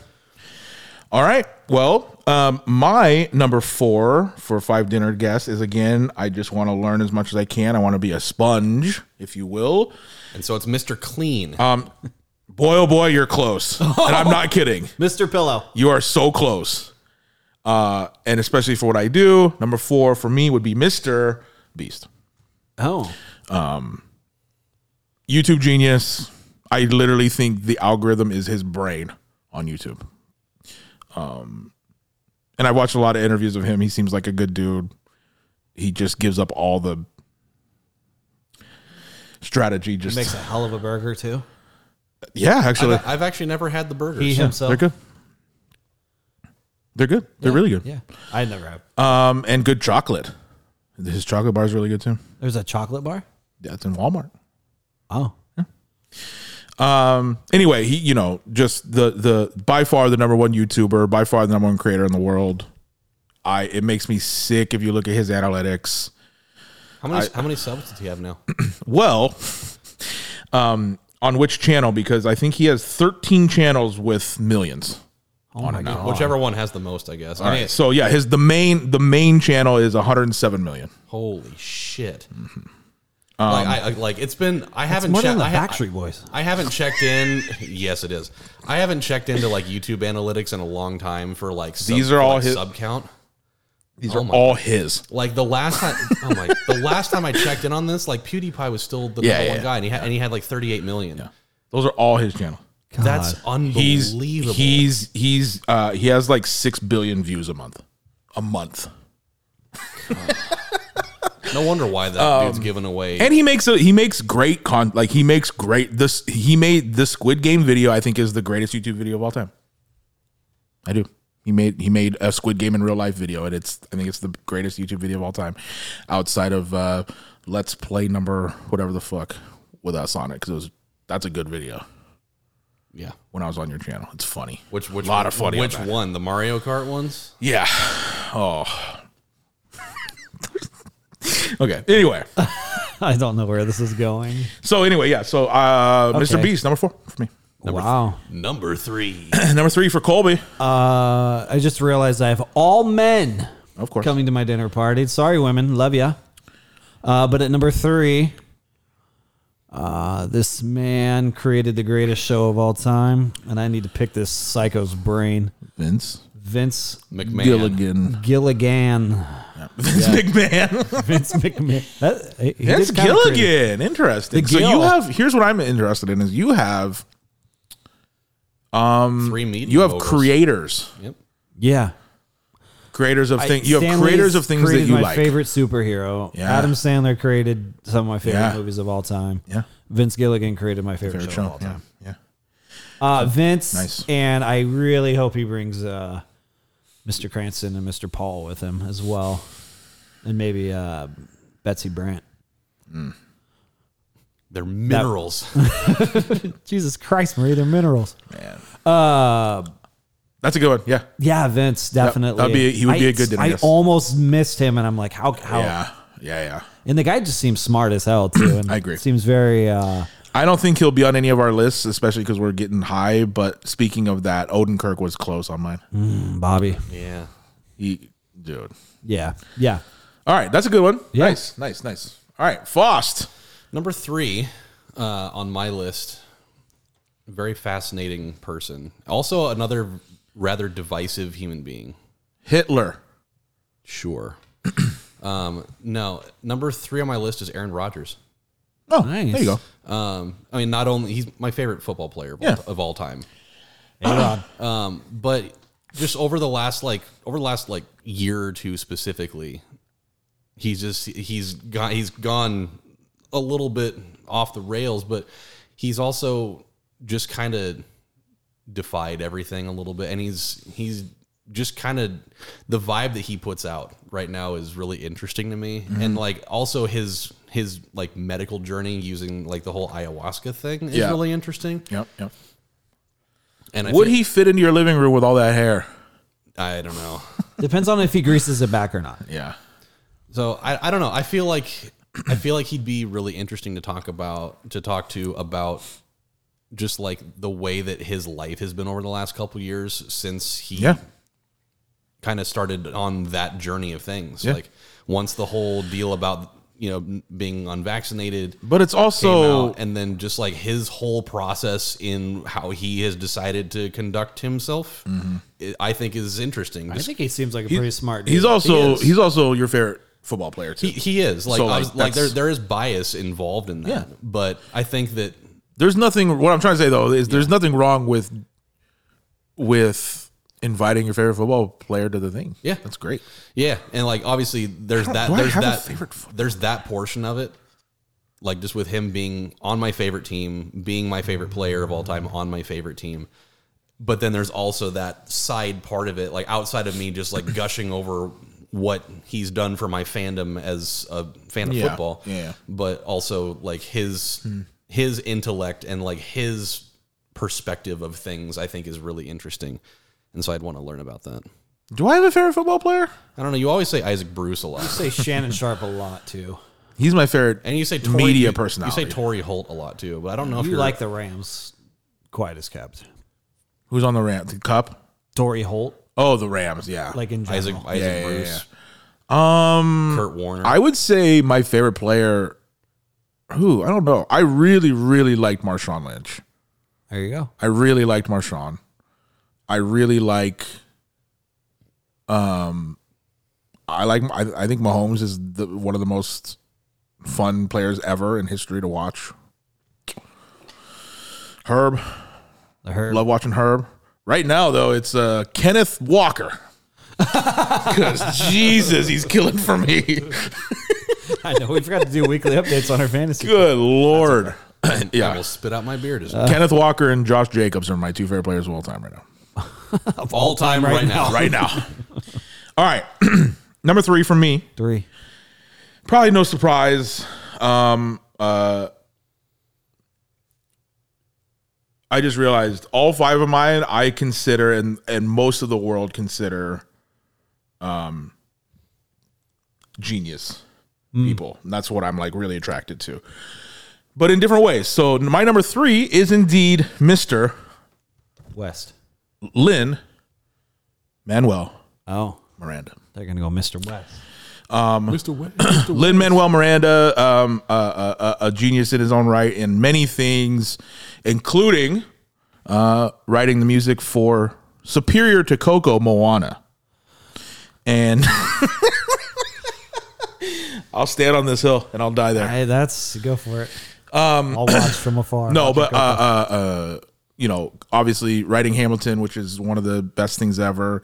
All right. Well, um, my number four for five dinner guests is again, I just want to learn as much as I can. I want to be a sponge, if you will.
And so it's Mr. Clean.
Uh, Boy, oh boy, you're close. and I'm not kidding.
Mr. Pillow.
You are so close. uh, and especially for what I do. Number four for me would be Mr. Beast.
Oh,
YouTube genius. I literally think the algorithm is his brain on YouTube. Um, and I watched a lot of interviews of him. He seems like a good dude. He just gives up all the strategy. Just
makes a hell of a burger too.
yeah, actually,
I've, I've actually never had the burgers.
He himself.
they're good. They're good. They're really good.
Yeah, I never have.
Um, and good chocolate. His chocolate bar is really good too.
There's a chocolate bar.
Yeah, it's in Walmart.
Oh,
Um. Anyway, he, you know, just the the by far the number one YouTuber, by far the number one creator in the world. I it makes me sick if you look at his analytics.
How many how many subs does he have now?
Well, um, on which channel? Because I think he has thirteen channels with millions.
oh my god.
Whichever one has the most, I guess. I
All
mean,
right. So yeah, his the main the main channel is 107 million.
holy shit.
Mm-hmm.
like,
Um,
I, I- like it's been I haven't
more
checked.
than the
I ha-
Backstreet Boys.
I haven't checked in. yes, it is. I haven't checked into like YouTube analytics in a long time for like sub-
These are
for,
all
like,
his-
sub count.
These
Oh
are
my
all his.
Like the last time, oh my, the last time I checked in on this, like PewDiePie was still the
Yeah,
number
yeah,
one
yeah.
guy, and he had and he had like 38 million.
Those are all his channel.
That's
He's
unbelievable.
he's he's uh he has like six billion views a month. A month.
no wonder why that dude's giving away.
Um, And he makes a he makes great con like he makes great this he made the Squid Game video I think is the greatest YouTube video of all time. I do. He made he made a Squid Game in real life video and it's I think it's the greatest YouTube video of all time outside of uh Let's Play number whatever the fuck with us on it cuz it was that's a good video
yeah,
when I was on your channel. It's funny.
which which
lot of funny
Which
on that.
one? The Mario Kart ones?
Yeah. Oh. okay. Anyway.
I don't know where this is going.
So anyway, yeah. So uh, Mr.
Okay.
Beast, number four for me.
wow.
Number three.
number three for Colby.
Uh, I just realized I have all men
Of course.
coming to my dinner party. Sorry, women, love ya. Uh, but at number three, uh, this man created the greatest show of all time, and I need to pick this psycho's brain.
Vince
Vince
McMahon.
Gilligan.
Gilligan.
Vince McMahon.
Vince McMahon. That- he- he
Vince
did kinda create-
Gilligan. Interesting.
The
So you
Gill.
have here's what I'm interested in is you have
Three meat.
mm, you have
voters.
creators.
Yep.
Yeah.
Creators of things. You have
Stan
creators
Lee's
of things that
created
you
my
like.
favorite superhero.
Yeah.
Adam Sandler created some of my favorite
Yeah.
movies of all time.
Yeah.
Vince Gilligan created my favorite,
Favorite
show, of
show.
all
Yeah.
time.
Yeah.
Uh, Vince,
Nice.
and I really hope he brings uh, Mr. Cranston and Mr. Paul with him as well, and maybe uh, Betsy Brandt.
They're minerals.
Jesus Christ, Marie, they're minerals. Uh,
That's a good one. Yeah.
Yeah, Vince, definitely.
that'd be- he would be a good dinner
I, I
guest.
almost missed him, and I'm like, how? how?
Yeah. Yeah. Yeah.
And the guy just seems smart as hell too. And
I agree.
Seems very. Uh,
I don't think he'll be on any of our lists, especially because we're getting high. But speaking of that, Odenkirk was close on mine.
Hmm. Bobby.
yeah.
He, dude.
Yeah. Yeah.
All right, that's a good one.
Yeah.
Nice, nice, nice. All right, Fost.
Number three uh, on my list. Very fascinating person. Also, another rather divisive human being.
Hitler.
Sure. um, no, number three on my list is Aaron Rodgers.
Oh,
Nice.
there you go.
Um, I mean, not only he's my favorite football player of,
Yeah.
all, of all time,
Rod.
but just over the last like over the last like year or two specifically, he's just he's gone he's gone a little bit off the rails, but he's also just kind of defied everything a little bit, and he's he's just kind of the vibe that he puts out right now is really interesting to me,
Mm-hmm.
and like also his his like medical journey using like the whole ayahuasca thing is
Yeah.
really interesting.
Yep, yep.
And I
Would
feel-
he fit into your living room with all that hair?
I don't know.
Depends on if he greases it back or not.
Yeah.
So I, I don't know. I feel like I feel like he'd be really interesting to talk about to talk to about just like the way that his life has been over the last couple years since he
Yeah.
kind of started on that journey of things.
Yeah.
Like once the whole deal about you know, n- being unvaccinated.
But it's
came
also
out, and then just like his whole process in how he has decided to conduct himself,
Mm-hmm.
it- I think is interesting.
I
Just-
think he seems like a pretty smart dude.
he's also
is.
he's also your favorite football player too.
he, he is like
So,
I
like,
was, like there
that's-
there is bias involved in that,
Yeah.
but I think that
there's nothing what I'm trying to say though is there's nothing wrong with with inviting your favorite football player to the thing.
Yeah.
That's great.
Yeah, and like obviously there's
don't-
that
do I
there's
have a
that
favorite football
there's that portion of it, like just with him being on my favorite team, being my favorite player of all time on my favorite team. But then there's also that side part of it, like outside of me just like gushing over what he's done for my fandom as a fan of
Yeah, Hmm.
football.
yeah.
But also like his his intellect and like his perspective of things I think is really interesting. And so I'd want to learn about that.
Do I have a favorite football player?
I don't know. You always say Isaac Bruce a lot.
say Shannon Sharp a lot too.
He's my favorite.
And you say Tory,
Media
you-
personality.
You say Tory Holt a lot too, but I don't know if
You
you're
like the Rams quite as kept.
Who's on the Ram? The Cup?
Tory Holt,
Oh, the Rams. Yeah.
like in general.
Isaac Isaac
Yeah, yeah,
Bruce,
um,
Kurt Warner.
I would say my favorite player. Who I don't know. I really, really liked Marshawn Lynch.
there you go.
I really liked Marshawn. I really like. Um, I like. I, I think Mahomes is the, one of the most fun players ever in history to watch. Herb,
The Herb.
love watching Herb. Right now, though, it's uh, Kenneth Walker. Because Jesus, he's killing for me.
I know we forgot to do weekly updates on our fantasy.
Good lord.
I
yeah.
will spit out my beard as
Kenneth Walker and Josh Jacobs are my two favorite players of all time right now.
of all time right, now.
Right now. all right. Number three for me.
Three.
Probably no surprise. Um, uh, I just realized all five of mine I consider and and most of the world consider um genius people. And that's what I'm like really attracted to. But in different ways. So my number 3 is indeed Mr.
West.
Lynn Manuel
Oh,
Miranda.
they're gonna go Mr. West.
Lin Manuel Miranda, um, uh, uh, uh, a genius in his own right in many things, including uh, writing the music for superior to Coco Moana. And I'll stand on this hill and I'll die there.
Hey, that's go for it. Um, I'll watch from afar.
No, but uh, uh, uh, you know, obviously writing Hamilton, which is one of the best things ever.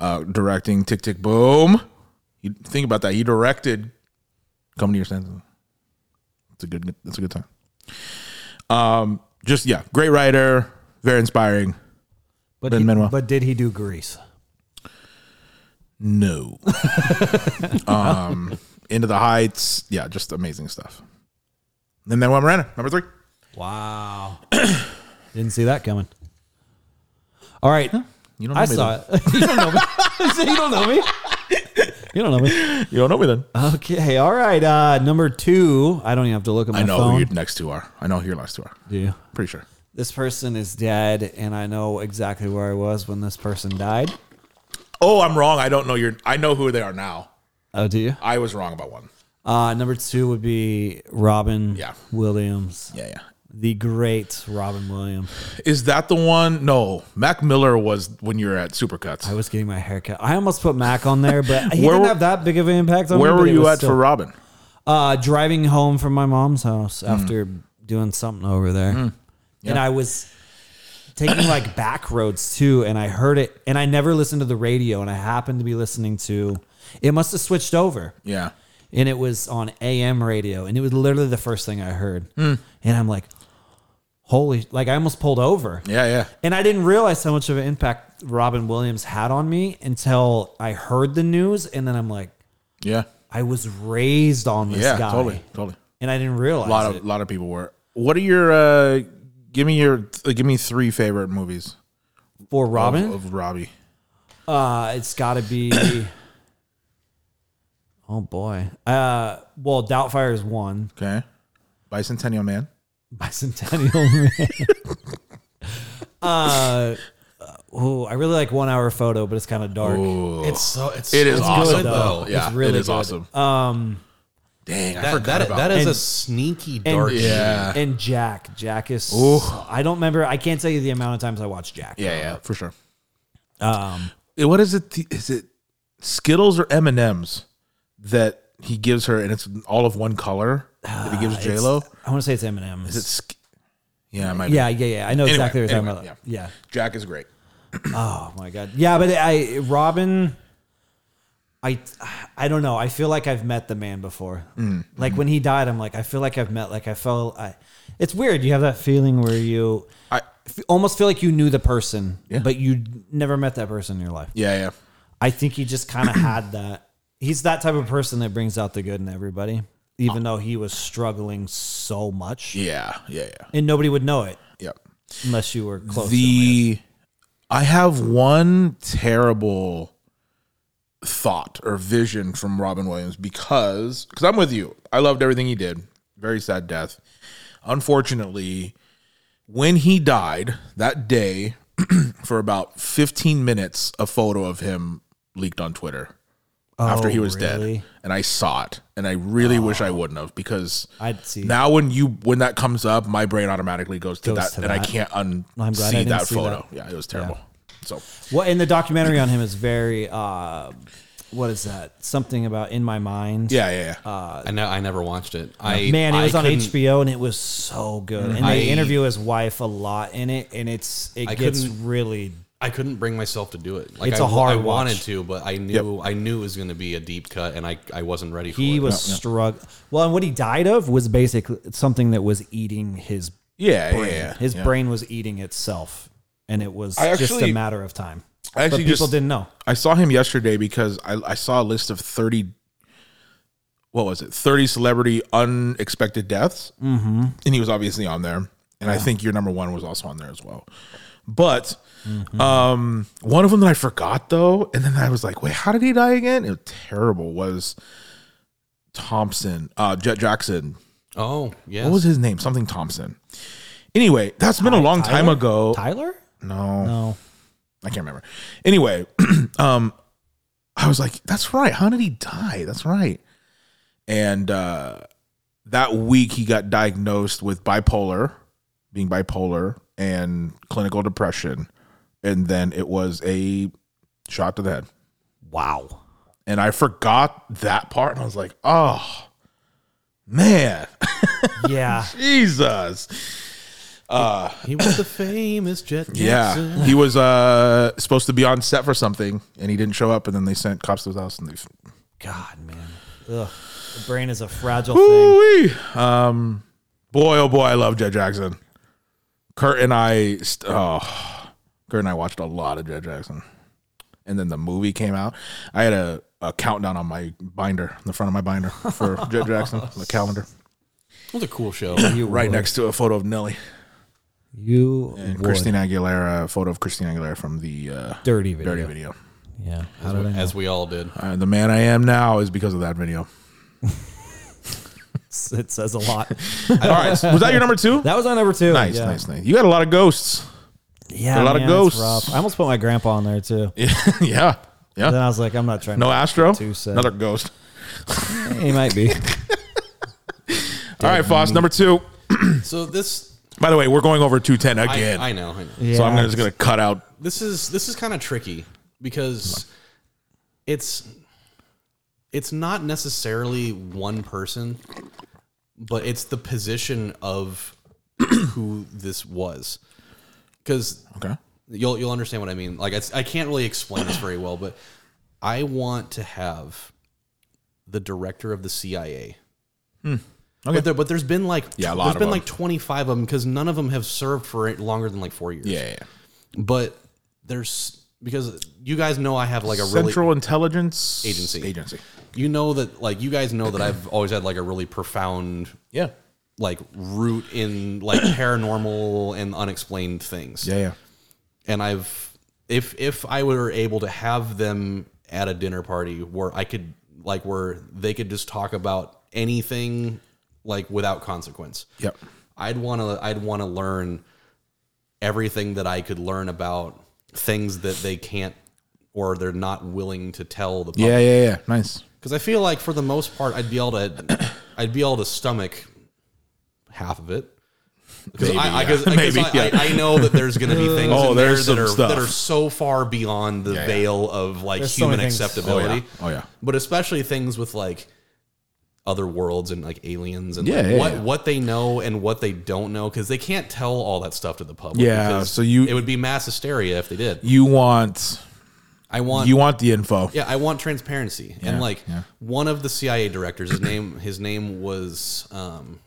Uh, directing Tick Tick Boom. You think about that. He directed Come to Your Senses. It's a good. It's a good time. Um, just yeah, great writer, very inspiring.
but,
Ben
he-
Manuel.
but did he do Grease?
No. um, Into the Heights. Yeah, just amazing stuff. And then Miranda, number three.
Wow. Didn't see that coming. All right.
You don't know
I
me
saw it. you don't know me. you don't know me. You don't know me.
then. You don't know me then.
Okay. All right. Uh, number two. I don't even have to look at my
I know
phone.
who your next two are. I know who your last two are.
Do you?
Pretty sure.
This person is dead, and I know exactly where I was when this person died.
Oh, I'm wrong. I don't know your. I know who they are now.
Oh, do you?
I was wrong about one.
Uh, number two would be Robin
Yeah.
Williams,
Yeah, yeah.
the great Robin Williams.
Is that the one? No, Mac Miller was when you were at Supercuts.
I was getting my haircut. I almost put Mac on there, but he
Where
didn't
were-
have that big of an impact on me.
Where
but
were
it
you
was
at
still-
for Robin?
Uh, driving home from my mom's house
Mm.
after doing something over there. And I was taking like back roads too. And I heard it. And I never listened to the radio. And I happened to be listening to it, must have switched over.
Yeah,
And it was on AM radio. And it was literally the first thing I heard.
Mm.
And I'm like, holy, like I almost pulled over.
yeah, yeah.
And I didn't realize how much of an impact Robin Williams had on me until I heard the news. And then I'm like,
Yeah,
I was raised on this
yeah.
guy
Totally, totally.
and I didn't realize
A lot of
it.
lot of people were. What are your? uh Give me your. Uh, give me three favorite movies.
for
of-
Robin.
of, Robbie.
uh, it's got to be. oh boy. Uh, well, Doubtfire is one.
Okay, Bicentennial Man.
Bicentennial Man. uh, oh, I really like One Hour Photo, but it's kind of dark.
It's so it's
It is
it's
awesome
good,
though.
Yeah,
It's really
it is
good.
awesome.
Um,
Dang, I
That,
forgot
that,
about
that is
And-
a sneaky
And,
dark.
Yeah.
and Jack. Jack is. I don't remember. I can't tell you the amount of times I watched Jack.
Yeah, yeah, for sure. Um, what is it? the- Is it Skittles or M and M's that he gives her, and it's all of one color that he gives J Lo?
I want to say Uh, it's Eminem.
Is it? Sk- yeah, it might.
Yeah,
be.
yeah, yeah. I know
Anyway,
exactly what you're
anyway,
talking about. Yeah.
Jack is great.
Oh my god. Yeah, but I Robin. I I don't know. I feel like I've met the man before.
Mm.
Like when he died, I'm like, I feel like I've met. Like I felt. I. It's weird. You have that feeling where you.
I
f- Almost feel like you knew the person,
Yeah.
but you never met that person in your life.
yeah yeah.
I think he just kind of had that. He's that type of person that brings out the good in everybody, even though he was struggling so much,
Yeah, yeah, yeah.
and nobody would know it
Yep.
unless you were close.
The I have one terrible thought or vision from Robin Williams because because I'm with you. I loved everything he did. Very sad death. Unfortunately, when he died that day, for about 15 minutes, a photo of him leaked on Twitter after he was
Oh, really? Oh.
dead, and I saw it, and I really wish I wouldn't have because
I'd see.
now when you when that comes up, my brain automatically goes to
Goes
that,
to
and I
that.
can't un
I'm glad I
see
didn't
that
see
photo. Yeah, it was terrible. So
Well, and the documentary on him is very. Uh, what is that? Something about in my mind.
yeah, yeah, yeah.
Uh,
I know. I never watched it. I
Man, it
I
was on
couldn't-
HBO and it was so good. And
I-
they interview his wife a lot in it, and it's it
I
gets
couldn't-
really.
I couldn't bring myself to do it. Like
It's
I-
a hard
I
watch.
wanted to, but I knew I knew it was going to be a deep cut, and I, I wasn't ready for it.
He was struggling. Well, and what he died of was basically something that was eating his
yeah, yeah,
brain.
yeah.
His
yeah.
brain was eating itself, and it was
I
just
actually-
a matter of time.
I
But
actually
people
just
didn't know.
I saw him yesterday because I, I saw a list of thirty. What was it? Thirty celebrity unexpected deaths, mm-hmm. and he was obviously on there. And I think your number one was also on there as well. But um, one of them that I forgot though, and then I was like, "Wait, how did he die again?" It was terrible. Was Thompson, uh, Jet Jackson?
Oh yeah.
What was his name? Something Thompson. Anyway, that's been a long time
Tyler?
ago.
Tyler?
No,
No.
I can't remember. Anyway, um, I was like, "That's right. How did he die? That's right." And uh, that week, he got diagnosed with bipolar, being bipolar, and clinical depression, and then it was a shot to the head.
Wow.
And I forgot that part, and I was like, "Oh man,
Yeah.
Jesus!"
He was the famous Jet Jackson.
Yeah, he was uh, supposed to be on set for something, and he didn't show up. And then they sent cops to his house, and they
God, man. Ugh. The brain is a fragile thing.
Ooh-wee. Um, boy, oh boy, I love Jed Jackson. Kurt and I, st- oh, Kurt and I watched a lot of Jed Jackson, and then the movie came out. I had a, a countdown on my binder, on the front of my binder for Jed Jackson, the calendar,
It was a cool show.
right next to a photo of Nelly
You
and
would.
Christina Aguilera, a photo of Christina Aguilera from the uh,
dirty video.
Dirty video.
Yeah. How did I know?
As we all did.
Uh, the man I am now is because of that video.
It says a lot.
All right, was that your number two?
That was on number two.
nice,
yeah.
nice, nice. You got a lot of ghosts.
Yeah,
A lot of
man, it's
ghosts.
rough. I almost put my grandpa on there too.
yeah, yeah.
Then I was like, I'm not trying.
no
to.
Astro,
Too sad.
another ghost.
he might be.
All right, Foss, number two.
So this
By the way, we're going over 210
I,
again.
I know, I know.
So I'm
Yeah.
gonna, just going to cut out.
This is this is kind of tricky because it's it's not necessarily one person, but it's the position of who this was. Because
Okay.
you'll you'll understand what I mean. Like I, I can't really explain this very well, but I want to have the director of the CIA. Okay. But, there, but there's been like
Hmm. Yeah, a lot
there's
of
been
them.
like 25 of them because none of them have served for it longer than like four years.
Yeah. yeah, yeah.
But there's because you guys know I have like a
Central
really
Intelligence
Agency.
Agency.
you know that like you guys know that I've always had like a really profound
Yeah.
like root in like paranormal and unexplained things.
Yeah. Yeah.
and I've if if I were able to have them at a dinner party where I could like where they could just talk about anything like without consequence.
Yep.
I'd want to I'd want to learn everything that I could learn about things that they can't or they're not willing to tell the public.
Yeah. Yeah. Yeah. Nice.
Cuz I feel like for the most part I'd be able to I'd be able to stomach half of it. Because I, I, 'cause- I,
Maybe,
'cause I,
yeah.
I, I know that there's going to be things
Oh,
in there
there's
that
some
are
stuff.
that are so far beyond the veil of like
There's so
human
many things.
acceptability.
Oh, yeah.
But especially things with like other worlds and like aliens and
Yeah,
like,
yeah,
what
yeah.
what they know and what they don't know because they can't tell all that stuff to the public.
Yeah,
because
so you-
it would be mass hysteria if they did.
You want
I want
you want the info.
yeah, I want transparency.
Yeah,
and like
yeah.
one of the CIA directors, his name his name was um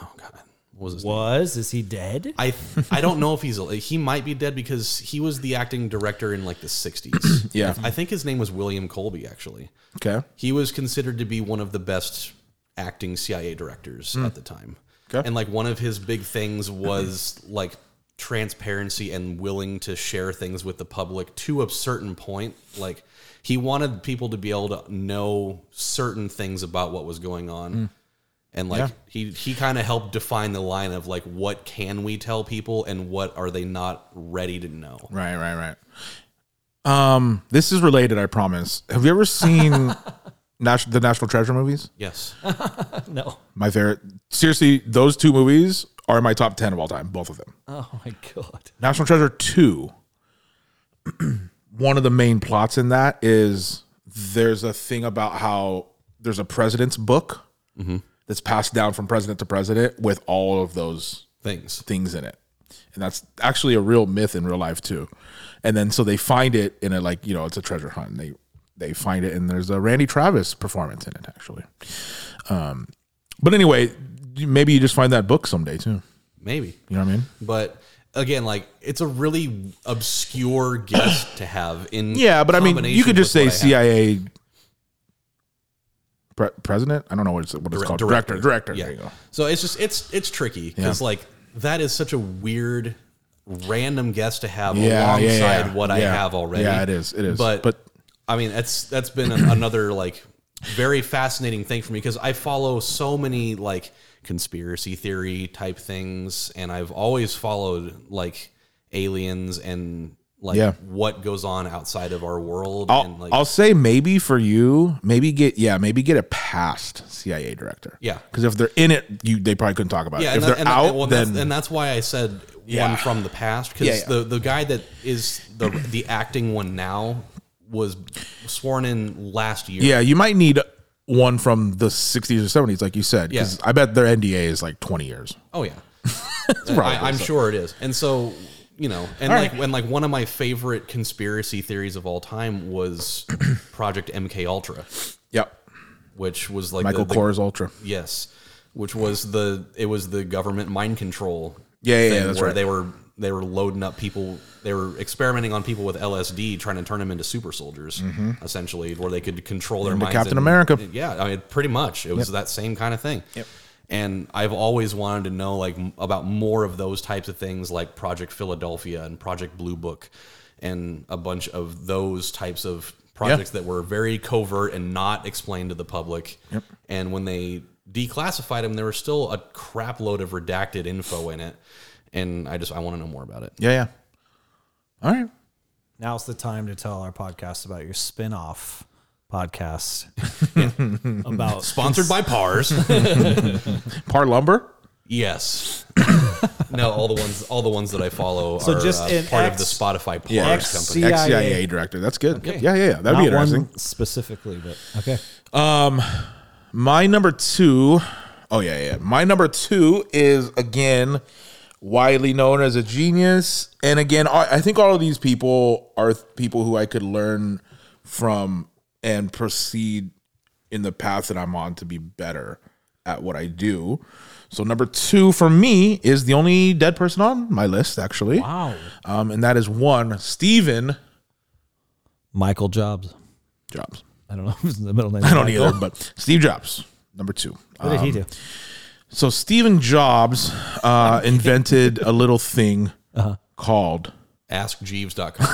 oh god, what was his name?
Was is he dead?
I I don't know if he's he might be dead because he was the acting director in like the 60s.
Yeah.
I think his name was William Colby actually.
Okay.
He was considered to be one of the best acting CIA directors at the time.
Hmm. Okay.
And like one of his big things was like transparency and willing to share things with the public to a certain point. Like he wanted people to be able to know certain things about what was going on.
Hmm.
And like he he kind of helped define the line of like what can we tell people and what are they not ready to know.
Right, right, right. Um, this is related, I promise. Have you ever seen Nas- the National Treasure movies?
Yes.
No.
My favorite. Seriously, those two movies are in my top 10 of all time, both of them.
Oh my god.
National Treasure 2. One of the main plots in that is there's a thing about how there's a president's book that's passed down from president to president with all of those
Things.
things in it. And that's actually a real myth in real life too. And then so they find it in a like, you know, it's a treasure hunt. And they they find it and there's a Randy Travis performance in it actually. Um but anyway, you- maybe you just find that book someday too.
Maybe.
You know what I mean?
But again, like it's a really obscure guess to have in
Yeah, but I mean, you
combination
could just
with
say
what I have.
CIA pre- president. I don't know what it's what it's
Dire-
called. Director, director.
Yeah.
There you go.
So it's just it's it's tricky because
Yeah.
like that is such a weird random guess to have
Yeah,
alongside
yeah, yeah.
what I
Yeah.
have already.
Yeah, it is. It is.
But
But-
but I mean that's that's been an, another like very fascinating thing for me because I follow so many like conspiracy theory type things and I've always followed like aliens and like
Yeah.
what goes on outside of our world
I'll,
and like
I'll say maybe for you, maybe get yeah, maybe get a past CIA director.
Yeah.
because if they're in it, you they probably couldn't talk about
Yeah,
it.
and,
If
that-
they're
and that-
out,
well,
then
that's, and that's why I said
Yeah.
one from the past because
Yeah, yeah.
the the guy that is the the acting one now was sworn in last year.
yeah, you might need one from the '60s or '70s, like you said.
Yeah.
'cause I bet their NDA is like 20 years.
Oh yeah,
probably
I, I'm
so.
sure it is. And so you know, and like when like one of my favorite conspiracy theories of all time was Project MK Ultra,
Yep,
which was like
Michael
the, the-
Kors Ultra.
Yes, which was the it was the government mind control.
Yeah, yeah, yeah,
thing
that's
where
right.
they were they were loading up people. They were experimenting on people with LSD, trying to turn them into super soldiers, essentially, where they could control their
Mm-hmm. Into
minds.
Captain America.
Yeah, I mean, pretty much it was that same kind of thing. Yep. And I've always wanted to know like m- about more of those types of things, like Project Philadelphia and Project Blue Book, and a bunch of those types of projects that were very covert and not explained to the public. And when they declassified them, there was still a crap load of redacted info in it. And I just I want to know more about it.
Yeah, yeah. All right.
Now's the time to tell our podcast about your spin-off podcast about
Sponsored by Pars.
Par Lumber.
yes. no, all the ones all the ones that I follow
So
are
just
uh,
in
part
X-
of the Spotify Pars
Yeah.
company.
X-
CIA.
Ex CIA director. That's good. Yeah, yeah, yeah. That'd be
Not
interesting.
one specifically, but okay.
My number two, oh yeah, yeah. My number two is again widely known as a genius, and again, I I think all of these people are th- people who I could learn from and proceed in the path that I'm on to be better at what I do. So number two for me is the only dead person on my list, actually. Wow. Um, and that is one Stephen
Michael Jobs.
Jobs.
I don't know if it's the middle name.
I don't either, but Steve Jobs, number two. Uh,
What did he do?
Um, So Stephen Jobs uh, invented a little thing called
AskJeeves.com.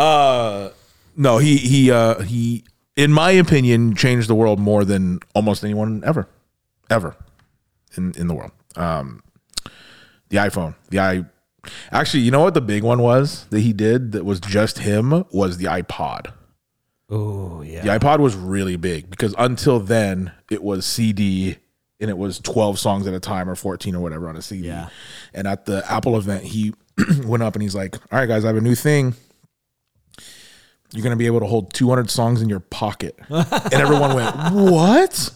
no. He he uh, he, in my opinion, changed the world more than almost anyone ever, ever in in the world. Um, the iPhone, the i. Actually, you know what the big one was that he did that was just him was the iPod.
Oh yeah.
The iPod was really big because until then it was CD and it was 12 songs at a time or 14 or whatever on a CD.
Yeah.
And at the Apple event, he went up and he's like, All right, guys, I have a new thing. You're going to be able to hold 200 songs in your pocket. and everyone went, What?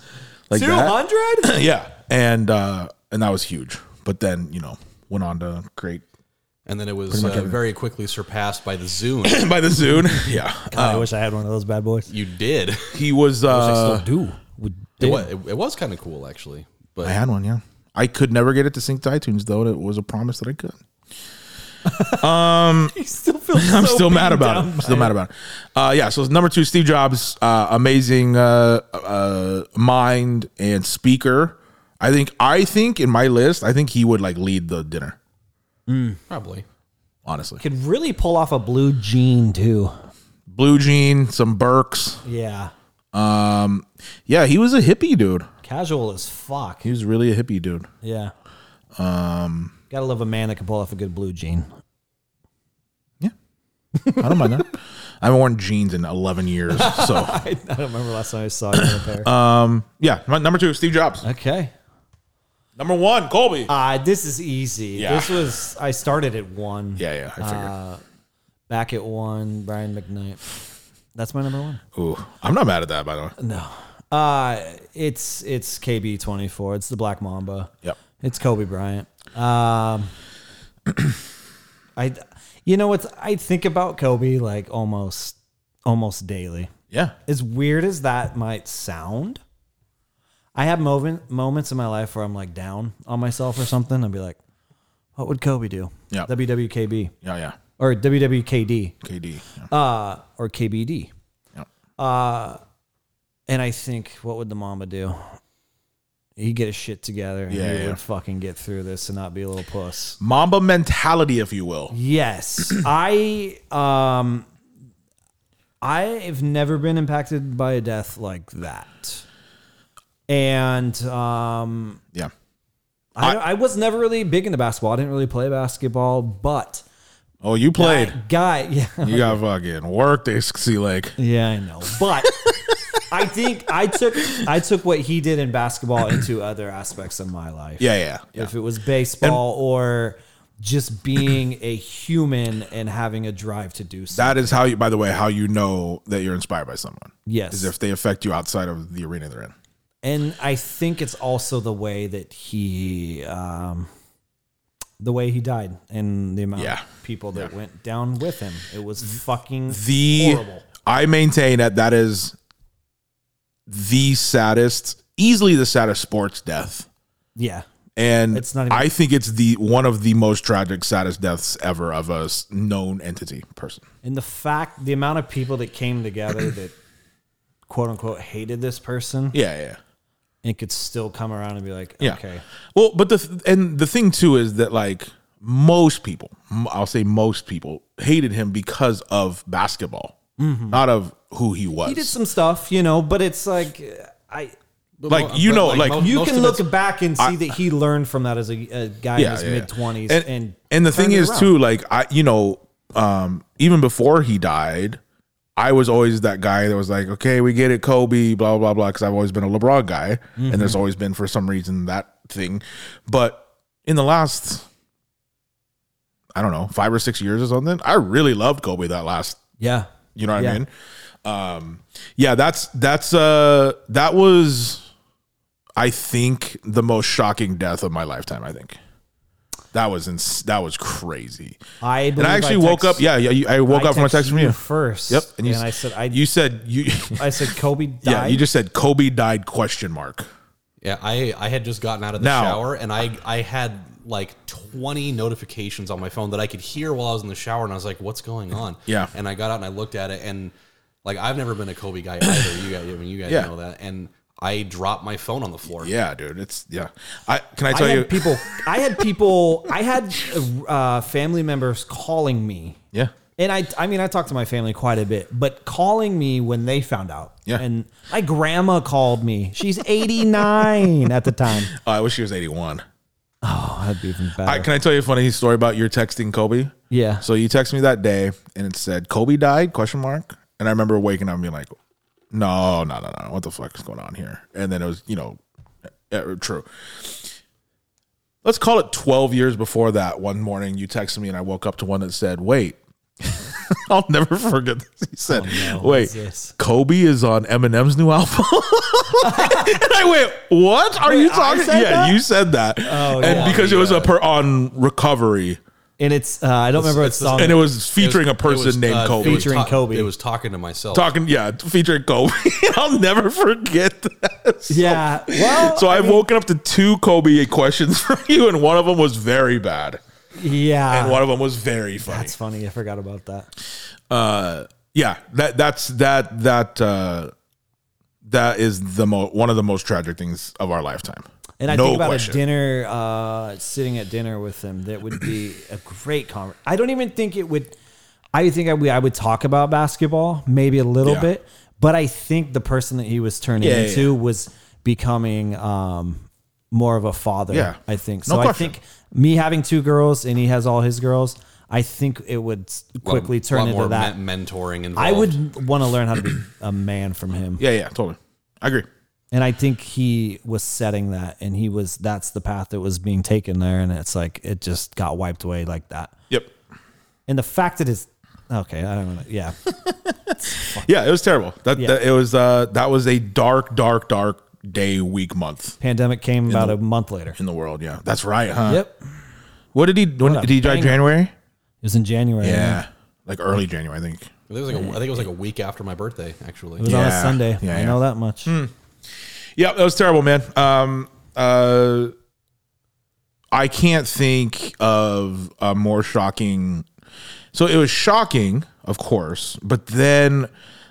Like that? yeah. And, uh, and that was huge. But then, you know, went on to create
And then it was uh, very quickly surpassed by the Zune.
by the Zune. yeah. Uh,
I wish I had one of those bad boys.
you did.
he was, uh,
do. Would
It was, it, it was kind of cool, actually. But
I had one, yeah. I could never get it to sync to iTunes though. and It was a promise that I could.
still feel
I'm still mad about it. I'm still mad about it. Uh, yeah. So number two, Steve Jobs, uh, amazing uh, uh, mind and speaker. I think. I think in my list, I think he would like lead the dinner.
probably.
Honestly,
Could really pull off a blue jean too.
blue jean, some Burks.
Yeah.
Um, yeah, he was a hippie dude.
Casual as fuck.
He was really a hippie dude.
Yeah. Um. Gotta love a man that can pull off a good blue jean.
Yeah, I don't mind that. I haven't worn jeans in 11 years, so
I don't remember last time I saw you in a pair.
Uh, yeah. my- Number two, Steve Jobs.
okay.
Number one, Colby.
Uh, this is easy.
Yeah.
This was I started at one.
Yeah, yeah, I figured.
Back at one, Brian McKnight. That's my number one.
Ooh, I'm not mad at that, by the way.
No. Uh it's it's KB twenty four. It's the Black Mamba.
Yep.
It's Kobe Bryant. Um I you know what's I think about Kobe like almost almost daily.
Yeah.
As weird as that might sound, I have moment, moments in my life where I'm like down on myself or something. I'd be like, what would Kobe do?
Yeah.
WWKB
Yeah, yeah.
or WWKD
KD. Yeah.
uh, or KBD.
Yep.
Uh, and I think, what would the mama do? He'd get his shit together and
Yeah,
he
yeah.
would fucking get through this and not be a little puss.
Mamba mentality, if you will.
Yes. I, um, I've never been impacted by a death like that. And, um,
Yeah.
I, I, was never really big into basketball. I didn't really play basketball, but
Oh, you played.
guy, yeah.
You got fucking worked, see like
Yeah, I know. But I think I took I took what he did in basketball into other aspects of my life.
Yeah, yeah. yeah.
If it was baseball or just being a human and having a drive to do something.
That is how you by the way, how you know that you're inspired by someone.
Yes.
Is if they affect you outside of the arena they're in.
and I think it's also the way that he um the way he died and the amount
Yeah.
of people that went down with him. It was fucking
The
horrible.
I maintain that that is the saddest, easily the saddest sports death.
Yeah.
And
It's not even-
I think it's the one of the most tragic, saddest deaths ever of a s- known entity person.
And the fact, the amount of people that came together that quote unquote hated this person
Yeah, yeah.
and could still come around and be like,
Yeah.
okay,
Well, but the th- and the thing too is that like most people, m- I'll say most people hated him because of basketball,
Mm-hmm.
not of who he was.
he did some stuff, you know, but it's like, I,
But
Like,
mo-
you
but,
know, like-
mo-
you
most
can
of
look
it's-
back and see that he learned from that as a, a guy in his mid 20s. And,
and and the thing
turned it
is
around.
too, like I, you know, um, even before he died, I was always that guy that was like, okay, we get it, Kobe, blah blah blah, because I've always been a LeBron guy, and
Mm-hmm.
there's always been for some reason that thing, but in the last. I don't know, five or six years or something. I really loved Kobe that last
yeah.
You know what
Yeah.
I mean? Um, yeah, that's that's uh that was I think the most shocking death of my lifetime, I think. That was ins- that was crazy.
I,
And
believe
I actually woke
text-
up, yeah, yeah, you- I woke
I
up from a
texted
text from
you
you.
first.
Yep,
And,
you
I
s-
said, I,
you said you
I said, Kobe died.
Yeah, you just said Kobe died question mark.
Yeah, I, I had just gotten out of the
Now-
shower and I, I had like 20 notifications on my phone that I could hear while I was in the shower. And I was like, what's going on?
Yeah.
And I got out and I looked at it. And like, I've never been a Kobe guy either. You guys, I mean, you guys
Yeah.
know that. And I dropped my phone on the floor.
Yeah, dude, it's yeah. I can I
I
tell
had
you
people, I had people, I had uh, family members calling me
Yeah.
And I, I mean, I talked to my family quite a bit, but calling me when they found out.
Yeah.
And my grandma called me. She's 89 at the time.
Oh, I wish he was 81.
Oh, that'd be even better.
I, can I tell you a funny story about your texting Kobe?
yeah.
So you text me that day and it said Kobe died question mark and And I remember waking up and being like, no, no, no, no. What the fuck is going on here? And then it was, you know, eh, true. Let's call it 12 years before that. One morning you texted me and I woke up to one that said, wait. I'll never forget this. He said,
Oh, what's
wait,
this?
Kobe is on Eminem's new album. and I went, what are you
I
talking?
said
Yeah,
that?
you said that.
Oh,
and
yeah.
because it was a per- on recovery
And it's uh, I don't remember what
it's the-
song.
and it was featuring a
It was-
person named
uh,
Kobe.
it was
Featuring
ta-
Kobe.
It was talking to myself.
Talking, yeah, featuring Kobe. I'll never forget that. So-
yeah. Well,
So I've woken up to two Kobe questions for you, and one of them was very bad,
yeah.
and one of them was very funny.
Ah. That's funny. I forgot about that.
Uh, yeah, that that's that that uh, that is the mo- one of the most tragic things of our lifetime.
And I
No
think about
question.
a dinner, uh, sitting at dinner with him. That would be a great conversation. I don't even think it would. I think I, we, I would talk about basketball maybe a little
Yeah.
bit, but I think the person that he was turning
Yeah, yeah,
into was becoming um, more of a father.
Yeah.
I think
No
so. I
question.
think me having two girls and he has all his girls. I think it would s-
A lot-
quickly
a
turn
lot
into
more
that.
men- mentoring. Involved.
I would want to learn how to be a man from him.
Yeah, yeah, totally. I agree.
And I think he was setting that and he was that's the path that was being taken there and it's like it just got wiped away like that.
Yep.
And the fact that it's okay, I don't know. Yeah.
Yeah, it was terrible. That,
Yeah.
that it was. Uh, that was a dark, dark, dark day, week, month
Pandemic came about a month later.
in the world. Yeah, that's right, huh?
Yep. It
What did he? When,
What a
did he die
banger.
January?
was in January.
Yeah, like early January, I think.
I think, it was like a, I think it was like a week after my birthday, actually.
It was on a
Yeah.
Sunday.
Yeah,
I
yeah.
know that much.
Hmm.
Yeah, that was terrible, man. Um, uh, I can't think of a more shocking. So it was shocking, of course, but then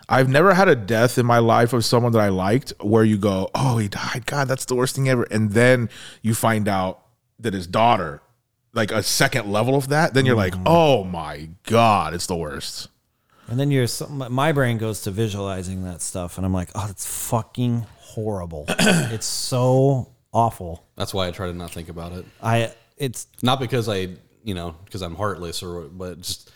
I've never had a death in my life of someone that I liked where you go, "Oh, he died. God, that's the worst thing ever." And then you find out that his daughter, like a second level of that, then you're like, "Oh my God, it's the worst."
And then you're so, my- my brain goes to visualizing that stuff and I'm like, "Oh, that's fucking horrible. it's so awful."
That's why I try to not think about it.
I it's
Not because I, you know, because I'm heartless or, but just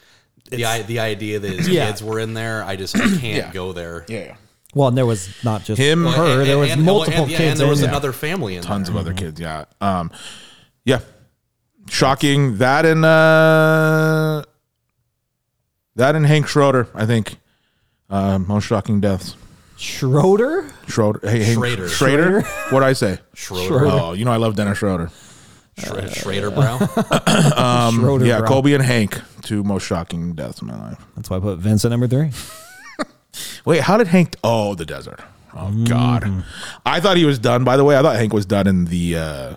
the i the idea that his
Yeah.
kids were in there, I just I can't
Yeah.
go there.
Yeah,
well, and there was not just
Him-
her, there was
and- well,
multiple
and, yeah,
kids.
and there
in
was
there.
another family in
tons of other kids yeah um yeah shocking that and uh that and hank schroeder i think uh most shocking deaths
Schroeder?
schroeder hey, Hank-
Schrader.
schrader what i say
Schroeder,
oh you know i love dennis schroeder
Schroeder, Schrader Brow. Um,
Schroeder.
yeah
bro.
colby and hank two most shocking deaths in my life
That's why I put Vince at number three.
wait how did hank oh the desert oh god i thought he was done by the way i thought hank was done in the uh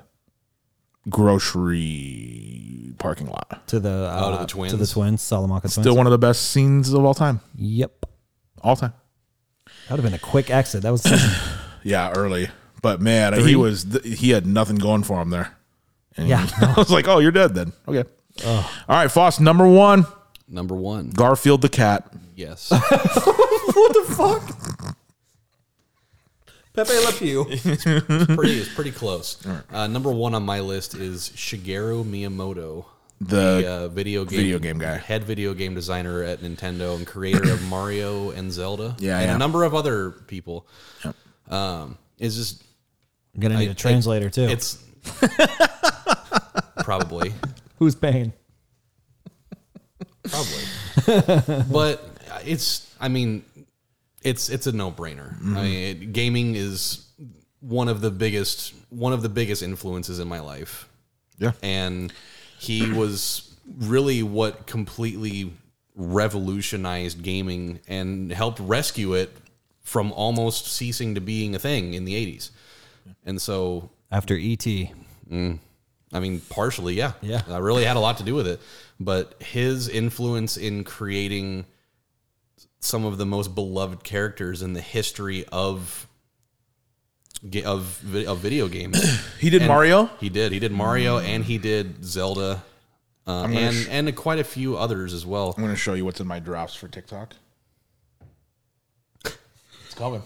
grocery parking lot
To the uh,
Oh, to the
to the
twins.
twins, Salamanca twins.
still one of the best scenes of all time
Yep,
all time
that would have been a quick exit. That was season-
Yeah, early. But man, he was th- he had nothing going for him there. And
Yeah.
I was like, "Oh, you're dead then." Okay. All right, Foss number 1,
Number one.
Garfield the cat.
Yes.
Pepe Le Pew.
pretty it's pretty close. Uh, number one on my list is Shigeru Miyamoto,
The
the uh, video game
video game guy.
head video game designer at Nintendo and creator of Mario and Zelda,
Yeah,
and
yeah.
a number of other people. Um, is just
I'm gonna need a
I-
translator too.
it's probably
Who's paying?
probably, but it's I mean, it's it's a no brainer. I mean, it, gaming is one of the biggest one of the biggest influences in my life.
Yeah.
and he was really what completely revolutionized gaming and helped rescue it from almost ceasing to being a thing in the 80s. And so,
After E ET,
I mean, partially, yeah.
Yeah.
I really had a lot to do with it, but his influence in creating some of the most beloved characters in the history of ga- of vi- of video games
He did
And
Mario?
He did. He did Mario, and he did Zelda, uh,
gonna
and
sh-
and quite a few others as well.
I'm going to show you what's in my drafts for TikTok. It's coming.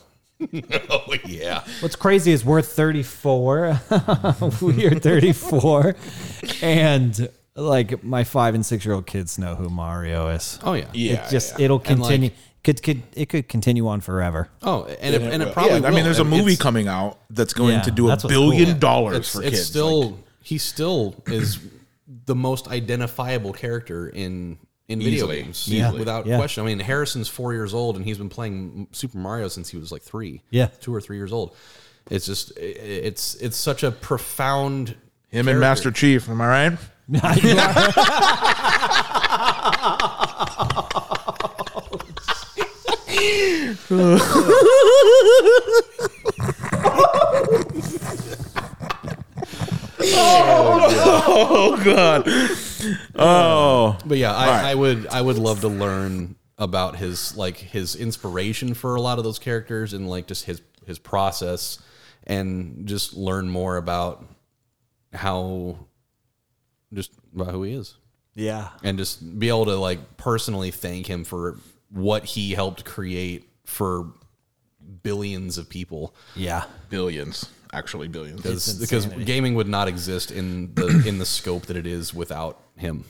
Oh yeah,
what's crazy is we're 34. we are 34, and like my five and six year old kids know who Mario is.
oh yeah.
Yeah.
Just
yeah.
it'll
And, like,
continue.
could could it could continue on forever.
Oh, and it, and it probably.
I mean,
will.
there's a
And
movie
it's-
coming out that's going
Yeah,
to do a
that's what's
billion
cool.
dollars
it's,
for
it's
kids.
still
Like,
he still is the most identifiable character in in video
Easily.
games
Yeah.
without
Yeah.
question. I mean, Harrison's four years old and he's been playing Super Mario since he was like three,
Yeah.
two or three years old. It's just i- i- it's it's such a profound
him and Master Chief. Am I right? oh god! Oh,
But yeah, I,
Right.
I would I would love to learn about his like his inspiration for a lot of those characters and like just his his process and just learn more about how just about who he is
Yeah.
and just be able to like personally thank him for what he helped create for billions of people
Yeah.
billions! Actually, billions.
because because gaming would not exist in the in the scope that it is without him.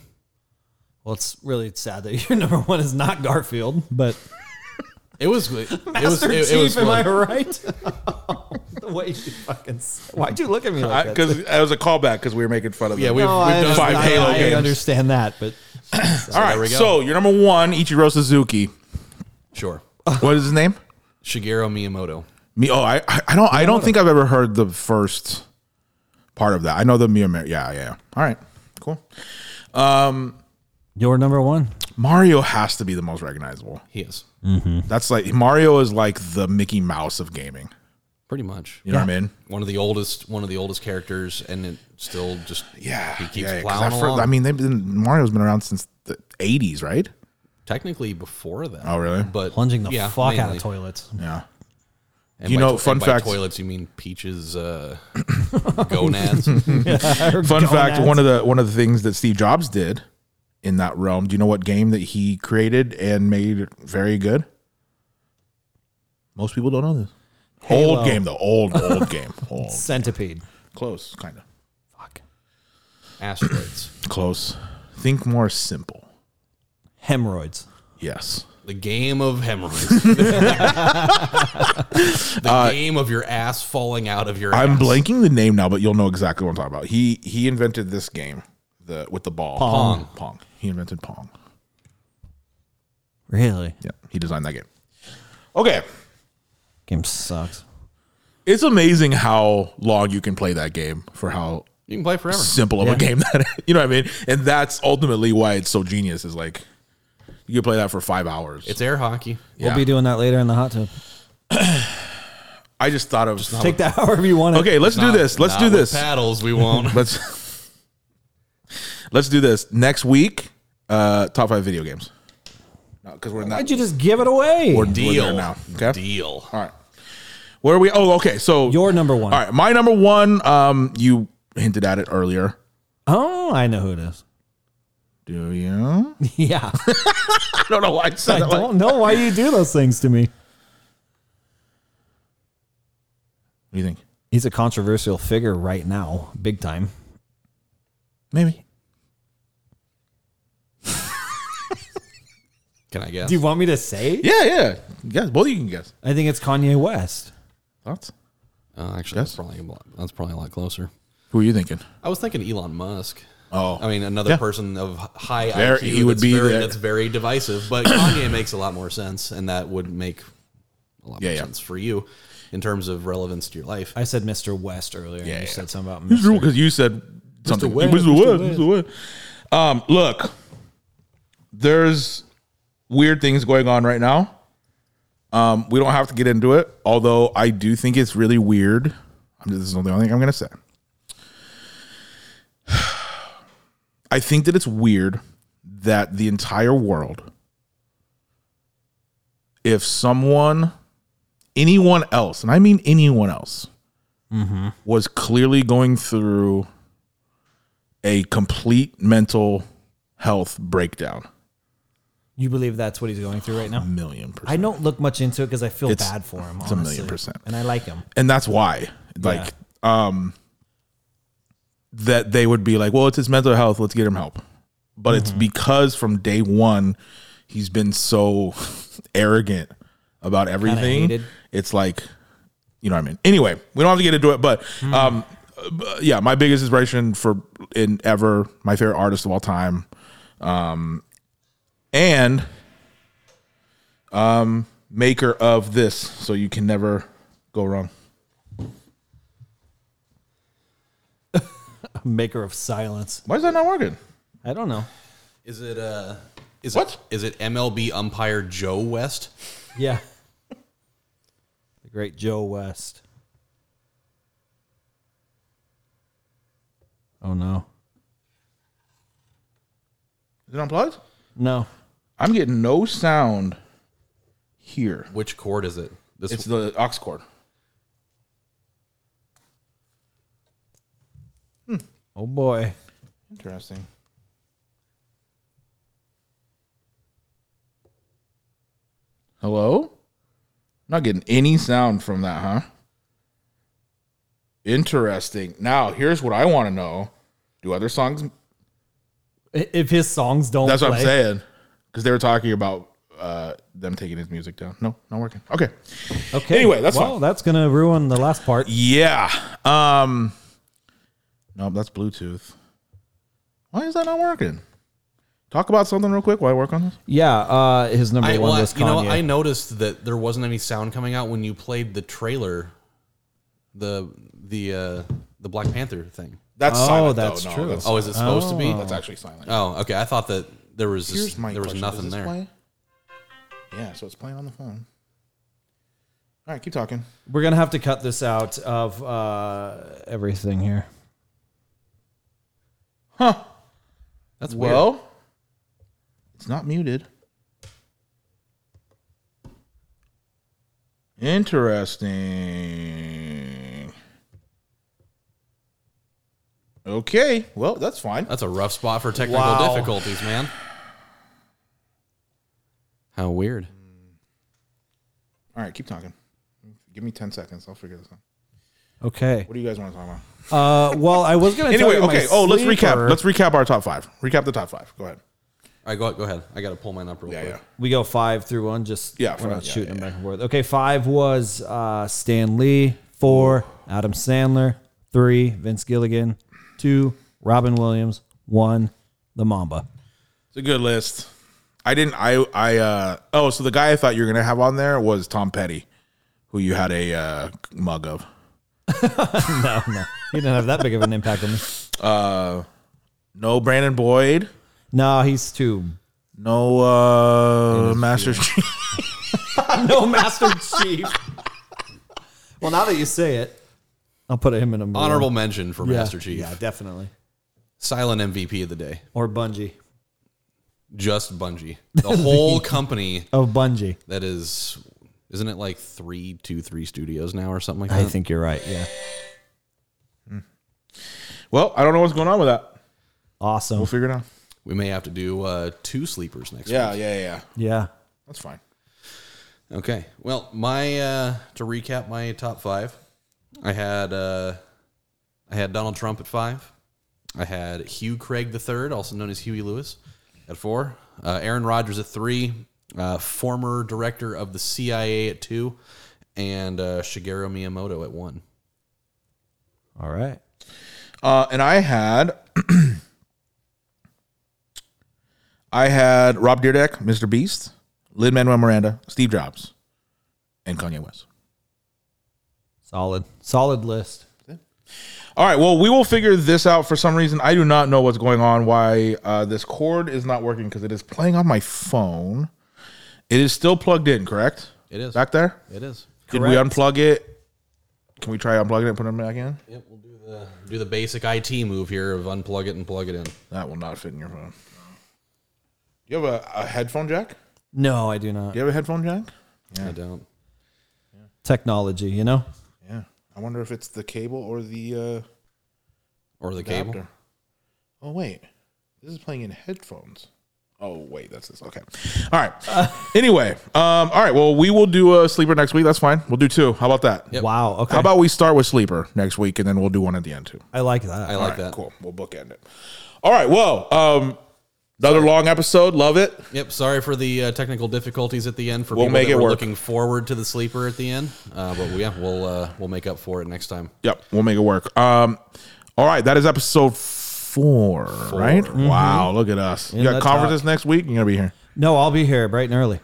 Well, it's really sad that your number one is not Garfield, but
It was it was it, it was fun.
right? the way you fucking. s- Why'd you look at me like that?
Because that was a callback because we were making fun of
yeah,
them.
we've,
No,
we've
I
done
Five
understand-
Halo
I,
games.
I understand that, but
All right,
there we go.
so your number one, Ichiro Suzuki.
Sure.
What is his name?
Shigeru Miyamoto.
Me? Oh, I, I I don't, I don't think I've ever heard the first part of that. I know the Miyamoto. Yeah, yeah, yeah. All right, cool.
your number one.
Mario has to be the most recognizable.
He is.
That's like Mario is like the Mickey Mouse of gaming.
Pretty much.
You know what I mean?
One of the oldest one of the oldest characters and it still just
Yeah,
he keeps
yeah, 'cause I,
plowing
fir-
along.
I mean, they've been Mario's been around since the '80s, right?
technically before that.
Oh, really?
But
Plunging the
yeah,
fuck out
mainly.
of toilets.
Yeah.
And
You
by
know,
and
fun
by
fact-
toilets you mean Peach's uh, gonads.
Fun fact: one of the one of the things that Steve Jobs did in that realm. Do you know what game that he created and made very good? Most people don't know this. Old
Halo.
game, though. Old, old game. Old.
Centipede.
Close, kind of.
Asteroids.
Close. Think more simple.
Hemorrhoids.
Yes.
The game of hemorrhoids. the game of your ass falling out of your
Uh, I'm
ass.
blanking the name now, but you'll know exactly what I'm talking about. He he invented this game, the with the ball.
Pong.
Pong. He invented Pong.
Really?
Yeah, he designed that game. Okay.
Game sucks.
It's amazing how long you can play that game for how
You can play forever.
simple of a game that is. You know what I mean? And that's ultimately why it's so genius is like you can play that for five hours.
It's air hockey.
Yeah.
We'll be doing that later in the hot tub.
I just thought of
Take that however you want it.
Okay, let's do this. Let's
Not
do
with
this.
Paddles we won't.
Let's let's do this. Next week, uh top five video games. Because we're not
Why'd you just give it away?
we're, deal.
Deal.
now. Okay.
Deal.
All right. Where are we? Oh, okay. So
Your number one.
All right, my number one. Um, you hinted at it earlier.
Oh, I know who it is.
Do you?
Yeah.
I don't know why I said
I
that. like-
don't know why you do those things to me.
What do you think?
He's a controversial figure right now, big time.
Maybe.
Can I guess?
Do you want me to say?
Yeah, yeah. Guess. Both of you can guess.
I think it's Kanye West.
Thoughts?
Uh, actually, that's probably a lot, that's probably a lot closer.
Who are you thinking?
I was thinking Elon Musk.
Oh,
I mean, another
Yeah.
person of high
Very-
IQ.
he would
that's
be
very,
there.
that's very divisive, but Kanye makes a lot more sense, and that would make a lot
Yeah,
more
yeah.
sense for you in terms of relevance to your life.
I said Mr. West earlier. and
Yeah,
you
yeah.
said something about
It's true
Mr.
because you said something.
West,
Mr.
Mr.
West, Mr. West. Um, look, there's weird things going on right now. Um, we don't have to get into it, although I do think it's really weird. I'm just, this is the only thing I'm going to say. I think that it's weird that the entire world, if someone, anyone else, and I mean anyone else, was clearly going through a complete mental health breakdown.
You believe that's what he's going through right now?
Million percent.
I don't look much into it because I feel
Mm. It's-
bad for him.
it's a million
honestly.
percent.
And I like him.
and that's why like um that they would be like well it's his mental health let's get him help but it's because from day one he's been so arrogant about everything.
hated.
It's like, you know what I mean. Anyway, we don't have to get into it, but um, uh, but yeah, my biggest inspiration for in ever, my favorite artist of all time, um, and um, maker of this, so you can never go wrong.
Maker of silence.
Why is that not working?
I don't know.
Is it uh is
What?
it is it MLB umpire Joe West?
Yeah. the great Joe West. Oh no.
Is it unplugged?
No.
I'm getting no sound here.
Which chord is it? This
It's the ox cord.
Oh boy.
Interesting. Hello? Not getting any sound from that, huh? Interesting. Now, here's what I want to know. Do other songs?
I- If his songs don't
That's what I'm
play-
saying. Because they were talking about uh, them taking his music down. No, not working. Okay.
Okay.
Anyway, that's
well,
fine.
that's gonna ruin the last part.
Yeah. Um Nope, that's Bluetooth. Why is that not working? Talk about something real quick while I work on this.
Yeah, uh, his number
I,
one
well, I-
was Kanye.
you know, I noticed that there wasn't any sound coming out when you played the trailer, the the uh, the Black Panther thing.
That's
Oh,
silent, though.
that's
No,
true.
That's,
Oh, is it supposed to be?
that's actually silent.
Oh, okay. I thought that there was just, there was
question.
nothing
Does this
there.
play? Yeah, so it's playing on the phone. All right, keep talking.
We're gonna have to cut this out of uh, everything here.
That's weird.
well, it's not muted. Interesting. Okay, well, that's fine.
That's a rough spot for technical
Wow.
difficulties, man. How weird.
All right, keep talking. Give me 10 seconds. I'll figure this out.
Okay.
What do you guys want to talk about?
Uh, well, I was gonna. tell
Anyway,
you my
okay. Oh, let's recap.
sleeper.
Let's recap our top five. Recap the top five. Go ahead.
All right, go go ahead. I got to pull mine up real
Yeah,
quick.
yeah.
we go five through one. Just
Yeah,
we're
five,
not
yeah,
shooting
yeah,
them back and forth. Okay, five was uh, Stan Lee. Four, Adam Sandler. Three, Vince Gilligan. Two, Robin Williams. One, The Mamba.
It's a good list. I didn't. I. I. uh Oh, so the guy I thought you were gonna have on there was Tom Petty, who you had a uh, mug of.
He didn't have that big of an impact on me.
Uh, No Brandon Boyd.
No, he's too.
No uh Master Chief.
No, Master Chief. well, now that you say it, I'll put him in a
Honorable mention for
Yeah,
Master Chief.
Yeah, definitely.
Silent MVP of the day.
Or Bungie.
Just Bungie. The whole company
Oh, Bungie.
that is isn't it like three two three studios now or something like that
I think you're right. Yeah.
Well, I don't know what's going on with that.
Awesome.
We'll figure it out.
we may have to do uh two sleepers next
Yeah. Yeah. Yeah.
Yeah.
That's
week
fine.
okay well my uh to recap my top five i had uh i had donald trump at five i had hugh craig the third also known as huey lewis at four uh, aaron rodgers at three uh, former director of the cia at two and uh, shigeru miyamoto at one
All right.
Uh, and I had. I had Rob Deerdeck, Mr. Beast, Lin Manuel Miranda, Steve Jobs, and Kanye West.
Solid. Solid list.
All right. Well, we will figure this out for some reason. I do not know what's going on. Why uh, this cord is not working because it is playing on my phone. It is still plugged in, correct?
It is.
back there.
it is
Did we unplug it? Can we try unplugging it and putting it back in?
yep we'll do the do the basic it move here of unplug it and plug it in
That will not fit in your phone. You have a, a headphone jack?
No, I do not.
Do you have a headphone jack?
i don't
Technology, you know?
Yeah. I wonder if it's the cable or the uh,
or the
adapter.
cable
Oh wait, this is playing in headphones. Oh wait, that's this. Okay. All right. anyway, um, all right. Well, we will do a sleeper next week. That's fine. We'll do two. How about that?
Yep.
Wow. Okay.
How about we start with sleeper next week, and then we'll do one at the end too.
I like that.
I like that.
Cool. We'll bookend it. All right. Well, um, Another long episode. Love it.
Yep. Sorry for the uh, technical difficulties at the end. For
We'll
people
make
that
it
were
work.
Looking forward to the sleeper at the end, uh, but yeah, we'll uh, we'll make up for it next time.
Yep, we'll make it work. Um, all right, that is episode four, right? Wow, look at us. you got
that
conferences next week. You're gonna be here.
No, I'll be here bright and early.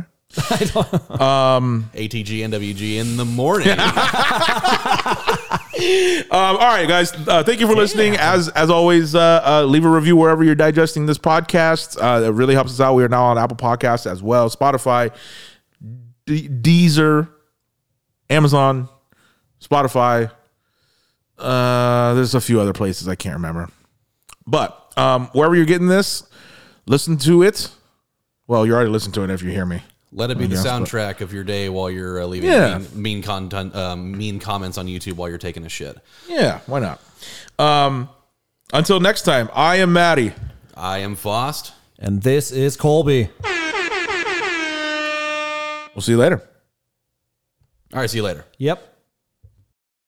right.
ATG NWG in the morning.
Um, all right, guys. Uh, thank you for listening. As as always, uh, uh, leave a review wherever you're digesting this podcast. Uh, it really helps us out. We are now on Apple Podcasts as well, Spotify, De- Deezer, Amazon, Spotify. Uh, there's a few other places I can't remember, but um, wherever you're getting this, listen to it. Well, you already listened to it if you hear me.
Let it be the soundtrack of your day while you're uh, leaving
Yeah.
mean, mean content, um, mean comments on YouTube while you're taking a shit.
Yeah, why not? Um, until next time, I am Maddie.
I am Fost.
And this is Colby.
We'll see you later.
All right. See you later.
Yep.